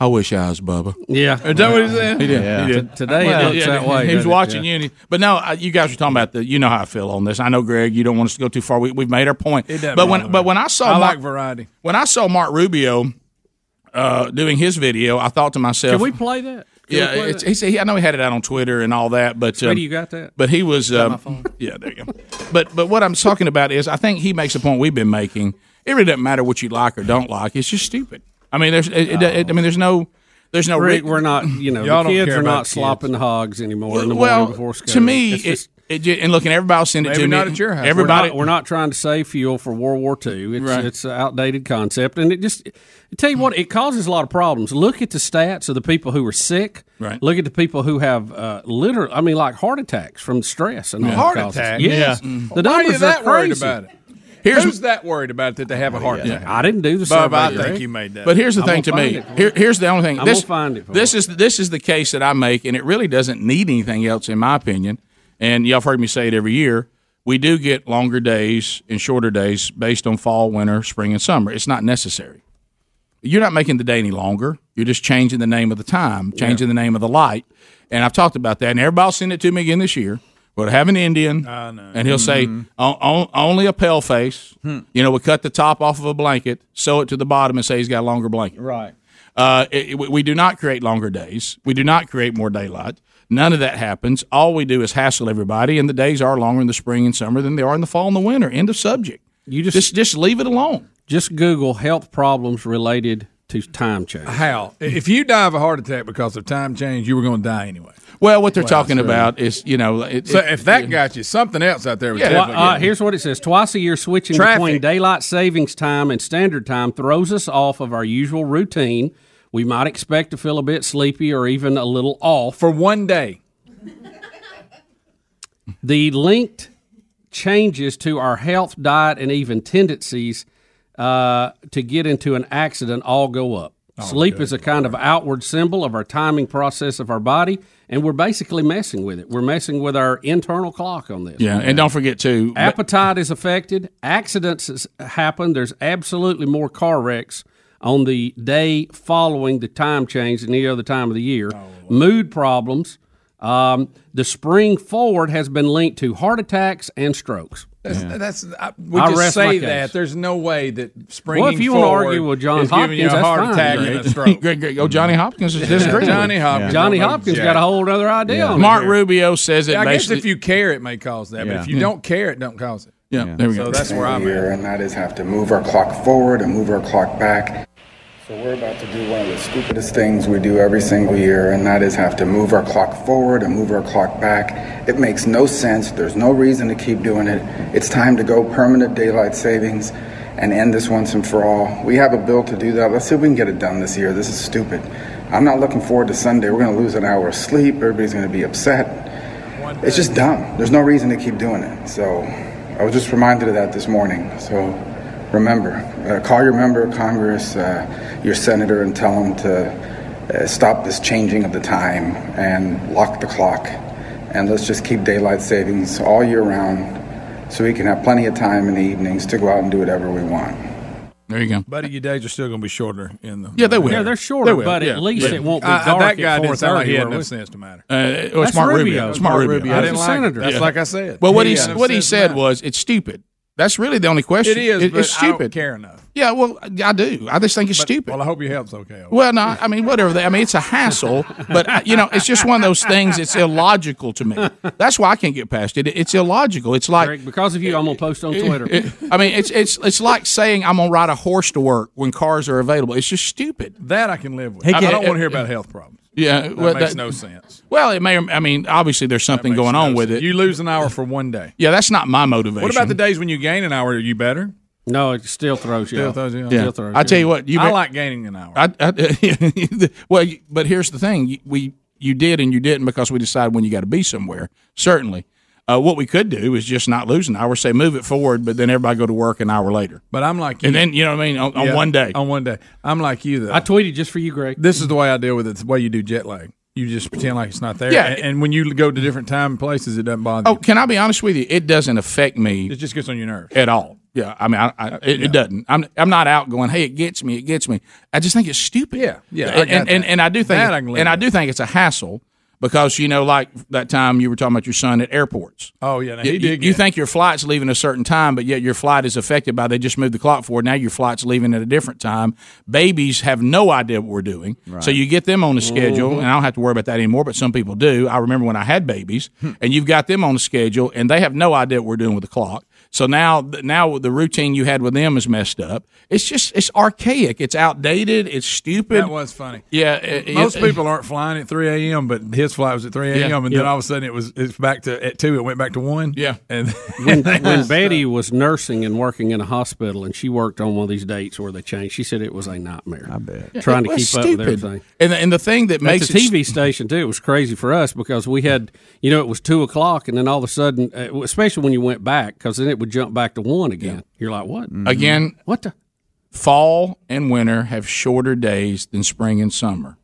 Speaker 3: "I wish I was Bubba."
Speaker 4: Yeah,
Speaker 3: is that what he said? He did. He did.
Speaker 4: T- Today
Speaker 3: Well,
Speaker 4: it looks
Speaker 3: yeah,
Speaker 4: that way.
Speaker 3: He was
Speaker 4: doesn't it?
Speaker 3: watching
Speaker 4: Yeah.
Speaker 3: you, and he- but no, I, you guys were talking about the. You know how I feel on this. I know, Greg, you don't want us to go too far. We, we've made our point.
Speaker 7: It doesn't
Speaker 3: but when
Speaker 7: bother me.
Speaker 3: but when I saw
Speaker 7: I
Speaker 3: Mark,
Speaker 7: like variety.
Speaker 3: when I saw Mark Rubio uh, doing his video, I thought to myself,
Speaker 4: Can we play that? Can
Speaker 3: yeah,
Speaker 4: we play
Speaker 3: it's,
Speaker 4: that?
Speaker 3: he said, he, I know he had it out on Twitter and all that, but um,
Speaker 4: Sweetie, you got that?
Speaker 3: But he was, um, yeah, there you go. But but what I'm talking about is, I think he makes the point we've been making. It really doesn't matter what you like or don't like. It's just stupid. I mean, there's, it, it, I mean, there's no, there's no.
Speaker 4: Rick,
Speaker 3: re-
Speaker 4: we're not. You know,
Speaker 3: Y'all
Speaker 4: the
Speaker 3: don't
Speaker 4: kids
Speaker 3: care
Speaker 4: are
Speaker 3: about
Speaker 4: not
Speaker 3: kids.
Speaker 4: slopping the hogs anymore in the
Speaker 3: well,
Speaker 4: morning before school.
Speaker 3: to me,
Speaker 4: It's
Speaker 3: it,
Speaker 4: just-
Speaker 3: it, ju- and looking, everybody send it to me. Everybody,
Speaker 4: Everybody, we're not, we're not trying to save fuel for World War II. It's
Speaker 3: Right.
Speaker 4: it's an outdated concept, and it just I tell you what, it causes a lot of problems. Look at the stats of the people who are sick.
Speaker 3: Right.
Speaker 4: Look at the people who have uh, literal, I mean, like heart attacks from stress and all
Speaker 7: Heart
Speaker 4: that causes.
Speaker 7: attack?
Speaker 4: Yes. Mm-hmm.
Speaker 7: Yeah.
Speaker 4: The
Speaker 7: Why are you
Speaker 4: numbers
Speaker 7: that worried
Speaker 4: crazy.
Speaker 7: about it?
Speaker 3: Here's-
Speaker 7: Who's that worried about that they have a heart attack?
Speaker 4: I didn't do the
Speaker 7: Bob,
Speaker 4: survey.
Speaker 7: I think
Speaker 4: Rick.
Speaker 7: you made that.
Speaker 3: But here's the
Speaker 7: I'm
Speaker 3: thing to
Speaker 7: gonna
Speaker 3: me.
Speaker 7: find it.
Speaker 3: Here, here's the only thing.
Speaker 7: I'm
Speaker 3: this,
Speaker 7: gonna find it for
Speaker 3: This is this is the case that I make, and it really doesn't need anything else, in my opinion. And y'all have heard me say it every year. We do get longer days and shorter days based on fall, winter, spring, and summer. It's not necessary. You're not making the day any longer. You're just changing the name of the time, changing the name of the light. And I've talked about that. And everybody'll send it to me again this year. We'll have an Indian, and he'll
Speaker 7: Mm-hmm.
Speaker 3: say, "On- on- "Only a pale face."
Speaker 7: Hmm.
Speaker 3: You know, we cut the top off of a blanket, sew it to the bottom, and say he's got a longer blanket.
Speaker 5: Right.
Speaker 3: Uh, it, it- we- we do not create longer days. We do not create more daylight. None of that happens. All we do is hassle everybody, and the days are longer in the spring and summer than they are in the fall and the winter. End of subject.
Speaker 4: You just
Speaker 3: just, leave it alone.
Speaker 4: Just Google health problems related to time change.
Speaker 7: How? If you die of a heart attack because of time change, you were going to die anyway.
Speaker 3: Well, what they're
Speaker 7: Well,
Speaker 3: talking
Speaker 7: that's true.
Speaker 3: about is you know. It,
Speaker 7: So
Speaker 3: it-
Speaker 7: if that got you, something else out there was
Speaker 4: Yeah,
Speaker 7: definitely
Speaker 4: uh,
Speaker 7: getting you.
Speaker 4: here's what it says: twice a year, switching
Speaker 7: Traffic.
Speaker 4: between daylight savings time and standard time throws us off of our usual routine. We might expect to feel a bit sleepy or even a little off for
Speaker 7: one day.
Speaker 4: the linked changes to our health, diet, and even tendencies uh, to get into an accident all go up.
Speaker 7: Oh,
Speaker 4: Sleep is a kind of outward symbol of our timing process of our body, and we're basically messing with it. We're messing with our internal clock on this.
Speaker 3: yeah, and don't forget to
Speaker 4: Appetite is affected. Accidents is- happen. There's absolutely more car wrecks on the day following the time change than any other time of the year.
Speaker 3: Oh,
Speaker 4: Mood problems. Um, the spring forward has been linked to heart attacks and strokes.
Speaker 7: That's, that's I, we
Speaker 4: I
Speaker 7: just
Speaker 4: rest my
Speaker 7: say
Speaker 4: case.
Speaker 7: that. There's no way that springing
Speaker 4: Well, if you wanna
Speaker 7: forward
Speaker 4: argue with John
Speaker 7: is giving you
Speaker 4: Hopkins,
Speaker 7: a
Speaker 4: that's
Speaker 7: heart
Speaker 4: fine,
Speaker 7: attack
Speaker 4: Greg.
Speaker 7: and a stroke.
Speaker 3: Greg, Greg, oh, Johnny Hopkins is disagreeing. with
Speaker 7: Johnny
Speaker 3: you.
Speaker 7: Hopkins.
Speaker 4: Johnny Hopkins got a whole other idea on it.
Speaker 3: Mark Rubio says it.
Speaker 7: Yeah, I guess
Speaker 3: basically-
Speaker 7: if you care, it may cause that. But
Speaker 3: Yeah.
Speaker 7: if you
Speaker 3: Yeah.
Speaker 7: don't care, it don't cause it.
Speaker 3: yeah, there we go.
Speaker 7: So that's where I'm
Speaker 20: here, and that is have to move our clock forward and move our clock back. So we're about to do one of the stupidest things we do every single year, and that is have to move our clock forward and move our clock back. It makes no sense. There's no reason to keep doing it. It's time to go permanent daylight savings and end this once and for all. We have a bill to do that. Let's see if we can get it done this year. This is stupid. I'm not looking forward to Sunday. We're going to lose an hour of sleep. Everybody's going to be upset. It's just dumb. There's no reason to keep doing it. So I was just reminded of that this morning. So remember, uh, call your member of Congress, uh, your senator, and tell them to uh, stop this changing of the time and lock the clock. And let's just keep daylight savings all year round so we can have plenty of time in the evenings to go out and do whatever we want.
Speaker 3: There you go.
Speaker 7: Buddy, your days are still going to be shorter in the.
Speaker 3: Yeah, they will.
Speaker 4: Yeah, they're shorter, but at least it won't be
Speaker 7: I- I-
Speaker 4: dark
Speaker 7: That
Speaker 4: at
Speaker 7: guy didn't sound like
Speaker 4: 4:30,
Speaker 7: he had
Speaker 4: were
Speaker 7: no
Speaker 4: we?
Speaker 7: sense to matter.
Speaker 3: Uh, oh, it's Mark Rubio. It's Mark Rubio.
Speaker 7: I didn't like it. That's
Speaker 3: Yeah.
Speaker 7: like I said.
Speaker 3: Well, what
Speaker 7: He
Speaker 3: he
Speaker 7: had no
Speaker 3: what he
Speaker 7: sense to
Speaker 3: said
Speaker 7: matter.
Speaker 3: was it's stupid. That's really the only question.
Speaker 7: It is, but
Speaker 3: it's
Speaker 7: I don't
Speaker 3: stupid.
Speaker 7: care enough.
Speaker 3: Yeah, well, I do. I just think it's stupid.
Speaker 7: Well, I hope your health's okay.
Speaker 3: Well, no, I mean, whatever. They, I mean, it's a hassle, but uh, you know, it's just one of those things. It's illogical to me. That's why I can't get past it. It's illogical. It's like
Speaker 4: Greg, because of you, I'm gonna post on Twitter.
Speaker 3: I mean, it's it's it's like saying I'm gonna ride a horse to work when cars are available. It's just stupid.
Speaker 7: That I can live with.
Speaker 3: He
Speaker 7: I, I
Speaker 3: can't-
Speaker 7: don't want to hear about health problems.
Speaker 3: Yeah,
Speaker 7: that
Speaker 3: well,
Speaker 7: makes
Speaker 3: that-
Speaker 7: no sense.
Speaker 3: Well, it may. I mean, obviously, there's something going on with it.
Speaker 7: You lose an hour for one day.
Speaker 3: Yeah, that's not my motivation.
Speaker 7: What about the days when you gain an hour? Are you better?
Speaker 4: No, it still throws you.
Speaker 7: Still
Speaker 4: off.
Speaker 7: throws you off.
Speaker 4: Still throws
Speaker 3: I tell you
Speaker 4: off.
Speaker 3: what, you
Speaker 7: I
Speaker 3: may-
Speaker 7: like gaining an hour.
Speaker 3: I, I, well, you- but here's the thing: You- we you did and you didn't because we decided when you got to be somewhere. Certainly, uh, what we could do is just not lose an hour. Say move it forward, but then everybody go to work an hour later.
Speaker 7: But I'm like,
Speaker 3: And then, you know what I mean, on- on one day.
Speaker 7: on one day. I'm like you though.
Speaker 4: I tweeted just for you, Greg.
Speaker 7: This is the way I deal with it. It's the way you do jet lag. You just pretend like it's not there.
Speaker 3: Yeah.
Speaker 7: and, and when you go to different time and places, it doesn't bother.
Speaker 3: Oh, can I be honest with you? It doesn't affect me.
Speaker 7: you. It just gets on your nerves.
Speaker 3: at all. Yeah, I mean, I, I, it, it doesn't. I'm I'm not out going. Hey, it gets me. It gets me. I just think it's stupid. Yeah,
Speaker 7: yeah, I
Speaker 3: And
Speaker 7: got
Speaker 3: and, and,
Speaker 7: that.
Speaker 3: I do think
Speaker 7: That I can live
Speaker 3: and I do think it's a hassle because you know, like that time you were talking about your son at airports.
Speaker 7: Oh yeah, now, he
Speaker 3: You,
Speaker 7: did.
Speaker 3: you
Speaker 7: get-
Speaker 3: think your flight's leaving a certain time, but yet your flight is affected by they just moved the clock forward. Now your flight's leaving at a different time. Babies have no idea what we're doing, so you get them on the schedule,
Speaker 7: Mhm.
Speaker 3: and I don't have to worry about that anymore. But some people do. I remember when I had babies,
Speaker 7: Hmm.
Speaker 3: and you've got them on the schedule, and they have no idea what we're doing with the clock. So now, now the routine you had with them is messed up. It's just it's archaic. It's outdated. It's stupid.
Speaker 7: that was funny.
Speaker 3: Yeah, it-
Speaker 7: most
Speaker 3: it-
Speaker 7: people aren't flying at 3 a.m., but his flight was at 3 a.m.,
Speaker 4: Yeah,
Speaker 7: and
Speaker 4: yeah.
Speaker 7: then all of a sudden it was it's back to at two. It went back to one. Yeah, and
Speaker 4: when,
Speaker 7: they
Speaker 4: when
Speaker 7: was-
Speaker 4: Betty was nursing and working in a hospital, and she worked on one of these dates where they changed, she said it was a nightmare. I bet trying to
Speaker 3: It
Speaker 4: keep
Speaker 3: was
Speaker 4: up with
Speaker 3: stupid.
Speaker 4: everything.
Speaker 3: And the, and the thing that makes
Speaker 4: At
Speaker 3: it
Speaker 4: the TV station too. It was crazy for us because we had, you know, it was two o'clock, and then all of a sudden, uh, especially when you went back, because then it would jump back to one again. You're like, what?
Speaker 5: Mm-hmm.
Speaker 3: Again,
Speaker 4: what the?
Speaker 3: Fall and winter have shorter days than spring and summer,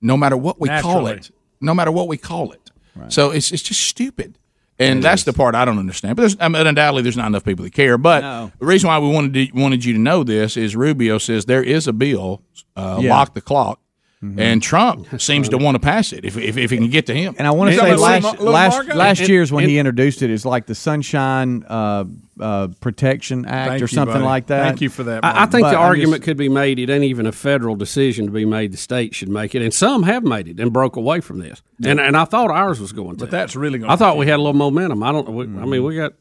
Speaker 3: no matter what we call
Speaker 7: Naturally.
Speaker 3: it. No matter what we call it. So it's it's just stupid. And that's the part I don't understand. But there's, I mean, undoubtedly, there's not enough people that care. But the reason why we wanted to, wanted you to know this is Rubio says there is a bill, uh,
Speaker 5: Yeah. Mm-hmm.
Speaker 3: lock the clock, and Trump seems to want to pass it if, if, if it can get to him.
Speaker 5: And I want to say last last, last year's when
Speaker 3: he
Speaker 5: he introduced it is like the Sunshine uh, uh, Protection Act
Speaker 4: Thank
Speaker 5: or
Speaker 4: you,
Speaker 5: something
Speaker 4: buddy.
Speaker 5: like that.
Speaker 4: Thank you for that. I, I think
Speaker 5: But
Speaker 4: the
Speaker 5: I'm
Speaker 4: argument
Speaker 5: just-
Speaker 4: could be made. It ain't even a federal decision to be made. The state should make it, and some have made it and broke away from this. And and I thought ours was going to.
Speaker 7: But that's really going.
Speaker 4: I thought we had a little momentum. I don't. We, I mean, we got.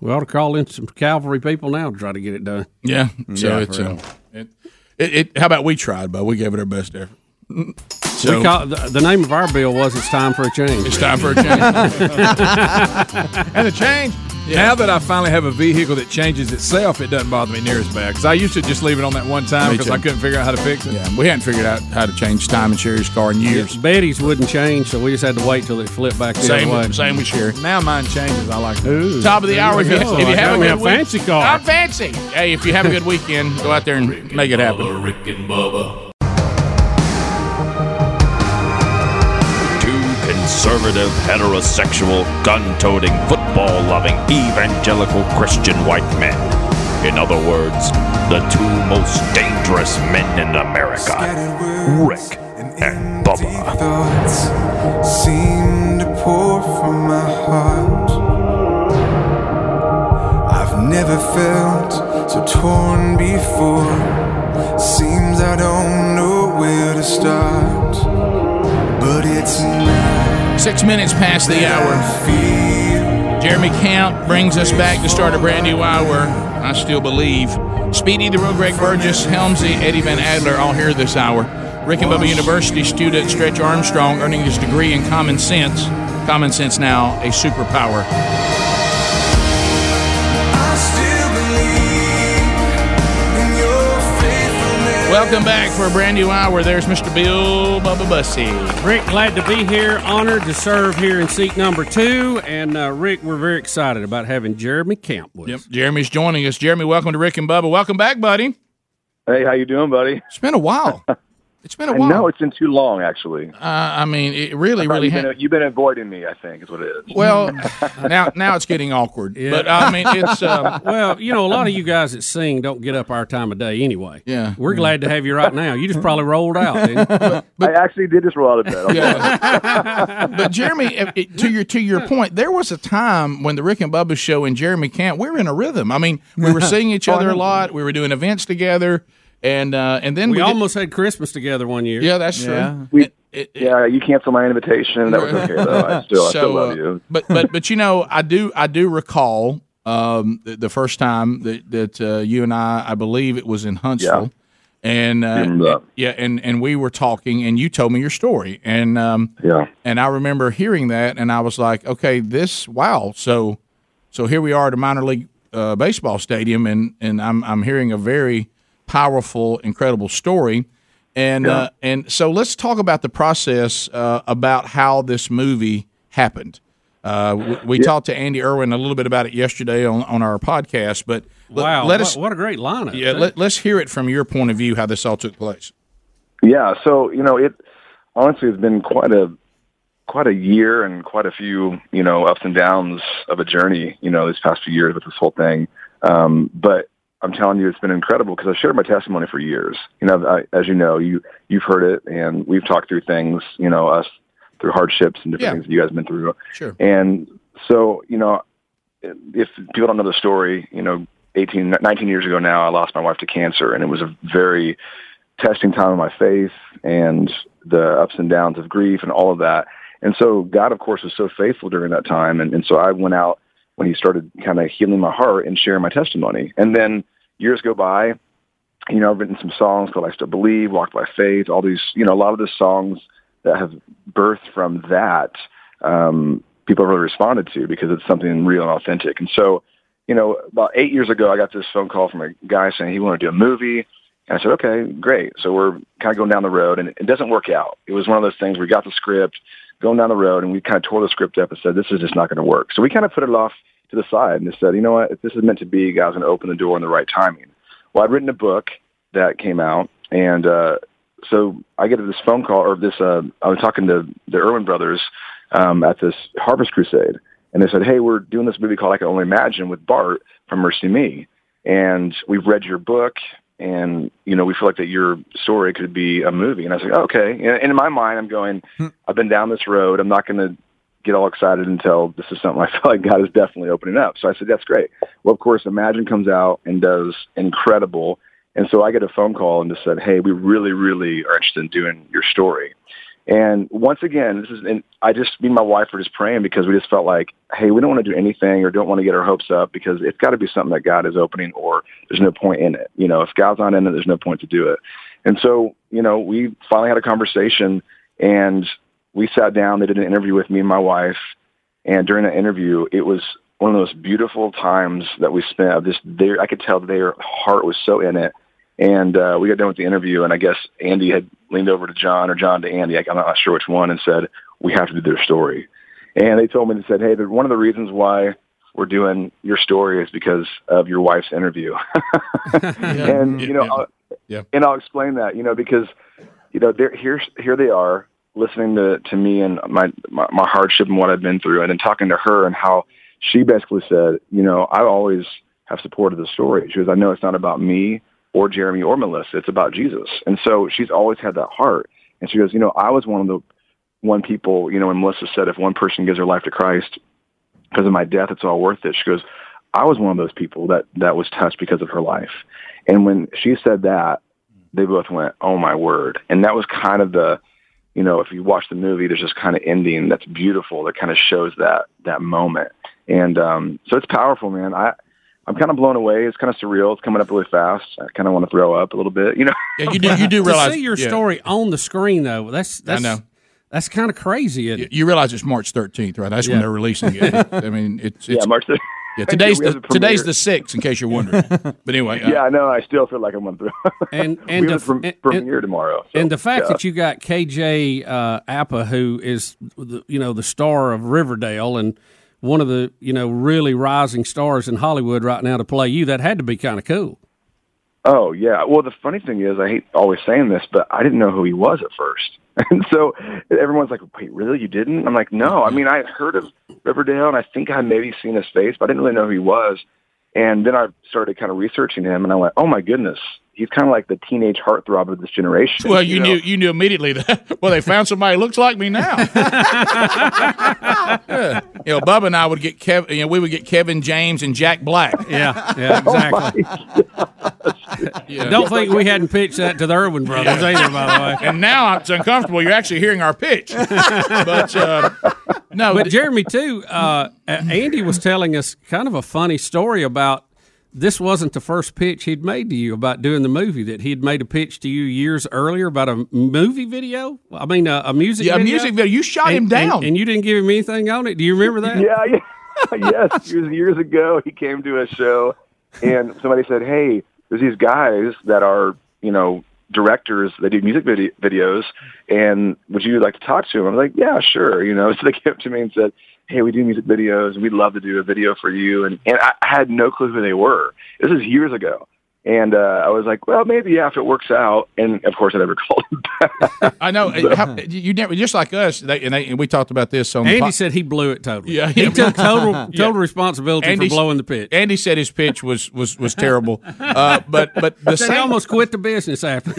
Speaker 4: We ought to call in some cavalry people now to try to get it done.
Speaker 3: Yeah. So it's
Speaker 4: Mm-hmm. for
Speaker 3: uh,
Speaker 4: real.
Speaker 3: it, it, it. How about we tried, but we gave it our best effort.
Speaker 4: we call, the, the name of our bill was "It's time for a change."
Speaker 3: It's time for a
Speaker 7: and the change. Now that I finally have a vehicle that changes itself, it doesn't bother me near as bad. Because I used to just leave it on that one time
Speaker 3: Me
Speaker 7: because
Speaker 3: too.
Speaker 7: I couldn't figure out how to fix it.
Speaker 3: Yeah, we hadn't figured out how to change time and Sherry's car in years.
Speaker 4: Betty's wouldn't change, so we just had to wait till it flipped back the
Speaker 3: Same
Speaker 4: other
Speaker 3: with-
Speaker 4: way.
Speaker 3: same with Sherry.
Speaker 7: Now mine changes. I like
Speaker 4: that.
Speaker 3: Top of the hour. If you, if you have a good week-
Speaker 4: fancy car.
Speaker 3: I'm fancy. Hey, if you have a good weekend, go out there and make it happen.
Speaker 8: Rick and Bubba.
Speaker 13: Two conservative, heterosexual, gun toting, football loving, evangelical Christian white men. In other words, the two most dangerous men in America Rick and Bubba.
Speaker 21: seem to pour from my heart. I've never felt so torn before. Seems I don't know where to start, but it's now.
Speaker 3: Six minutes past the hour. Jeremy Camp brings us back to start a brand new hour. I still believe. Speedy the Real Greg Burgess, Helmsy, Eddie Van Adler, all here this hour. Rick and Bubba University student Stretch Armstrong earning his degree in common sense. Common sense now, a superpower.
Speaker 21: I still believe in your faithfulness.
Speaker 3: Welcome back for a brand new hour. There's Mr. Bill Bubba Bussy.
Speaker 4: Rick, glad to be here. Honored to serve here in seat number two. And uh, Rick, we're very excited about having Jeremy Camp with
Speaker 3: Yep, Jeremy's joining us. Jeremy, welcome to Rick and Bubba. Welcome back, buddy.
Speaker 22: Hey, how you doing, buddy?
Speaker 3: It's been a while. It's been a
Speaker 22: I
Speaker 3: while.
Speaker 22: know it's been too long, actually.
Speaker 3: Uh, I mean, it really,
Speaker 22: I thought
Speaker 3: really.
Speaker 22: you've
Speaker 3: ha-
Speaker 22: been, you've been avoiding me. I think is what it is.
Speaker 3: Well,
Speaker 4: Mm.
Speaker 3: now now it's getting awkward. But I mean, it's uh,
Speaker 4: well, you know, a lot of you guys that sing don't get up our time of day anyway.
Speaker 3: Yeah,
Speaker 4: we're glad to have you right now. You just probably rolled out. didn't you?
Speaker 22: I actually did just roll out of bed. I'll be honest.
Speaker 3: but Jeremy, if it- to your to your point, there was a time when the Rick and Bubba show and Jeremy Camp, we were in a rhythm. I mean, we were seeing each
Speaker 4: Oh, I
Speaker 3: other a
Speaker 4: know.
Speaker 3: lot. We were doing events together, and uh, and then
Speaker 4: we,
Speaker 3: we, did-
Speaker 4: almost had Christmas together one year.
Speaker 3: Yeah, that's true.
Speaker 22: We- yeah, you canceled my invitation. That was okay though. I still, I still
Speaker 3: So, uh,
Speaker 22: love you.
Speaker 3: but but but you know, I do I do recall um, the, the first time that that uh, you and I, I believe it was in Huntsville, and uh, yeah, and and we were talking, and you told me your story, and um,
Speaker 22: Yeah.
Speaker 3: and I remember hearing that, and I was like, okay, this wow, so so here we are at a minor league uh, baseball stadium, and and I'm I'm hearing a very powerful, incredible story. And
Speaker 1: Yeah.
Speaker 3: uh, and so let's talk about the process uh, about how this movie happened. Uh, we we
Speaker 1: Yeah.
Speaker 3: talked to Andy Irwin a little bit about it yesterday on, on our podcast, but let-
Speaker 4: Wow,
Speaker 3: let
Speaker 4: what-
Speaker 3: us
Speaker 4: what, a great lineup!
Speaker 3: yeah,
Speaker 4: too.
Speaker 3: let, let's hear it from your point of view how this all took place.
Speaker 22: Yeah, so you know, it honestly has been quite a quite a year and quite a few you know ups and downs of a journey. You know, these past few years with this whole thing. Um, but I'm telling you, it's been incredible because I've shared my testimony for years. You know, I, as you know, you you've heard it, and we've talked through things. You know, us through hardships and different
Speaker 10: Yeah.
Speaker 22: things that you guys have been through.
Speaker 10: Sure.
Speaker 22: And so, you know, if people don't know the story, you know, 18, 19 years ago now, I lost my wife to cancer, and it was a very testing time in my faith and the ups and downs of grief and all of that. And so, God, of course, was so faithful during that time. And, and so I went out when He started kind of healing my heart and sharing my testimony. And then years go by. You know, I've written some songs called I Still Believe, Walk by Faith, all these, you know, a lot of the songs that have birthed from that um, people have really responded to because it's something real and authentic. And so, you know, about eight years ago, I got this phone call from a guy saying he wanted to do a movie. And I said, okay, great. So we're kind of going down the road, and it doesn't work out. It was one of those things where we got the script, going down the road, and we kind of tore the script up and said, this is just not going to work. So we kind of put it off to the side and just said, you know what? If this is meant to be, God's going to open the door in the right timing. Well, I'd written a book that came out, and uh, so I get this phone call, or this, uh, I was talking to the Irwin brothers um, at this Harvest Crusade, and they said, "Hey, we're doing this movie called I Can Only Imagine with Bart from Mercy Me, and we've read your book, and you know we feel like that your story could be a movie." And I was like, "Oh, "Okay." And in my mind, I'm going, "I've been down this road. I'm not going to get all excited until this is something I feel like God is definitely opening up." So I said, "That's great." Well, of course, Imagine comes out and does incredible. And so I get a phone call and just said, "Hey, we really, really are interested in doing your story." And once again, this is, and I just, me and my wife were just praying because we just felt like, hey, we don't want to do anything or don't want to get our hopes up because it's got to be something that God is opening or there's no point in it. You know, if God's not in it, there's no point to do it. And so, you know, we finally had a conversation and we sat down. They did an interview with me and my wife. And during that interview, it was one of those beautiful times that we spent of just there. I could tell their heart was so in it. And uh, we got done with the interview, and I guess Andy had leaned over to John or John to Andy. I- I'm not sure which one, and said, "We have to do their story." And they told me and said, "Hey, the- one of the reasons why we're doing your story is because of your wife's interview." and you know, I'll,
Speaker 3: Yeah.
Speaker 22: and I'll explain that. You know, because you know, they're, here here they are listening to to me and my, my my hardship and what I've been through, and then talking to her and how she basically said, you know, I always have supported the story. She goes, I know it's not about me or Jeremy or Melissa. It's about Jesus. And so she's always had that heart. And she goes, you know, I was one of the one people, you know, when Melissa said, if one person gives their life to Christ because of my death, it's all worth it. She goes, I was one of those people that, that was touched because of her life. And when she said that, they both went, oh my word. And that was kind of the, you know, if you watch the movie, there's this kind of ending that's beautiful that kind of shows that, that moment. And, um, so it's powerful, man. I, I'm kind of blown away. It's kind of surreal. It's coming up really fast. I kind of want to throw up a little bit, you know?
Speaker 3: Yeah, you do. You do realize
Speaker 4: to see your
Speaker 3: yeah.
Speaker 4: story on the screen though. That's that's
Speaker 3: know.
Speaker 4: that's kind of crazy. Isn't it?
Speaker 3: You realize it's March 13th, right? That's
Speaker 4: Yeah.
Speaker 3: when they're releasing it. I mean, it's, it's
Speaker 22: yeah, March. The,
Speaker 3: Yeah, today's
Speaker 22: We have
Speaker 3: the,
Speaker 22: the
Speaker 3: today's
Speaker 22: premiere.
Speaker 3: the sixth, in case you're wondering. But anyway, uh,
Speaker 22: yeah, I know. I still feel like I'm going through.
Speaker 4: And
Speaker 22: We
Speaker 4: and
Speaker 22: have
Speaker 4: the-
Speaker 22: the pre-
Speaker 4: and-
Speaker 22: premiere tomorrow. so,
Speaker 4: and the fact
Speaker 22: yeah.
Speaker 4: that you got KJ uh, Appa, who is the, you know the star of Riverdale and one of the you know really rising stars in Hollywood right now to play you, that had to be kind of cool.
Speaker 22: Oh yeah. Well, the funny thing is, I hate always saying this, but I didn't know who he was at first, and so everyone's like, "Wait, really? You didn't?" I'm like, "No. I mean, I had heard of Riverdale, and I think I had maybe seen his face, but I didn't really know who he was." And then I started kind of researching him, and I went, "Oh my goodness, he's kind of like the teenage heartthrob of this generation."
Speaker 3: well, you knew you knew immediately that. Well, they found somebody who looks like me now. yeah. You know, Bubba and I would get Kevin. You know, we would get Kevin James and Jack Black. Oh
Speaker 4: Yeah, yeah, exactly. Don't think we hadn't pitched that to the Irwin brothers either, by the way.
Speaker 3: And now it's uncomfortable. You're actually hearing our pitch. But uh, no,
Speaker 4: but Jeremy too. Uh, A- Andy was telling us kind of a funny story about this wasn't the first pitch he'd made to you about doing the movie that he'd made a pitch to you years earlier about a movie video. I mean, a, a music
Speaker 3: Yeah, a
Speaker 4: video.
Speaker 3: music video. You shot him
Speaker 4: And-
Speaker 3: down.
Speaker 4: and, and you didn't give him anything on it. Do you remember that?
Speaker 22: Yeah, yeah. yes, years, years ago, he came to a show, and somebody said, "Hey, there's these guys that are, you know, directors. They do music video- videos, and would you like to talk to them?" I'm like, "Yeah, sure." You know, so they came up to me and said, "Hey, we do music videos. and We'd love to do a video for you." And and I I had no clue who they were. This is years ago. And uh, I was like, well, maybe yeah, if it works out. And of course, I never called him
Speaker 3: I know. uh, how- you never just like us. They, and, they, and we talked about this on.
Speaker 4: Andy
Speaker 3: the po-
Speaker 4: said he blew it totally.
Speaker 3: Yeah,
Speaker 4: he
Speaker 3: yeah.
Speaker 4: took total total
Speaker 3: Yeah.
Speaker 4: responsibility for blowing the pitch.
Speaker 3: Andy said his pitch was was was terrible, uh, but but the
Speaker 4: Said he
Speaker 3: same,
Speaker 4: almost quit the business after.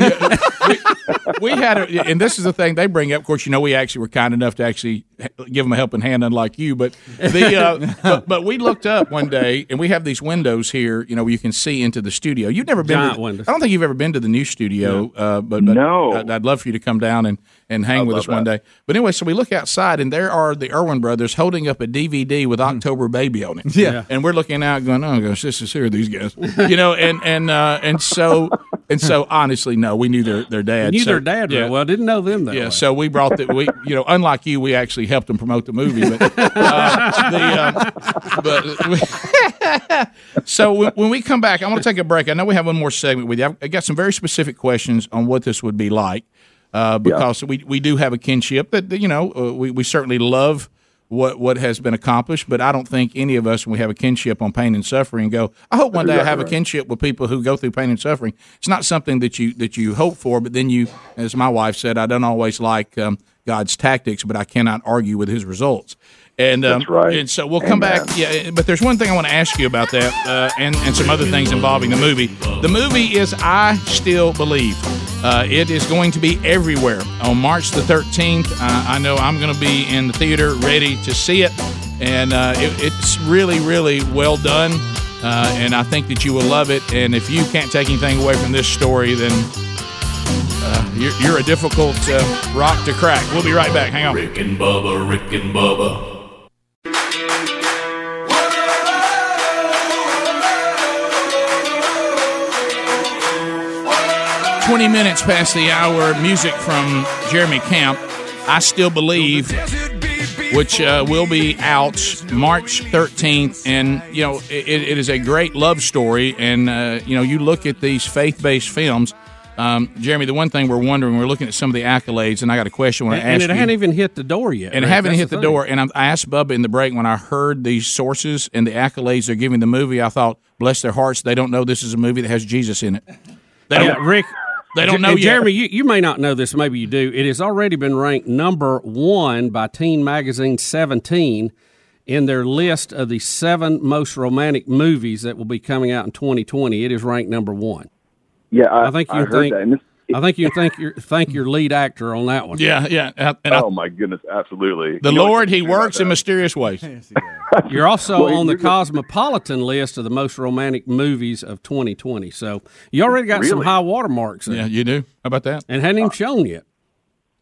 Speaker 3: we had, a, and this is the thing they bring up. Of course, you know we actually were kind enough to actually h- give them a helping hand, unlike you. But the uh, but, but we looked up one day, and we have these windows here. You know, where you can see into the studio. You've never been.
Speaker 4: Giant
Speaker 3: to, Oh,
Speaker 4: windows.
Speaker 3: I don't think you've ever been to the new studio. Uh, but, but no, I'd, I'd love for you to come down and and hang with us one day. But anyway, so we look outside, and there are the Irwin brothers holding up a DVD with
Speaker 4: Hmm.
Speaker 3: October Baby on it.
Speaker 5: Yeah.
Speaker 3: and we're looking out, going, "Oh gosh, this is who are these guys?" You know, and and uh, and so. And so, honestly, no, we knew their, their dad.
Speaker 4: I knew
Speaker 3: so-
Speaker 4: their dad real well. Didn't know them that
Speaker 3: yeah,
Speaker 4: way.
Speaker 3: so we brought the we you know unlike you we actually helped them promote the movie, but uh, the um, but so when, when we come back, I'm going to take a break. I know we have one more segment with you. I've, I got some very specific questions on what this would be like uh, because we we do have a kinship that that, you know uh, we we certainly love. What, what has been accomplished, but I don't think any of us, when we have a kinship on pain and suffering, go. I hope one day I
Speaker 5: Exactly
Speaker 3: have a
Speaker 5: right.
Speaker 3: kinship with people who go through pain and suffering. It's not something that you that you hope for, but then you, as my wife said, I don't always like um, God's tactics, but I cannot argue with His results. And um,
Speaker 5: That's right.
Speaker 3: And so we'll come back. Yeah, but there's one thing I want to ask you about that, uh, and and some other things involving the movie. The movie is I Still Believe. Uh, it is going to be everywhere on March the 13th. Uh, I know I'm going to be in the theater, ready to see it, and uh, it, it's really, really well done. Uh, and I think that you will love it. And if you can't take anything away from this story, then uh, you're, you're a difficult uh, rock to crack. We'll be right back. Hang on.
Speaker 8: Rick and Bubba, Rick and Bubba,
Speaker 3: Twenty minutes past the hour. Music from Jeremy Camp. I still believe, which uh, will be out March 13th, and you know it, it is a great love story. And uh, you know you look at these faith-based films. Um, Jeremy, the one thing we're wondering, we're looking at some of the accolades, and I got a question. I
Speaker 4: and,
Speaker 3: want to
Speaker 4: and
Speaker 3: ask
Speaker 4: it
Speaker 3: you.
Speaker 4: hadn't even hit the door yet.
Speaker 3: and
Speaker 4: Rick.
Speaker 3: haven't
Speaker 4: That's
Speaker 3: hit the
Speaker 4: thing.
Speaker 3: door. And I'm, I asked Bubba in the break when I heard these sources and the accolades they're giving the movie. I thought, bless their hearts, they don't know this is a movie that has Jesus in it. They don't,
Speaker 4: Oh, Yeah, Rick.
Speaker 3: They don't
Speaker 4: Jer-
Speaker 3: know
Speaker 4: and
Speaker 3: yet.
Speaker 4: Jeremy, you, you may not know this. Maybe you do. It has already been ranked number one by Teen Magazine 17 in their list of the seven most romantic movies that will be coming out in 2020. It is ranked number one.
Speaker 22: Yeah, I,
Speaker 4: I think you
Speaker 22: I
Speaker 4: can
Speaker 22: heard
Speaker 4: think.
Speaker 22: that. And this,
Speaker 4: I think you thank your thank your lead actor on that one.
Speaker 3: Yeah, yeah.
Speaker 22: oh my goodness, absolutely.
Speaker 4: The
Speaker 22: You know
Speaker 4: Lord-
Speaker 3: Lord, he works in mysterious ways.
Speaker 4: You're also
Speaker 3: Well,
Speaker 4: on the
Speaker 3: you're-
Speaker 4: cosmopolitan list of the most romantic movies of 2020. So you already got some
Speaker 22: Really?
Speaker 4: high watermarks.
Speaker 3: Yeah, you do. How about that?
Speaker 4: And hadn't even shown yet.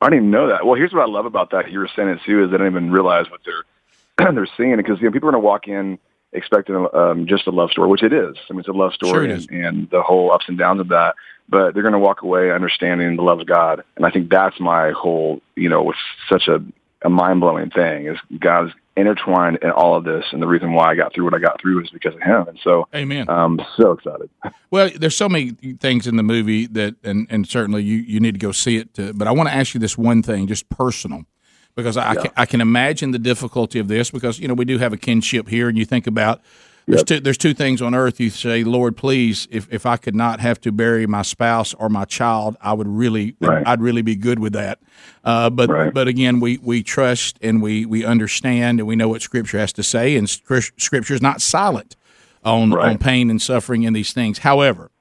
Speaker 22: I didn't even know that. Well, here's what I love about that. You were saying it too is they don't even realize what they're they're seeing because you know people are going to walk in expecting um, just a love story, which it is. I mean, it's a love story
Speaker 3: Sure it is.
Speaker 22: and, and the whole ups and downs of that. But they're going to walk away understanding the love of God, and I think that's my whole you know what's such a a mind blowing thing is God's intertwined in all of this, and the reason why I got through what I got through is because of Him. And so,
Speaker 3: Amen.
Speaker 22: I'm so excited.
Speaker 3: Well, there's so many things in the movie that, and, and certainly you, you need to go see it. To, but I want to ask you this one thing, just personal, because I, I, can, I can imagine the difficulty of this because, you know, we do have a kinship here, and you think about there's, two, there's two things on earth you say, Lord, please, if, if I could not have to bury my spouse or my child, I would really, I'd really be good with that. Uh, but, but again, we, we trust and we, we understand and we know what Scripture has to say, and Scripture is not silent on, on pain and suffering and these things. However,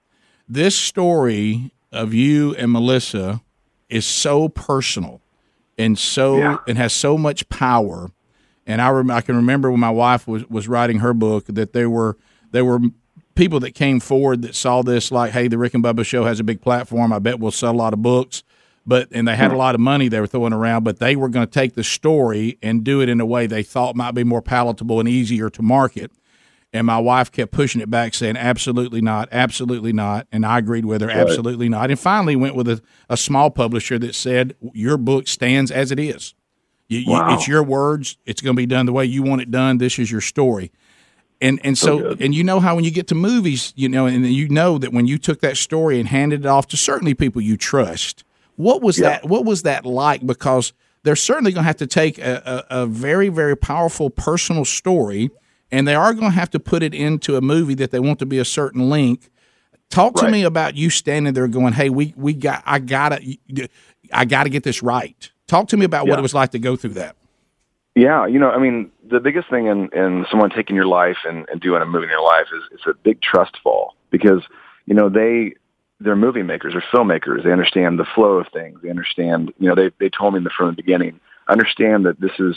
Speaker 3: this story of you and Melissa is so personal and so
Speaker 5: Yeah.
Speaker 3: and has so much power. And I rem- I can remember when my wife was, was writing her book that there were there were people that came forward that saw this like, hey, the Rick and Bubba show has a big platform. I bet we'll sell a lot of books. But and they had a lot of money they were throwing around, but they were going to take the story and do it in a way they thought might be more palatable and easier to market. And my wife kept pushing it back, saying, absolutely not, absolutely not. And I agreed with her,
Speaker 5: Right.
Speaker 3: absolutely not. And finally went with a, a small publisher that said, your book stands as it is. You, you,
Speaker 22: Wow.
Speaker 3: It's your words. It's going to be done the way you want it done. This is your story. And and so and you know how when you get to movies, you know, and you know that when you took that story and handed it off to certainly people you trust, what was that? What was that like? Because they're certainly going to have to take a, a, a very very powerful personal story, and they are going to have to put it into a movie that they want to be a certain length. Talk to me about you standing there going, "Hey, we we got I gotta I gotta get this right." Talk to me about what
Speaker 22: Yeah.
Speaker 3: it was like to go through that.
Speaker 22: Yeah, you know, I mean, the biggest thing in, in someone taking your life and, and doing a movie in your life is it's a big trust fall because you know they they're movie makers, they're filmmakers, they understand the flow of things, they understand you know they they told me in the, from the beginning understand that this is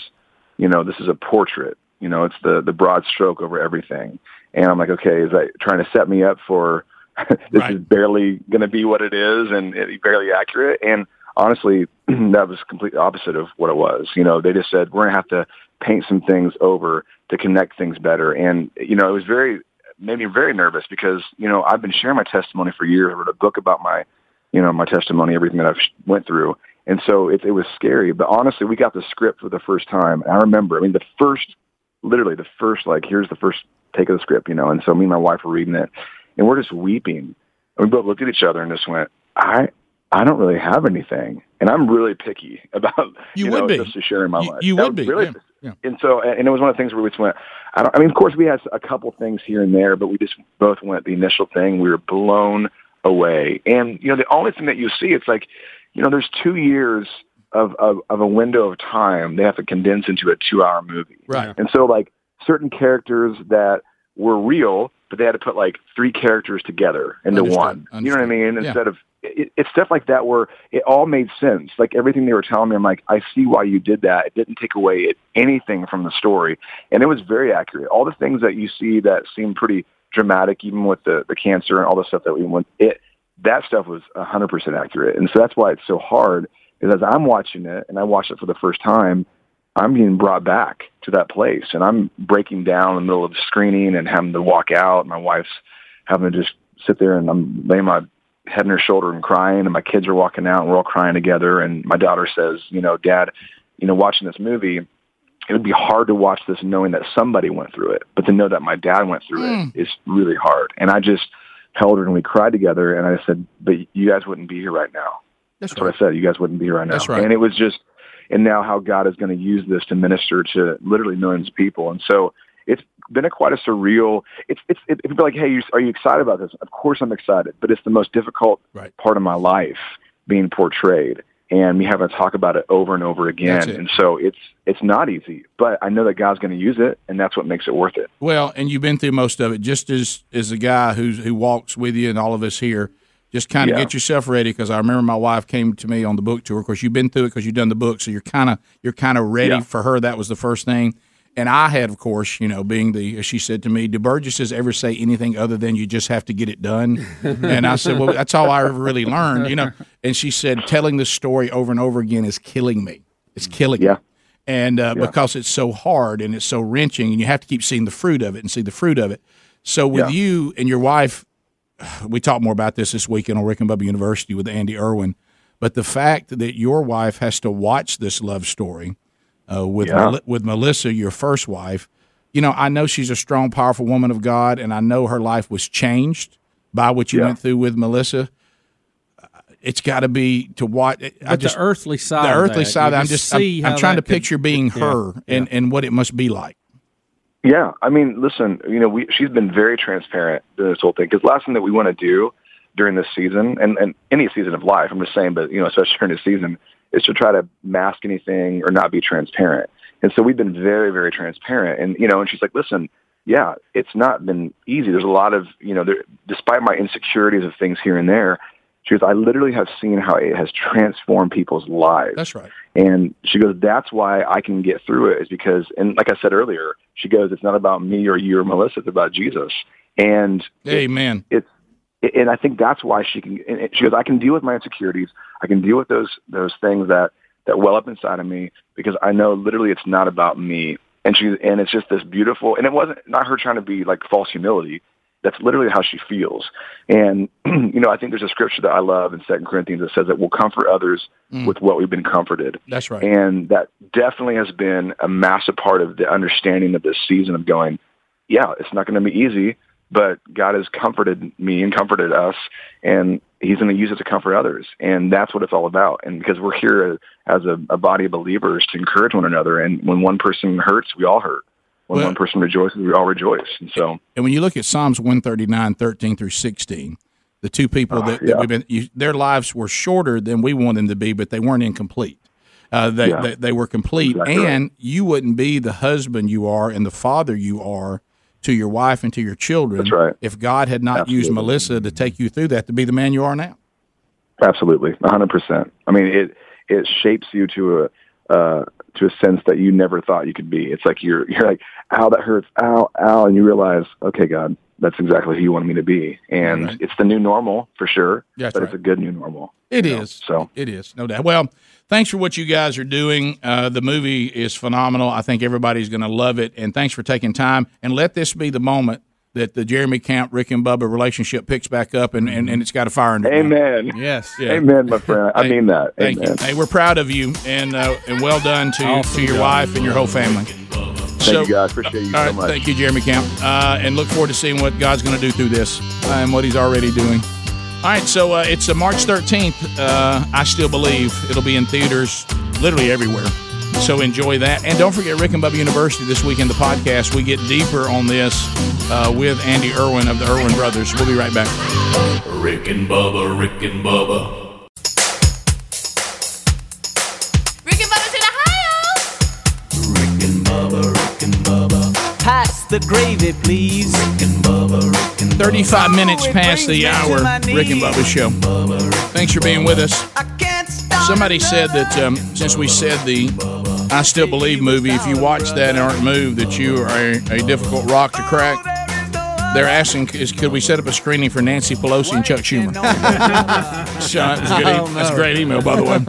Speaker 22: you know this is a portrait, you know it's the the broad stroke over everything, and I'm like okay, is that trying to set me up for this is barely going to be what it is and it, barely accurate and honestly, that was completely opposite of what it was. You know, they just said we're going to have to paint some things over to connect things better, and you know, it was very made me very nervous because you know I've been sharing my testimony for years. I wrote a book about my, you know, my testimony, everything that I've sh- went through, and so it, it was scary. But honestly, we got the script for the first time. And I remember, I mean, the first, literally the first, like here's the first take of the script, you know. And so me and my wife were reading it, and we're just weeping. And we both looked at each other and just went, I. I don't really have anything, and I'm really picky about
Speaker 3: You
Speaker 22: you,
Speaker 3: would
Speaker 22: know,
Speaker 3: be.
Speaker 22: just to share in my
Speaker 3: You-
Speaker 22: life.
Speaker 3: you
Speaker 22: That
Speaker 3: would
Speaker 22: was
Speaker 3: be,
Speaker 22: really
Speaker 3: yeah.
Speaker 22: and so, and it was one of the things where we just went, I don't, I mean, of course we had a couple things here and there, but we just both went the initial thing. We were blown away. And, you know, the only thing that you see, it's like, you know, there's two years of, of, of a window of time they have to condense into a two hour movie.
Speaker 3: Right.
Speaker 22: And so like certain characters that were real, but they had to put like three characters together into
Speaker 1: Understood.
Speaker 22: one. You know what I mean?
Speaker 1: Yeah.
Speaker 22: Instead of it, it's stuff like that where it all made sense. Like everything they were telling me, I'm like, I see why you did that. It didn't take away it, anything from the story, and it was very accurate. All the things that you see that seem pretty dramatic, even with the the cancer and all the stuff that we went, it that stuff was 100 percent accurate, and so that's why it's so hard. Is as I'm watching it, and I watched it for the first time, I'm being brought back to that place and I'm breaking down in the middle of the screening and having to walk out. My wife's having to just sit there and I'm laying my head on her shoulder and crying and my kids are walking out and we're all crying together. And my daughter says, you know, dad, you know, watching this movie, it would be hard to watch this knowing that somebody went through it, but to know that my dad went through
Speaker 1: Mm.
Speaker 22: it is really hard. And I just held her and we cried together. And I said, but you guys wouldn't be here right now.
Speaker 3: That's,
Speaker 22: what I said. You guys wouldn't be here right now.
Speaker 1: That's right.
Speaker 22: And it was just, and now how God is going to use this to minister to literally millions of people. And so it's been a quite a surreal. It's it's it, people are like, hey, you, are you excited about this? Of course I'm excited, but it's the most difficult part of my life being portrayed, and me having to talk about it over and over
Speaker 3: That's
Speaker 22: again.
Speaker 3: it.
Speaker 22: And so it's it's not easy, but I know that God's going to use it, and that's what makes it worth it.
Speaker 3: Well, and you've been through most of it, just as as a guy who's who walks with you and all of us here. Just kind of
Speaker 22: Yeah.
Speaker 3: get yourself ready because I remember my wife came to me on the book tour. Of course, you've been through it because you've done the book, so you're kind of you're kind of ready
Speaker 22: Yeah.
Speaker 3: for her. That was the first thing, and I had, of course, you know, being the as she said to me, "Do Burgesses ever say anything other than you just have to get it done?" and I said, "Well, that's all I ever really learned," you know. And she said, "Telling this story over and over again is killing me. It's killing me." and uh,
Speaker 1: Yeah.
Speaker 3: because it's so hard and it's so wrenching, and you have to keep seeing the fruit of it and see the fruit of it. So with
Speaker 1: Yeah.
Speaker 3: you and your wife, we talked more about this this weekend on Rick and Bubba University with Andy Irwin. But the fact that your wife has to watch this love story uh, with
Speaker 1: Yeah.
Speaker 3: Mel- with Melissa, your first wife, you know, I know she's a strong, powerful woman of God, and I know her life was changed by what you
Speaker 4: Yeah.
Speaker 3: went through with Melissa. It's got to be to watch. I
Speaker 4: But the
Speaker 3: just
Speaker 4: earthly side
Speaker 3: The
Speaker 4: of
Speaker 3: earthly
Speaker 4: that,
Speaker 3: side.
Speaker 4: you
Speaker 3: I'm
Speaker 4: just
Speaker 3: just. I'm-
Speaker 4: see
Speaker 3: I'm,
Speaker 4: how
Speaker 3: trying to
Speaker 4: that could-
Speaker 3: picture being
Speaker 4: yeah,
Speaker 3: her and and what it must be like.
Speaker 22: Yeah, I mean, listen, you know, we she's been very transparent through this whole thing because last thing that we want to do during this season and, and any season of life, I'm just saying, but you know, especially during this season, is to try to mask anything or not be transparent. And so we've been very, very transparent. And you know, and she's like, listen, yeah, it's not been easy. There's a lot of you know, there, despite my insecurities of things here and there, she goes, I literally have seen how it has transformed people's lives.
Speaker 3: That's right.
Speaker 22: And she goes, that's why I can get through it is because, and like I said earlier, she goes, it's not about me or you or Melissa, it's about Jesus. And
Speaker 3: Amen.
Speaker 22: it's, and I think that's why she can, and and she goes, I can deal with my insecurities. I can deal with those, those things that, that well up inside of me because I know literally it's not about me. And she, and it's just this beautiful, and it wasn't not her trying to be like false humility that's literally how she feels. And you know, I think there's a scripture that I love in Second Corinthians that says that we'll comfort others
Speaker 3: Mm.
Speaker 22: with what we've been comforted.
Speaker 3: That's right.
Speaker 22: And that definitely has been a massive part of the understanding of this season of going, yeah, it's not going to be easy, but God has comforted me and comforted us, and He's going to use it to comfort others. And that's what it's all about. And because we're here as a, a body of believers to encourage one another, and when one person hurts, we all hurt. When
Speaker 3: Well-
Speaker 22: one person rejoices, we all rejoice. And so,
Speaker 3: And when you look at Psalms 139, 13 through 16, the two people that, that
Speaker 22: Uh, yeah.
Speaker 3: we've been, you, their lives were shorter than we want them to be, but they weren't incomplete. Uh, they,
Speaker 22: Yeah.
Speaker 3: they, they were complete.
Speaker 22: Exactly right.
Speaker 3: and you wouldn't be the husband you are and the father you are to your wife and to your children
Speaker 22: That's right.
Speaker 3: if God had not used
Speaker 22: Absolutely.
Speaker 3: Melissa to take you through that to be the man you are now.
Speaker 22: Absolutely, a hundred percent. I mean, it it shapes you to a uh, to a sense that you never thought you could be. It's like you're you're like, ow, that hurts, ow, ow, and you realize, okay, God, that's exactly who you wanted me to be, and it's the new normal for sure.
Speaker 3: That's
Speaker 22: but
Speaker 3: right.
Speaker 22: it's a good new normal.
Speaker 3: It is.
Speaker 22: So
Speaker 3: It is, no doubt. Well, thanks for what you guys are doing. Uh, the movie is phenomenal. I think everybody's going to love it. And thanks for taking time. And let this be the moment that the Jeremy Camp, Rick and Bubba relationship picks back up and, and, and it's got a fire under it.
Speaker 22: Amen.
Speaker 3: Yes.
Speaker 22: Amen, my friend. I
Speaker 3: Hey,
Speaker 22: mean that.
Speaker 3: Thank
Speaker 22: Amen.
Speaker 3: you. Hey, we're proud of you and uh, and well done to, to your wife and your whole family.
Speaker 22: Thank you guys. Appreciate you
Speaker 3: All
Speaker 22: so
Speaker 3: right,
Speaker 22: much.
Speaker 3: thank you, Jeremy Camp, uh, and look forward to seeing what God's going to do through this uh, and what He's already doing. All right, so uh, it's uh, March 13th. Uh, I still believe it'll be in theaters, literally everywhere. So enjoy that, and don't forget Rick and Bubba University this weekend. The podcast we get deeper on this uh, with Andy Irwin of the Irwin Brothers. We'll be right back.
Speaker 8: Rick and Bubba, Rick and Bubba.
Speaker 2: Rick and Bubba's in Ohio.
Speaker 9: Pass the gravy, please.
Speaker 3: 35 minutes past the
Speaker 9: brings me
Speaker 3: hour,
Speaker 9: to my
Speaker 3: Rick and Bubba Show. Thanks for being with us. Somebody said that um, since we said the I Still Believe movie, if you watch that and aren't moved, that you are a, a difficult rock to crack. They're asking, is, could we set up a screening for Nancy Pelosi and Chuck Schumer? so, that's, a good, e-
Speaker 7: Oh, no.
Speaker 3: that's a great email, by the way.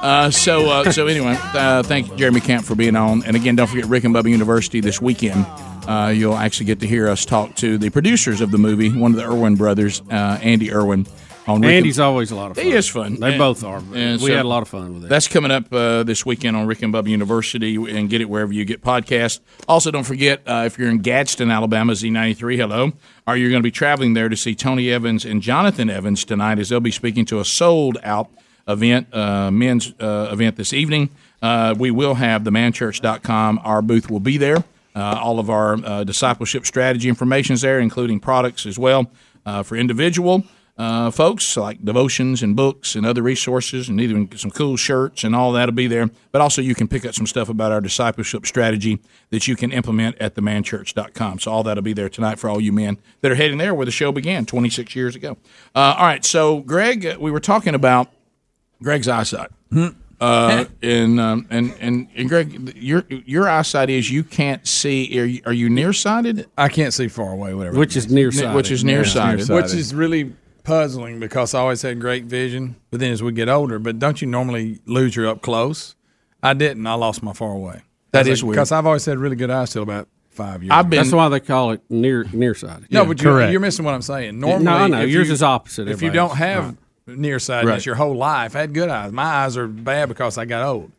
Speaker 3: Uh, so, uh, so anyway, uh, thank you, Jeremy Camp, for being on. And again, don't forget Rick and Bubba University this weekend. Uh, you'll actually get to hear us talk to the producers of the movie, one of the Irwin brothers, uh, Andy Irwin. On Rick and-
Speaker 4: Andy's always a lot of fun.
Speaker 3: He is fun.
Speaker 4: They
Speaker 3: And-
Speaker 4: both are.
Speaker 3: and
Speaker 4: we
Speaker 3: so-
Speaker 4: had a lot of fun with it.
Speaker 3: That's coming up uh, this weekend on Rick and Bubba University, and get it wherever you get podcasts. Also, don't forget uh, if you're in Gadsden, Alabama, Z93, hello, or you're going to be traveling there to see Tony Evans and Jonathan Evans tonight as they'll be speaking to a sold out event, uh, men's uh, event this evening. Uh, we will have themanchurch.com. Our booth will be there. Uh, all of our uh, discipleship strategy information is there, including products as well uh, for individual uh, folks, like devotions and books and other resources, and even some cool shirts and all that'll be there. But also, you can pick up some stuff about our discipleship strategy that you can implement at themanchurch.com. So, all that'll be there tonight for all you men that are heading there where the show began 26 years ago. Uh, all right. So, Greg, uh, we were talking about Greg's eyesight. Uh, and, um, and and and Greg, your your eyesight is you can't see. Are you, are you nearsighted?
Speaker 7: I can't see far away, whatever.
Speaker 4: Which is nearsighted.
Speaker 3: Which is nearsighted.
Speaker 7: Which is really puzzling because I always had great vision, but then as we get older, but don't you normally lose your up close? I didn't. I lost my far away.
Speaker 3: That is weird.
Speaker 7: Because I've always had really good eyes till about five years. ago.
Speaker 4: That's why they call it near nearsighted.
Speaker 7: No, but you're, you're missing what I'm saying. Normally,
Speaker 4: no, no,
Speaker 7: if
Speaker 4: yours
Speaker 7: you-
Speaker 4: is opposite.
Speaker 7: If you
Speaker 4: everybody's.
Speaker 7: don't have nearsightedness
Speaker 4: Right.
Speaker 7: your whole life, I had good eyes. My eyes are bad because I got old.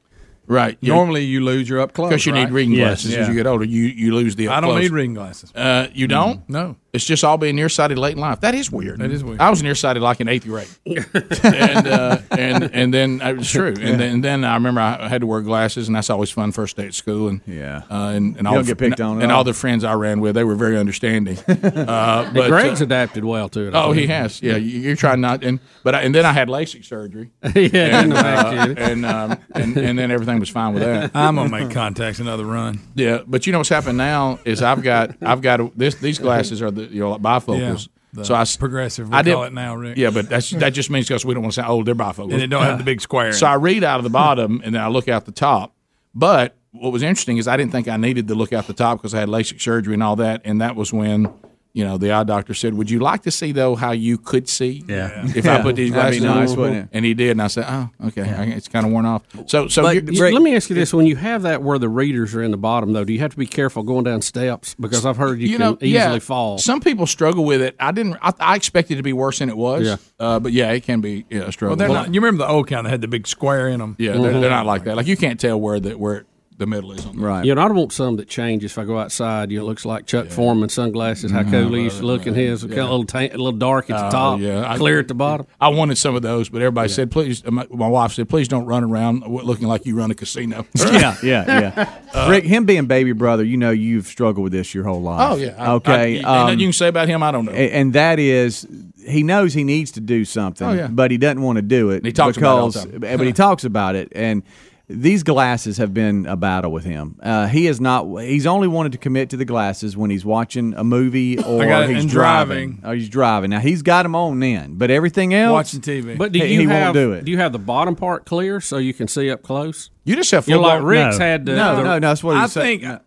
Speaker 3: Right.
Speaker 7: Normally, you lose your up close
Speaker 3: because you
Speaker 7: right?
Speaker 3: need reading
Speaker 7: Yes.
Speaker 3: glasses as
Speaker 7: Yeah.
Speaker 3: you get older. You you lose the. Up
Speaker 7: I don't
Speaker 3: close.
Speaker 7: need reading glasses.
Speaker 3: Uh, you don't?
Speaker 7: No.
Speaker 3: It's just all being nearsighted late in life. That is weird.
Speaker 7: That is weird.
Speaker 3: I was nearsighted like in eighth grade, and uh, and and then it was true. And,
Speaker 7: Yeah.
Speaker 3: then, and then I remember I had to wear glasses, and that's always fun first day at school. And yeah, uh, and, and
Speaker 5: You
Speaker 3: all
Speaker 5: don't
Speaker 3: the-
Speaker 5: get picked on at
Speaker 3: and
Speaker 5: all.
Speaker 3: all the friends I ran with, they were very understanding. Uh,
Speaker 4: And
Speaker 3: but
Speaker 4: Greg's
Speaker 3: uh,
Speaker 4: adapted well to it. I
Speaker 3: Oh,
Speaker 4: think.
Speaker 3: he has. Yeah, you- you're trying not. And but I, and then I had LASIK surgery.
Speaker 4: Yeah,
Speaker 3: and,
Speaker 4: no,
Speaker 3: uh,
Speaker 4: actually.
Speaker 3: and, um, and and then everything was fine with that.
Speaker 7: I'm gonna make contacts another run.
Speaker 3: Yeah, but you know what's happened now is I've got I've got a, this these glasses are the you know like bifocals.
Speaker 7: Yeah, the
Speaker 3: so I s-
Speaker 7: progressive, we
Speaker 3: I did-
Speaker 7: call it now, Rick.
Speaker 3: Yeah, but that's that just means because we don't want to say oh they're bifocals
Speaker 7: And they don't have the big square in
Speaker 3: So
Speaker 7: it.
Speaker 3: I read out of the bottom and then I look out the top. But what was interesting is I didn't think I needed to look out the top because I had LASIK surgery and all that, and that was when you know, the eye doctor said, "Would you like to see though how you could see?
Speaker 5: Yeah.
Speaker 3: If
Speaker 5: Yeah.
Speaker 3: I put these
Speaker 5: That'd be
Speaker 3: glasses
Speaker 5: nice,
Speaker 3: on,
Speaker 5: wouldn't it?
Speaker 3: and he did, and I said, "Oh, okay, I- it's kind of worn off." So, so
Speaker 4: You- you- let me ask you this: When you have that where the readers are in the bottom, though, do you have to be careful going down steps? Because I've heard you, can easily
Speaker 3: yeah,
Speaker 4: fall.
Speaker 3: Some people struggle with it. I didn't. I, I expected it to be worse than it was.
Speaker 4: Yeah.
Speaker 3: Uh, but yeah, it can be yeah, a
Speaker 7: Well,
Speaker 3: struggle.
Speaker 7: they're not. You remember the old kind that had the big square in them?
Speaker 3: yeah, they're, they're not like that. Like you can't tell where the where the middle is on.
Speaker 4: Mm-hmm. Right. You know, I want some that changes. If I go outside, you know, it looks like Chuck Foreman sunglasses.
Speaker 5: Mm-hmm.
Speaker 4: How cool he used to look in his. Kind of little, tan- a little dark at the
Speaker 3: Oh,
Speaker 4: top,
Speaker 3: yeah. I-
Speaker 4: clear at the bottom.
Speaker 3: I wanted some of those, but everybody said, "Please." uh, My, my wife said, "Please don't run around w- looking like you run a casino." Uh,
Speaker 5: Rick, him being baby brother, you know you've struggled with this your whole life.
Speaker 3: Oh yeah. I-
Speaker 5: okay.
Speaker 3: I,
Speaker 5: um,
Speaker 3: and you can say about him, I don't know.
Speaker 5: a- and that is he knows he needs to do something,
Speaker 3: Oh, yeah.
Speaker 5: but he doesn't want to do it.
Speaker 3: He talks about it all
Speaker 5: because,
Speaker 3: the time.
Speaker 5: but he talks about it, and these glasses have been a battle with him. Uh, he is not. He's only wanted to commit to the glasses when he's watching a movie or
Speaker 7: got it,
Speaker 5: he's
Speaker 7: and
Speaker 5: driving. Or he's driving. Now he's got them on then, but everything else
Speaker 7: Watching TV.
Speaker 4: But do
Speaker 5: he,
Speaker 4: you
Speaker 5: he
Speaker 4: have,
Speaker 5: won't do it.
Speaker 4: Do you have the bottom part clear so you can see up close?
Speaker 3: You just have
Speaker 4: you know, like
Speaker 7: football-
Speaker 4: Rick's
Speaker 7: No.
Speaker 4: had. The,
Speaker 7: No,
Speaker 4: the-
Speaker 7: no, no, that's what he
Speaker 4: I
Speaker 7: said.
Speaker 4: think.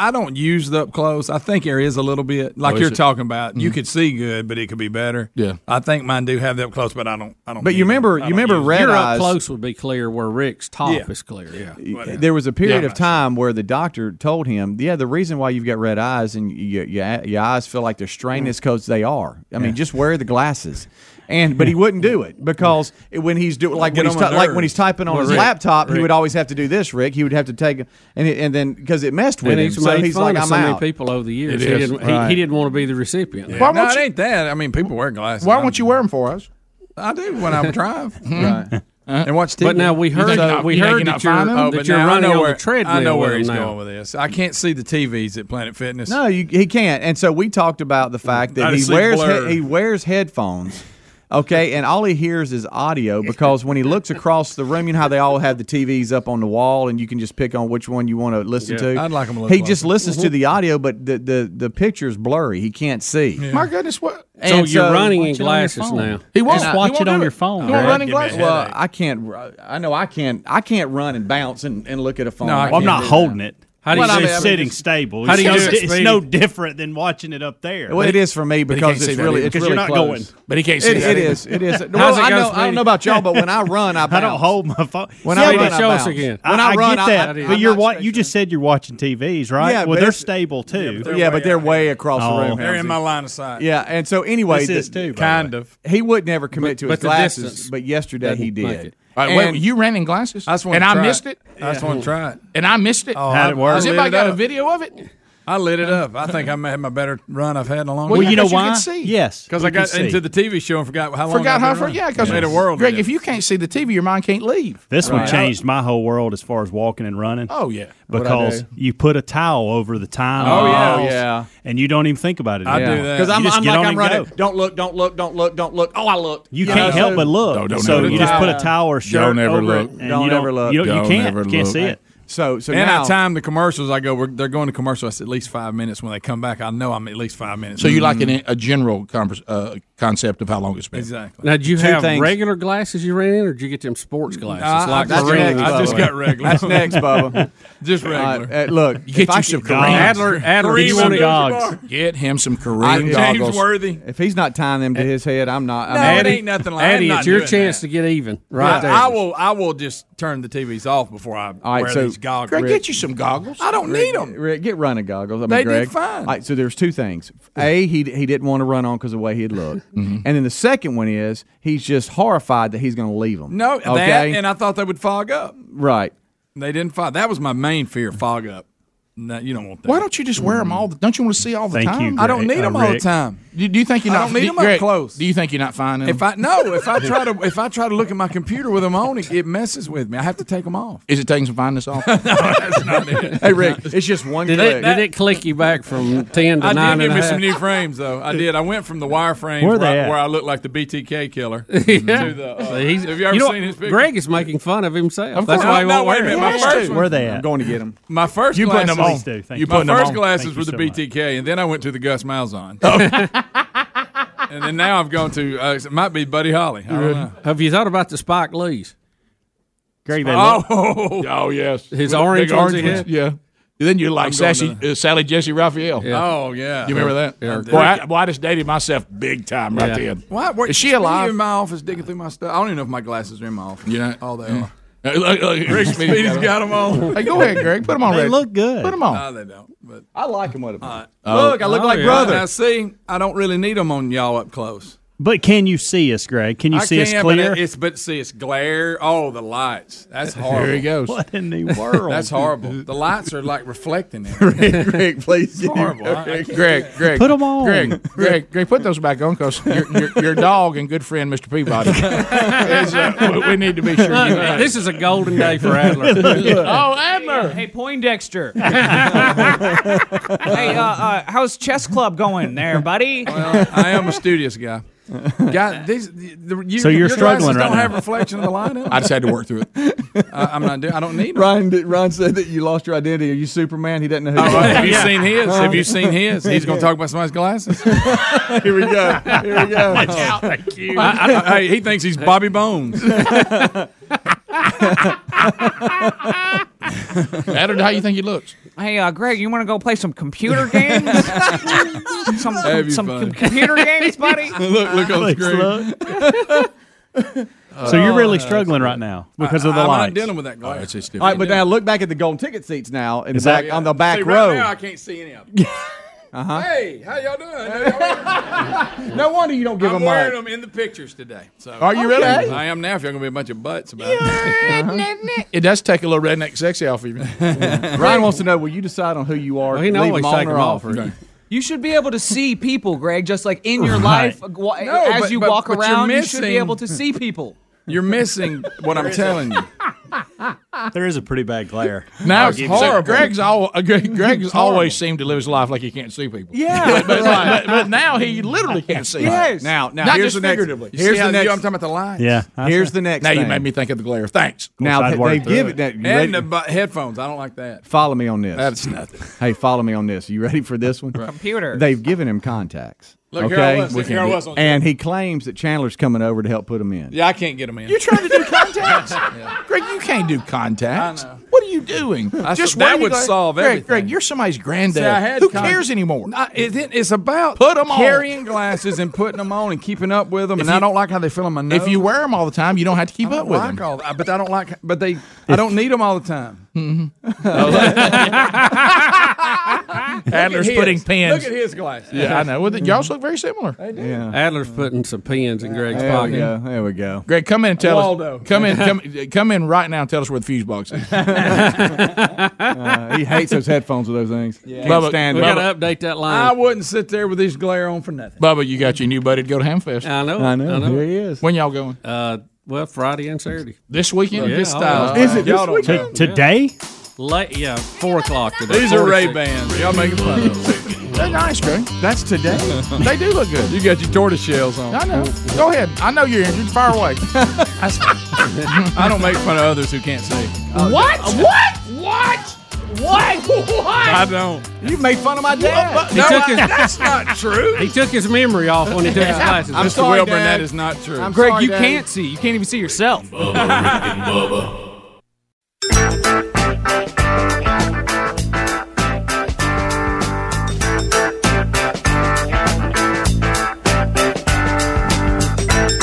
Speaker 7: I don't use the up close. I think there is a little bit, like
Speaker 3: Oh, is
Speaker 7: you're
Speaker 3: it?
Speaker 7: talking about. You
Speaker 3: Mhm.
Speaker 7: could see good, but it could be better.
Speaker 3: Yeah.
Speaker 7: I think mine do have the up close, but I don't. I don't.
Speaker 5: But you
Speaker 7: need it.
Speaker 5: remember-
Speaker 7: I
Speaker 5: you
Speaker 7: don't
Speaker 5: remember
Speaker 7: use it.
Speaker 5: Red
Speaker 4: Your up
Speaker 5: eyes-
Speaker 4: close would be clear where Rick's top
Speaker 7: Yeah.
Speaker 4: is clear. Yeah.
Speaker 5: there was a period
Speaker 4: Yeah.
Speaker 5: of time where the doctor told him, "Yeah, the reason why you've got red eyes and your your, your eyes feel like they're strained
Speaker 4: Mm.
Speaker 5: is because they are. I mean, just wear the glasses." And but he wouldn't do it because it- when he's doing like
Speaker 7: Get
Speaker 5: when he's
Speaker 7: on my
Speaker 5: ti- like
Speaker 7: nerves.
Speaker 5: when he's typing on
Speaker 7: Well,
Speaker 5: his
Speaker 7: Rick,
Speaker 5: laptop, he
Speaker 7: Rick.
Speaker 5: would always have to do this. Rick, he would have to take and it, and then because it messed with
Speaker 4: And
Speaker 5: him,
Speaker 4: he's
Speaker 5: so
Speaker 4: made
Speaker 5: he's
Speaker 4: fun
Speaker 5: like,
Speaker 4: of
Speaker 5: "I'm
Speaker 4: so many
Speaker 5: out."
Speaker 4: people over the years.
Speaker 5: It
Speaker 4: He,
Speaker 5: is,
Speaker 4: didn't,
Speaker 5: right.
Speaker 4: he, he didn't want to be the recipient.
Speaker 7: Yeah. no, it ain't that. I mean, people wear glasses.
Speaker 3: Why won't you wear them for us?
Speaker 7: I do when I drive.
Speaker 3: Hmm?
Speaker 5: right.
Speaker 7: And watch TV.
Speaker 4: But now we
Speaker 7: You
Speaker 4: heard-
Speaker 7: think-
Speaker 4: we
Speaker 7: you think
Speaker 4: heard
Speaker 7: you're
Speaker 4: that
Speaker 7: not
Speaker 4: you're-
Speaker 7: finding them?
Speaker 4: that
Speaker 7: But
Speaker 4: you're
Speaker 7: now I
Speaker 4: running
Speaker 7: know
Speaker 4: on the
Speaker 7: where, I know
Speaker 4: treadmill
Speaker 7: where
Speaker 4: with
Speaker 7: he's
Speaker 4: them now.
Speaker 7: going with this. I can't see the TVs at Planet Fitness.
Speaker 5: No, you, he can't. And so we talked about the fact
Speaker 7: I
Speaker 5: that he
Speaker 7: just see
Speaker 5: wears
Speaker 7: blurred.
Speaker 5: he, he wears headphones. Okay, and all he hears is audio because when he looks across the room, you know how they all have the TVs up on the wall, and you can just pick on which one you want to listen
Speaker 7: Yeah,
Speaker 5: to.
Speaker 7: I'd like 'em to look
Speaker 5: He just
Speaker 7: closer.
Speaker 5: listens to the audio, but the the the picture's blurry. He can't see.
Speaker 3: My goodness, what?
Speaker 5: And
Speaker 4: So you're running in
Speaker 5: Watch it on your
Speaker 4: glasses
Speaker 5: phone.
Speaker 4: now.
Speaker 5: He won't
Speaker 4: And I-
Speaker 5: watch
Speaker 4: he won't
Speaker 5: it on
Speaker 4: do
Speaker 5: your phone,
Speaker 4: He won't
Speaker 5: Rick.
Speaker 4: run in glasses.
Speaker 5: Well, I can't. ru- I know I can't. I can't run and bounce and, and look at a phone.
Speaker 6: No, I
Speaker 5: I
Speaker 6: Well, I'm
Speaker 5: can't
Speaker 6: not
Speaker 5: do that.
Speaker 6: holding it. How do you
Speaker 5: Well,
Speaker 6: do
Speaker 5: I
Speaker 6: it
Speaker 5: mean, I mean,
Speaker 6: sitting
Speaker 5: it's-
Speaker 6: stable? It's no- it's no different than watching it up there.
Speaker 5: Well, it is for me because it's really it's really close. It- It is. It is. Well, I know. I don't know about y'all, but when I run, I bounce.
Speaker 6: I don't hold my phone.
Speaker 5: When
Speaker 6: See,
Speaker 5: I
Speaker 6: I
Speaker 5: run,
Speaker 6: get-
Speaker 5: I
Speaker 6: show us
Speaker 5: bounce.
Speaker 6: again.
Speaker 5: When I,
Speaker 6: I,
Speaker 5: run,
Speaker 6: get that,
Speaker 5: I, I,
Speaker 6: but you're what you just said you're watching TVs, right?
Speaker 5: Yeah, but
Speaker 6: well, they're
Speaker 5: it's-
Speaker 6: stable too.
Speaker 5: yeah, but they're way across
Speaker 6: Oh.
Speaker 5: the room.
Speaker 7: They're in
Speaker 5: Hamzy.
Speaker 7: my line of sight.
Speaker 5: Yeah, and so anyway,
Speaker 7: This is
Speaker 5: the-
Speaker 7: too, by Kind the way. of.
Speaker 5: He would never commit
Speaker 7: But-
Speaker 5: to
Speaker 7: but
Speaker 5: his
Speaker 7: the
Speaker 5: glasses,
Speaker 7: distance
Speaker 5: but yesterday he
Speaker 7: doesn't make
Speaker 5: did.
Speaker 7: it. All right,
Speaker 3: wait,
Speaker 5: And-
Speaker 3: you ran in glasses?
Speaker 7: I just wanna
Speaker 3: and I
Speaker 7: try
Speaker 3: missed it.
Speaker 7: I just want to try it.
Speaker 3: And I missed it.
Speaker 7: Oh,
Speaker 3: How'd it work? Has
Speaker 7: lit
Speaker 3: anybody
Speaker 7: it
Speaker 3: got a
Speaker 7: up.
Speaker 3: video of it?
Speaker 7: I lit it up. I think I may have my better run I've had in a long
Speaker 3: Well,
Speaker 7: time.
Speaker 3: you know 'cause you why? can see.
Speaker 6: Yes,
Speaker 7: because
Speaker 3: you
Speaker 7: I got
Speaker 3: can see.
Speaker 7: into the TV show and forgot how long.
Speaker 3: Forgot
Speaker 7: I've
Speaker 3: how
Speaker 7: been
Speaker 3: far.
Speaker 7: running.
Speaker 3: Yeah, because
Speaker 7: made a world.
Speaker 3: Greg, if you can't see the TV, your mind can't leave.
Speaker 6: This one
Speaker 3: Right.
Speaker 6: changed my whole world as far as walking and running.
Speaker 3: Oh, yeah. What'd I
Speaker 6: because
Speaker 3: do?
Speaker 6: you put a towel over the time. and
Speaker 5: Oh, yeah.
Speaker 6: miles,
Speaker 5: Oh, yeah.
Speaker 6: and you don't even think about it.
Speaker 5: I do that. Because I'm,
Speaker 6: you just
Speaker 5: I'm
Speaker 6: get
Speaker 5: like
Speaker 6: on
Speaker 5: I'm
Speaker 6: and
Speaker 5: running.
Speaker 6: Go.
Speaker 5: Don't look, don't look, don't look, don't look. Oh, I looked.
Speaker 6: You can't help but look.
Speaker 5: No, don't
Speaker 6: so
Speaker 5: ever
Speaker 6: you
Speaker 5: look.
Speaker 6: just put a
Speaker 5: Yeah.
Speaker 6: towel or shirt
Speaker 3: Don't ever
Speaker 6: over
Speaker 3: look.
Speaker 6: it, and
Speaker 5: Don't
Speaker 6: you
Speaker 5: ever look.
Speaker 6: You, don't- you
Speaker 5: Don't
Speaker 6: can't.
Speaker 5: ever
Speaker 6: can't
Speaker 5: look.
Speaker 6: see it.
Speaker 5: So so
Speaker 7: and
Speaker 5: now
Speaker 7: I time the commercials. I go, we're, they're going to commercial. That's at least five minutes. When they come back, I know I'm at least five minutes.
Speaker 3: So you like an, a general convers uh, concept of how long it's been.
Speaker 7: Exactly.
Speaker 4: Now, do you
Speaker 7: Two
Speaker 4: have
Speaker 7: things.
Speaker 4: regular glasses you ran in, or did you get them sports glasses?
Speaker 7: I- I just
Speaker 4: Marine?
Speaker 7: got- I just got regular.
Speaker 5: That's next, Bubba.
Speaker 7: Just
Speaker 5: Uh,
Speaker 7: regular.
Speaker 5: uh, look,
Speaker 3: You get
Speaker 5: if I
Speaker 3: you some
Speaker 5: could-
Speaker 3: Kareem.
Speaker 4: Adler- Adler, Kareem do you want to-
Speaker 5: Gogs.
Speaker 3: Get him some
Speaker 5: I-
Speaker 3: Kareem
Speaker 5: James Eh,
Speaker 3: goggles.
Speaker 7: Worthy.
Speaker 5: If he's not tying them to his head, I'm not.
Speaker 7: No,
Speaker 5: I'm
Speaker 7: it
Speaker 5: not-
Speaker 7: ain't nothing like. I'm
Speaker 4: Addy,
Speaker 7: not
Speaker 4: it's your
Speaker 7: doing
Speaker 4: chance
Speaker 7: that.
Speaker 4: to get even right
Speaker 7: I,
Speaker 4: there.
Speaker 7: I will. I will just turn the TVs off before I
Speaker 5: right,
Speaker 7: wear
Speaker 5: so-
Speaker 7: these goggles.
Speaker 5: Greg, get you
Speaker 3: some goggles.
Speaker 7: I don't need
Speaker 5: Rick,
Speaker 7: them.
Speaker 5: Rick, get running goggles. I mean,
Speaker 7: They did
Speaker 5: Greg.
Speaker 7: fine.
Speaker 5: All right, so there's two things. A, he he didn't want to run on because of the way he'd look,
Speaker 7: Mm-hmm.
Speaker 5: and then the second one is he's just horrified that he's going to leave them.
Speaker 7: No,
Speaker 5: okay,
Speaker 7: that and I thought they would fog up.
Speaker 5: right.
Speaker 7: They didn't fog. That was my main fear: fog up. No, you don't want that.
Speaker 3: Why don't you just wear them all? The, don't you want to see all the
Speaker 7: Thank
Speaker 3: time?
Speaker 7: you, I don't Greg- need uh, 'em all the Rick. time.
Speaker 3: Do, do you think you're
Speaker 7: I
Speaker 3: not?
Speaker 7: don't need
Speaker 3: do-
Speaker 7: 'em up
Speaker 3: Greg,
Speaker 7: close.
Speaker 3: Do you think you're not finding?
Speaker 7: If
Speaker 3: them?
Speaker 7: I no, if I try to if I try to look at my computer with them on, it, it messes with me. I have to take them off.
Speaker 3: is it taking some fineness off?
Speaker 5: Hey Rick, it's just one
Speaker 4: Did
Speaker 5: click.
Speaker 4: it, did it click you back from ten to
Speaker 7: I
Speaker 4: nine and
Speaker 7: did give
Speaker 4: a
Speaker 7: me
Speaker 4: half?
Speaker 7: some new frames though. I did. I went from the wireframe
Speaker 4: Where
Speaker 7: where,
Speaker 4: they
Speaker 7: I-
Speaker 4: at?
Speaker 7: where I looked like the BTK killer.
Speaker 4: Yeah.
Speaker 7: To the, uh,
Speaker 4: See, he's-
Speaker 7: have you ever
Speaker 4: know
Speaker 7: seen
Speaker 4: what?
Speaker 7: his picture?
Speaker 4: Greg is making fun of himself.
Speaker 7: Of
Speaker 4: That's
Speaker 7: course.
Speaker 4: why he
Speaker 7: No,
Speaker 4: won't
Speaker 7: wait a
Speaker 4: wear
Speaker 7: minute. My
Speaker 4: it.
Speaker 7: first Yes, one-
Speaker 6: Where they at?
Speaker 5: I'm going to get him.
Speaker 7: My first
Speaker 6: You putting
Speaker 7: glasses,
Speaker 6: them on. Please do. Thank
Speaker 7: you
Speaker 6: you.
Speaker 7: putting
Speaker 6: My
Speaker 7: them
Speaker 6: first
Speaker 7: on.
Speaker 6: glasses
Speaker 7: Thank you
Speaker 6: was
Speaker 7: so
Speaker 6: the
Speaker 7: much. Oh. BTK, and then I went to the Gus Malzahn. and then now I've gone to uh, it might be Buddy Holly. I don't know.
Speaker 4: Have you thought about the Spike Lee's?
Speaker 6: Greg,
Speaker 7: Oh,
Speaker 3: oh yes,
Speaker 4: His orange ones he had?
Speaker 3: Yeah, Then you're like
Speaker 7: I'm going
Speaker 3: Sassy, uh, Sally Jesse Raphael.
Speaker 7: Yeah. Oh, yeah.
Speaker 3: you remember that?
Speaker 7: Yeah.
Speaker 3: Boy, I, boy, I just dated myself big time right
Speaker 7: Yeah.
Speaker 3: then.
Speaker 7: Why, where,
Speaker 3: Is she
Speaker 7: you
Speaker 3: alive?
Speaker 7: In my office, digging through my stuff. I don't even know if my glasses are in my office.
Speaker 3: Yeah.
Speaker 7: Oh, they
Speaker 3: Yeah.
Speaker 7: are.
Speaker 3: Uh, look, look,
Speaker 7: Rick Speedy's got 'em on.
Speaker 3: Hey, go ahead, Greg. Put them on.
Speaker 7: They
Speaker 3: Rick.
Speaker 7: look good.
Speaker 3: Put them on.
Speaker 7: No, they don't. But
Speaker 5: I like them with them.
Speaker 7: Look, I look
Speaker 6: Oh,
Speaker 7: like
Speaker 6: yeah.
Speaker 7: brother.
Speaker 6: Now,
Speaker 7: Now, see, I don't really need them on y'all up close.
Speaker 6: But can you see us, Greg? Can you
Speaker 7: I
Speaker 6: see us
Speaker 7: can,
Speaker 6: clear?
Speaker 7: But it's but see, it's glare. Oh, the lights. That's horrible.
Speaker 6: he goes. What in the world?
Speaker 7: That's horrible. The lights are like reflecting it.
Speaker 3: Greg, please.
Speaker 7: It's horrible. I- I can't-
Speaker 3: Greg, Greg,
Speaker 7: Put 'em on.
Speaker 3: Greg, Greg, Greg, put those back on because your, your, your dog and good friend Mr. Peabody. is, uh, we- we need to be sure. you know.
Speaker 4: this is a golden day for Adler.
Speaker 1: oh, Adler! Hey, Poindexter. hey, uh, uh, how's chess club going there, buddy?
Speaker 7: I am a studious guy. God, these, the, the, you,
Speaker 6: So you're
Speaker 7: your
Speaker 6: struggling
Speaker 7: glasses
Speaker 6: right
Speaker 7: don't
Speaker 6: now.
Speaker 7: have reflection of the light. in them?
Speaker 3: I just had to work through it.
Speaker 7: I, I'm not doing. I don't need 'em.
Speaker 5: Ryan, did- Ryan said that you lost your identity. Are you Superman? He doesn't know who.
Speaker 7: Oh,
Speaker 5: you are.
Speaker 7: have you seen his? Have you seen his? He's going to talk about somebody's glasses.
Speaker 5: Here we go. Here we go.
Speaker 7: Watch out. Thank you. I, I, hey, he thinks he's Bobby Bones.
Speaker 3: Adler, how you think he looks?
Speaker 1: Hey, uh, Greg, you want to go play some computer games? some
Speaker 3: That'd be
Speaker 1: some
Speaker 3: fun.
Speaker 1: com- computer games, buddy?
Speaker 7: look, look on the
Speaker 6: Alex,
Speaker 7: screen.
Speaker 6: so you're
Speaker 5: Uh,
Speaker 6: really struggling right now because of the
Speaker 7: I'm
Speaker 6: lights.
Speaker 7: not dealing with that
Speaker 6: Oh,
Speaker 3: Oh,
Speaker 7: glass.
Speaker 5: All right, but now look back at the golden ticket seats now in the
Speaker 6: Is that-
Speaker 5: back, on the back
Speaker 7: See, right
Speaker 5: row.
Speaker 7: now I can't see any of them.
Speaker 5: Uh-huh.
Speaker 7: Hey, how y'all doing? Y'all wearing-
Speaker 5: No wonder you don't give
Speaker 7: I'm
Speaker 5: them
Speaker 7: wearing
Speaker 5: up.
Speaker 7: them in the pictures today. So
Speaker 5: Are you really? Okay.
Speaker 7: I am now. If y'all gonna be a bunch of butts about it.
Speaker 3: It does take a little redneck sexy off of you.
Speaker 5: Ryan wants to know: Will you decide on who you are?
Speaker 3: Well, he can
Speaker 5: leave
Speaker 3: always
Speaker 5: them on
Speaker 3: take
Speaker 5: or
Speaker 3: them off,
Speaker 5: off?
Speaker 3: right?
Speaker 1: You should be able to see people, Greg, just like in your life, uh, wa-
Speaker 7: No,
Speaker 1: as
Speaker 7: but-
Speaker 1: you
Speaker 7: but-
Speaker 1: walk
Speaker 7: but you're
Speaker 1: around, you should be
Speaker 7: missing-
Speaker 1: able to see people.
Speaker 7: You're missing what I'm telling you.
Speaker 6: there is a pretty bad glare.
Speaker 3: Now
Speaker 6: I'll
Speaker 3: it's
Speaker 6: give you that.
Speaker 3: horrible. Greg's all uh, Greg, Greg's always seemed to live his life like he can't see people.
Speaker 1: Yeah,
Speaker 3: but, but- but- but now he literally can't see.
Speaker 5: Yes. Now- now
Speaker 3: Not
Speaker 5: here's
Speaker 3: just
Speaker 5: the next-
Speaker 3: figuratively.
Speaker 5: here's You see the how- next-
Speaker 7: You know, I'm talking about the lines.
Speaker 6: Yeah.
Speaker 5: Here's the next.
Speaker 3: Now you
Speaker 5: thing.
Speaker 3: made me think of the glare. Thanks.
Speaker 5: Now I'd they- work they through give it. it that- you ready-
Speaker 7: and the bu- headphones. I don't like that.
Speaker 5: Follow me on this.
Speaker 7: That's nothing.
Speaker 5: Hey, follow me on this. You ready for this one?
Speaker 1: Computers.
Speaker 5: They've given him contacts.
Speaker 7: Look,
Speaker 5: okay,
Speaker 7: here I was.
Speaker 5: We
Speaker 7: Here
Speaker 5: can
Speaker 7: I
Speaker 5: do-
Speaker 7: was on
Speaker 5: and he claims that Chandler's coming over to help put him in.
Speaker 7: Yeah, I can't get them in.
Speaker 3: You're trying to do contacts, Greg. You can't do contacts. What are you doing?
Speaker 7: I said,
Speaker 3: wait
Speaker 7: that
Speaker 3: till
Speaker 7: would
Speaker 3: Greg-
Speaker 7: solve
Speaker 3: Greg,
Speaker 7: everything.
Speaker 3: Greg, you're somebody's granddad.
Speaker 7: See, I had
Speaker 3: Who
Speaker 7: con-
Speaker 3: cares anymore?
Speaker 7: I- it- it- it's about
Speaker 3: Put 'em on.
Speaker 7: carrying glasses and putting them on and keeping up with them.
Speaker 3: If
Speaker 7: And
Speaker 3: you-
Speaker 7: I don't like how they fill them. My nose.
Speaker 3: If you wear them all the time, you don't have to keep
Speaker 7: I
Speaker 3: up
Speaker 7: don't
Speaker 3: with
Speaker 7: like
Speaker 3: them.
Speaker 7: all that, but I don't like. But they, I don't need them all the time.
Speaker 3: Adler's
Speaker 7: his.
Speaker 3: putting
Speaker 7: Look
Speaker 3: pins.
Speaker 7: at his glasses.
Speaker 3: Yeah, I know. Well, y'all look very similar.
Speaker 4: Adler's putting some pins in Greg's
Speaker 5: There we
Speaker 4: pocket.
Speaker 5: go. There we go.
Speaker 3: Greg, come in and tell
Speaker 5: Waldo.
Speaker 3: us. Come in, come, come in right now and tell us where the fuse box is.
Speaker 5: Uh, he hates those headphones with those things. Yeah. Can't
Speaker 3: Bubba-
Speaker 5: stand
Speaker 3: we
Speaker 5: it.
Speaker 3: gotta
Speaker 4: Gotta update that
Speaker 7: I
Speaker 4: line.
Speaker 7: wouldn't sit there with this glare on for nothing.
Speaker 3: Bubba, you got your new buddy to go to Hamfest.
Speaker 4: I know.
Speaker 5: I know. Here he is.
Speaker 3: When y'all going?
Speaker 4: Uh, well, Friday and Saturday. Oh,
Speaker 3: This weekend?
Speaker 4: Yeah,
Speaker 3: this
Speaker 4: I'll-
Speaker 3: style.
Speaker 5: Is it this
Speaker 7: don't
Speaker 5: weekend?
Speaker 6: Today?
Speaker 4: Late, yeah, four o'clock today.
Speaker 7: These are Ray Bans. Y'all making fun of them.
Speaker 3: They're nice, Greg.
Speaker 5: That's today.
Speaker 3: They do look good.
Speaker 7: You got your tortoise shells on.
Speaker 3: I know. Go ahead. I know you're injured. Fire away.
Speaker 7: I don't make fun of others who can't see.
Speaker 3: what? What? What? What?
Speaker 7: I
Speaker 3: What?
Speaker 7: don't.
Speaker 5: You made fun of my dad.
Speaker 4: He took his-
Speaker 7: that's not true.
Speaker 4: He took his memory off when he took his glasses.
Speaker 5: I'm
Speaker 4: off.
Speaker 7: Mr.
Speaker 5: sorry,
Speaker 7: Wilburn,
Speaker 5: Dad.
Speaker 7: that is not true.
Speaker 5: I'm
Speaker 1: Greg,
Speaker 5: sorry,
Speaker 1: you
Speaker 5: Dad.
Speaker 1: can't see. You can't even see yourself.
Speaker 8: Bubba, Rick and Bubba.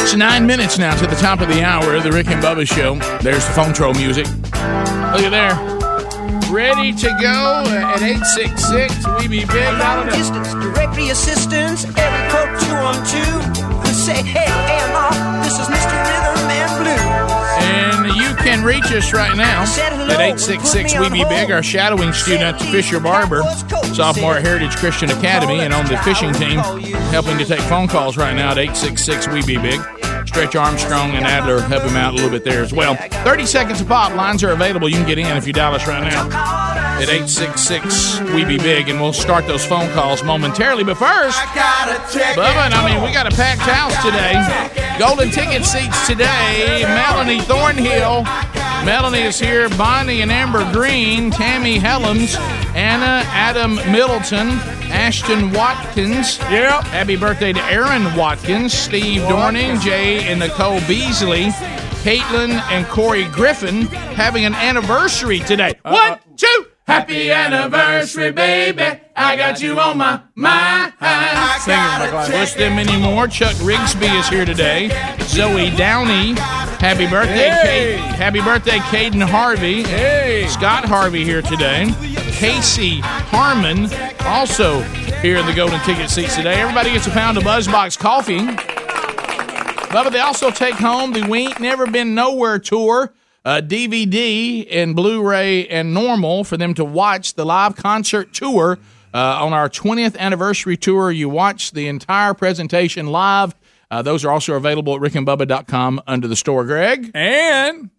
Speaker 3: It's nine minutes now to the top of the hour of the Rick and Bubba Show. There's the phone troll music. Look at there. Ready to go at 866. We be big.
Speaker 11: Long distance directory assistance, every code 212. We say, hey, AMR, this is Mr. Rhythm and Blue.
Speaker 3: And you can reach us right now at 866 We Be Big, our shadowing student at the Fisher Barber, sophomore at Heritage Christian Academy, and on the fishing team, helping to take phone calls right now at 866 We Be Big. Stretch Armstrong and Adler help him out a little bit there as well. 30 seconds of pop. Lines are available. You can get in if you dial us right now at 866 We Be Big, and we'll start those phone calls momentarily. But first, Bubba, and I mean, we got a packed house today. Golden ticket seats today. Melanie Thornhill. Melanie is here. Bonnie and Amber Green. Tammy Helms. Anna Adam Middleton. Ashton Watkins. Yep. Happy birthday to Aaron Watkins. Steve Dorning. Jay and Nicole Beasley. Caitlin and Corey Griffin having an anniversary today. One, two, Happy anniversary, baby. I got you on my mind. Sing it, Michael. Wish them many more. Chuck Rigsby is here today. Zoe Downey. Happy birthday,
Speaker 17: Hey.
Speaker 3: Kate. Happy birthday, Caden Harvey. Hey. Scott Harvey here today. Casey Harmon also here in the golden ticket seats today. Everybody gets a pound of Buzzbox coffee. Bubba, they also take home the We Ain't Never Been Nowhere tour uh, DVD and Blu ray and normal for them to watch the live concert tour uh, on our 20th anniversary tour. You watch the entire presentation live. Uh, those are also available at rickandbubba.com under the store, Greg. And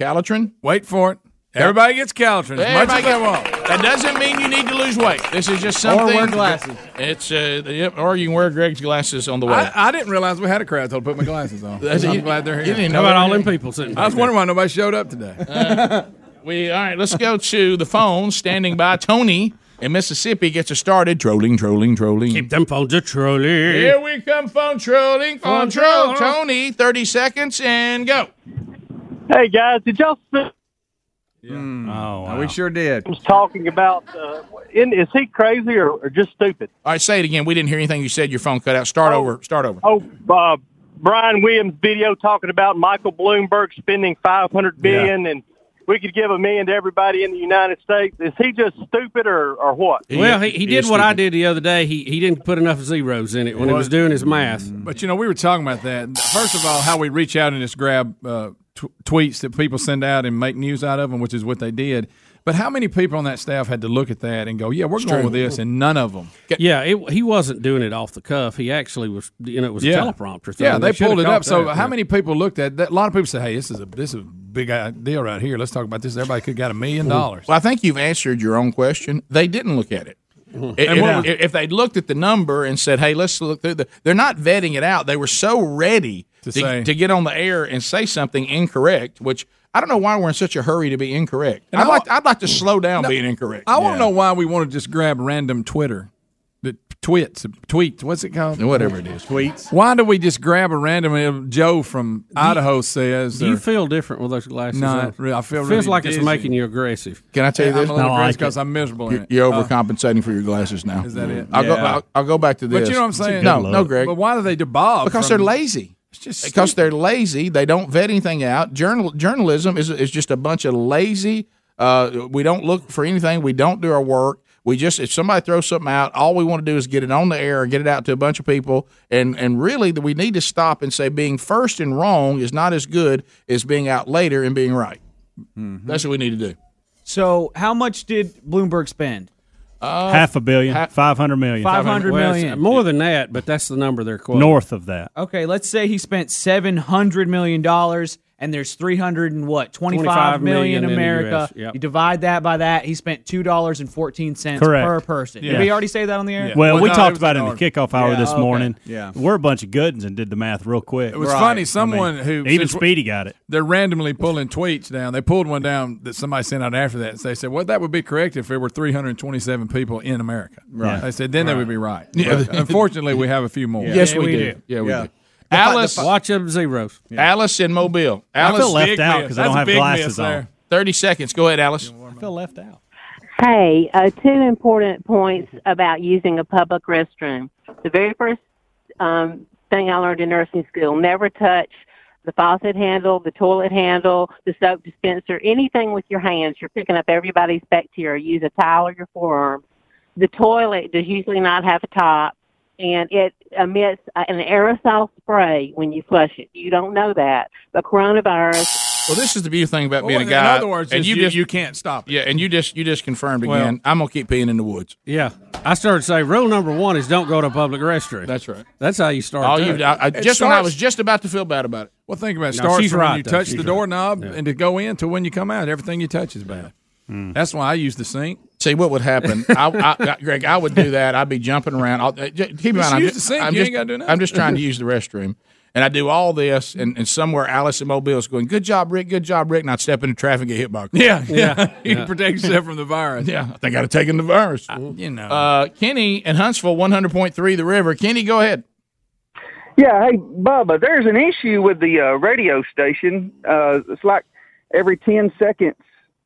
Speaker 3: Calitrin. Wait for it.
Speaker 7: Everybody gets Caltrans, as much as they want.
Speaker 3: That doesn't mean you need to lose weight. This is just something.
Speaker 7: wear glasses.
Speaker 3: It's uh, yep, or you can wear Greg's glasses on the way.
Speaker 7: I, I didn't realize we had a crowd until I put my glasses on.
Speaker 3: That's-
Speaker 7: I'm
Speaker 3: you-
Speaker 7: glad they're here.
Speaker 3: you didn't know How about all them people sitting
Speaker 7: I was
Speaker 3: back there? Uh,
Speaker 7: wondering why nobody showed up today.
Speaker 3: We all right. Let's go to the phone. Standing by, Tony in Mississippi gets us started. Trolling, trolling, trolling. Keep
Speaker 4: them phones a trolling.
Speaker 3: Here we come, phone trolling,
Speaker 17: Phone
Speaker 3: phone troll.
Speaker 17: troll.
Speaker 3: Tony, thirty seconds and go.
Speaker 10: Hey guys, Uh, did y'all? See-
Speaker 5: Oh, we sure did.
Speaker 10: was talking about. Uh, in, is he crazy or, or just stupid?
Speaker 3: All right, say it again. We didn't hear anything you said. Your phone cut out. Start over. Start over.
Speaker 10: Oh, uh, Brian Williams' video talking about Michael Bloomberg spending five hundred billion, and we could give a million to everybody in the United States. Is he just stupid or, or what?
Speaker 4: Well, he, he did what I did the other day. He he didn't put enough zeros in it when he
Speaker 7: Well,
Speaker 4: was doing his math.
Speaker 7: But you know, we were talking about that. First of all, how we reach out and just grab uh, tw- tweets that people send out and make news out of them, which is what they did. But how many people on that staff had to look at that and go, "Yeah, we're
Speaker 4: It's
Speaker 7: going
Speaker 4: true.
Speaker 7: with this," and none of them.
Speaker 4: Yeah, it, he wasn't doing it off the cuff. He actually was, you know, it was a teleprompter. thing.
Speaker 7: Yeah, they,
Speaker 4: should
Speaker 7: pulled it
Speaker 4: have
Speaker 7: up.
Speaker 4: caught
Speaker 7: So
Speaker 4: that,
Speaker 7: how
Speaker 4: yeah.
Speaker 7: many people looked at that? A lot of people say, "Hey, this is a this is a big uh, deal right here. Let's talk about this. Everybody could have got a million dollars."
Speaker 3: Well, I think you've answered your own question. They didn't look at it. If,
Speaker 7: And what
Speaker 3: if- if they looked at the number and said, "Hey, let's look through the," they're not vetting it out. They were so ready to,
Speaker 7: say.
Speaker 3: to get on the air and say something incorrect, which I don't know why we're in such a hurry to be incorrect. I'd like I'd like to slow down
Speaker 7: No,
Speaker 3: being incorrect.
Speaker 7: I want to know why we want to just grab random Twitter, the twits, tweets. What's it called?
Speaker 3: Whatever it is.
Speaker 7: tweets. Why do we just grab a random? uh, Joe from Idaho says.
Speaker 4: Do you
Speaker 7: or-
Speaker 4: feel different with those glasses?
Speaker 7: No,
Speaker 4: on?
Speaker 7: it really- I feel
Speaker 4: feels
Speaker 7: really
Speaker 4: like it's
Speaker 7: dizzy.
Speaker 4: making you aggressive.
Speaker 3: Can I tell you
Speaker 7: Yeah, I'm
Speaker 3: this?
Speaker 7: a little No, I aggressive like 'cause it. I'm miserable in
Speaker 3: You're,
Speaker 7: it.
Speaker 3: you're
Speaker 7: Uh,
Speaker 3: overcompensating for your glasses now. Is
Speaker 7: that it?
Speaker 3: I'll, go,
Speaker 7: Yeah.
Speaker 3: I'll, I'll go back to this.
Speaker 7: But you know what I'm saying?
Speaker 3: No, no, Greg.
Speaker 7: But why do they debob?
Speaker 3: Because
Speaker 7: from-
Speaker 3: they're lazy.
Speaker 7: It's just
Speaker 3: because they're lazy. They don't vet anything out. Journal, journalism is, is just a bunch of lazy. Uh, we don't look for anything. We don't do our work. We just if somebody throws something out, all we want to do is get it on the air and get it out to a bunch of people. And and really, we need to stop and say being first and wrong is not as good as being out later and being right.
Speaker 7: Mm-hmm.
Speaker 3: That's what we need to do.
Speaker 12: So, how much did Bloomberg spend?
Speaker 3: Uh,
Speaker 6: half a billion, five hundred million,
Speaker 12: 500
Speaker 4: Well, it's
Speaker 12: million.
Speaker 4: more than that, but that's the number they're quoting.
Speaker 6: north of that.
Speaker 12: Okay, let's say he spent seven hundred million dollars, and there's three hundred and what twenty five
Speaker 4: 25 million
Speaker 12: million
Speaker 4: in the
Speaker 12: America.
Speaker 4: US, yep.
Speaker 12: You divide that by that, he spent two dollars and fourteen cents
Speaker 6: Correct.
Speaker 12: per person.
Speaker 6: Yeah.
Speaker 12: Did we already say that on the air?
Speaker 6: Well, we talked about it in the kickoff hour
Speaker 12: Yeah,
Speaker 6: this
Speaker 12: okay.
Speaker 6: morning.
Speaker 12: Yeah.
Speaker 6: we're a bunch of goodens and did the math real quick.
Speaker 7: It was funny. Someone who
Speaker 6: even
Speaker 7: since-
Speaker 6: Speedy got it.
Speaker 7: They're randomly pulling tweets down. They pulled one down that somebody sent out after that. So they said, "Well, that would be correct if there were 327 people in America."
Speaker 3: Right.
Speaker 7: They said, "Then they would be right."
Speaker 3: Yeah.
Speaker 7: But unfortunately, we have a few more.
Speaker 3: Yes, we, do. Yeah, we do. Alice,
Speaker 4: watch them zeros.
Speaker 3: Alice in Mobile.
Speaker 4: I feel
Speaker 3: Alice
Speaker 4: left
Speaker 3: big
Speaker 4: out
Speaker 3: miss.
Speaker 4: 'cause I
Speaker 3: That's
Speaker 4: don't
Speaker 3: a
Speaker 4: have
Speaker 3: big
Speaker 4: glasses
Speaker 3: miss
Speaker 4: on.
Speaker 3: there. Thirty seconds. Go ahead, Alice.
Speaker 12: I feel left out.
Speaker 23: Hey, uh, two important points about using a public restroom. The very first um, thing I learned in nursing school never touch the faucet handle, the toilet handle, the soap dispenser, anything with your hands. You're picking up everybody's bacteria. Use a towel or your forearm. The toilet does usually not have a top, and it emits uh, an aerosol spray when you flush it. You don't know that, but coronavirus
Speaker 3: Well, this is the beautiful thing about being a
Speaker 7: in
Speaker 3: guy.
Speaker 7: other words,
Speaker 3: and
Speaker 7: just
Speaker 3: you,
Speaker 7: you-
Speaker 3: just
Speaker 7: you can't stop.
Speaker 3: Yeah, and you just you just confirmed again.
Speaker 4: Well-
Speaker 3: I'm gonna keep peeing in the woods.
Speaker 4: Yeah, I started to say rule number one is don't go to a public restroom. That's
Speaker 3: right.
Speaker 4: That's how you start.
Speaker 3: All
Speaker 4: doing
Speaker 3: you,
Speaker 4: it.
Speaker 3: I, I, just when I was just about to feel bad about it.
Speaker 7: Well, think about it.
Speaker 4: No,
Speaker 7: Starts
Speaker 4: she's
Speaker 7: from
Speaker 4: right,
Speaker 7: when you
Speaker 4: though.
Speaker 7: touch
Speaker 4: She's
Speaker 7: the
Speaker 4: right.
Speaker 7: doorknob and to go in to when you come out. Everything you touch is bad. That's why I use the sink.
Speaker 3: See what would happen? I, I, Greg, I would do that. I'd be jumping around. I'll, uh, j- keep in
Speaker 7: Just
Speaker 3: mind, I'm
Speaker 7: use
Speaker 3: ju-
Speaker 7: the sink.
Speaker 3: I'm
Speaker 7: You
Speaker 3: just,
Speaker 7: ain't gotta do nothing.
Speaker 3: I'm just trying to use the restroom, and I do all this, and, and somewhere Alice in Mobile is going, "Good job, Rick. Good job, Rick." And I'd step into traffic and get hit by a car.
Speaker 7: Yeah, yeah. you protect yourself from the virus.
Speaker 3: Yeah, I think I'd have taken the virus.
Speaker 7: you know,
Speaker 3: uh, Kenny in Huntsville, one hundred point three, the river. Kenny, go ahead.
Speaker 24: Yeah, hey Bubba, there's an issue with the uh, radio station. Uh, it's like every ten seconds,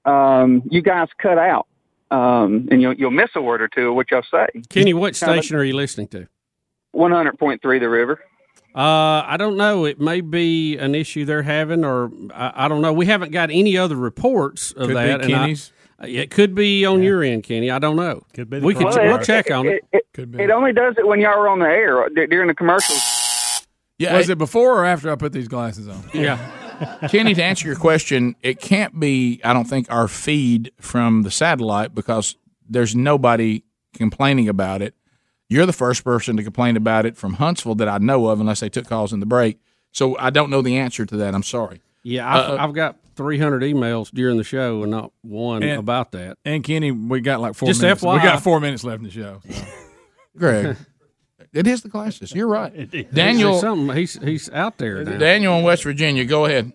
Speaker 24: um, you guys cut out. um, and you'll you'll miss a word or two of what y'all say.
Speaker 4: Kenny, what station are you listening to?
Speaker 24: One hundred point three, the river.
Speaker 4: Uh, I don't know. It may be an issue they're having, or I, I don't know. We haven't got any other reports of
Speaker 24: Could be
Speaker 4: that. and I- Uh,
Speaker 24: Kenny's.
Speaker 4: it could be on your end, Kenny. I don't know. Could be. We could
Speaker 24: Well,
Speaker 4: we'll check on it.
Speaker 24: It, it only does it when y'all are on the air d- during the commercials.
Speaker 3: Yeah,
Speaker 7: was it before or after I put these glasses on?
Speaker 3: Yeah. Kenny, to answer your question, it can't be, I don't think, our feed from the satellite because there's nobody complaining about it. You're the first person to complain about it from Huntsville that I know of, unless they took calls in the break. So I don't know the answer to that. I'm sorry.
Speaker 4: Yeah, I've,
Speaker 3: Uh,
Speaker 4: I've got 300 emails during the show and not one
Speaker 7: And-
Speaker 4: about that.
Speaker 7: And Kenny, we got like four
Speaker 4: Just
Speaker 7: minutes.
Speaker 4: FYI.
Speaker 7: We got four minutes left in the show. so.
Speaker 3: Greg, it is the glasses. You're right.
Speaker 4: He's-
Speaker 3: Daniel,
Speaker 4: something he's he's out there. Now.
Speaker 3: Daniel in West Virginia, go ahead.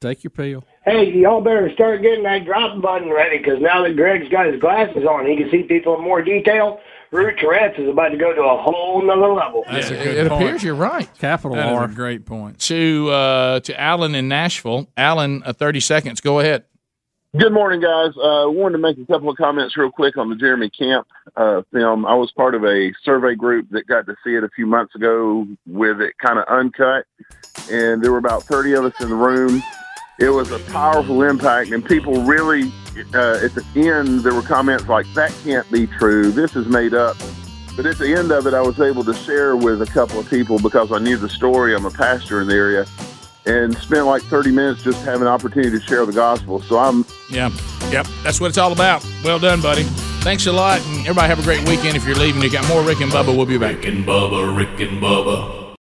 Speaker 4: Take your pill.
Speaker 14: Hey, y'all better start getting that drop button ready because now that Greg's got his glasses on, he can see people in more detail. Root Tourette's is about to go to a whole nother level.
Speaker 3: it it appears you're right.
Speaker 4: Capital
Speaker 7: That is
Speaker 3: R.
Speaker 7: a great point.
Speaker 3: To uh, to Alan in Nashville. Alan, uh, 30 seconds. Go ahead.
Speaker 15: Good morning, guys. Uh, I wanted to make a couple of comments real quick on the Jeremy Camp uh, film. I was part of a survey group that got to see it a few months ago with it kind of uncut, and there were about 30 of us in the room. It was a powerful impact, and people really, uh, at the end, there were comments like, that can't be true, this is made up. But at the end of it, I was able to share with a couple of people because I knew the story. I'm a pastor in the area. And spent like 30 minutes just having an opportunity to share the gospel. So I'm
Speaker 3: Yeah. Yep. That's what it's all about. Well done, buddy. Thanks a lot. And everybody have a great weekend if you're leaving. You got more Rick and Bubba. We'll be back.
Speaker 8: Rick and Bubba, Rick and Bubba.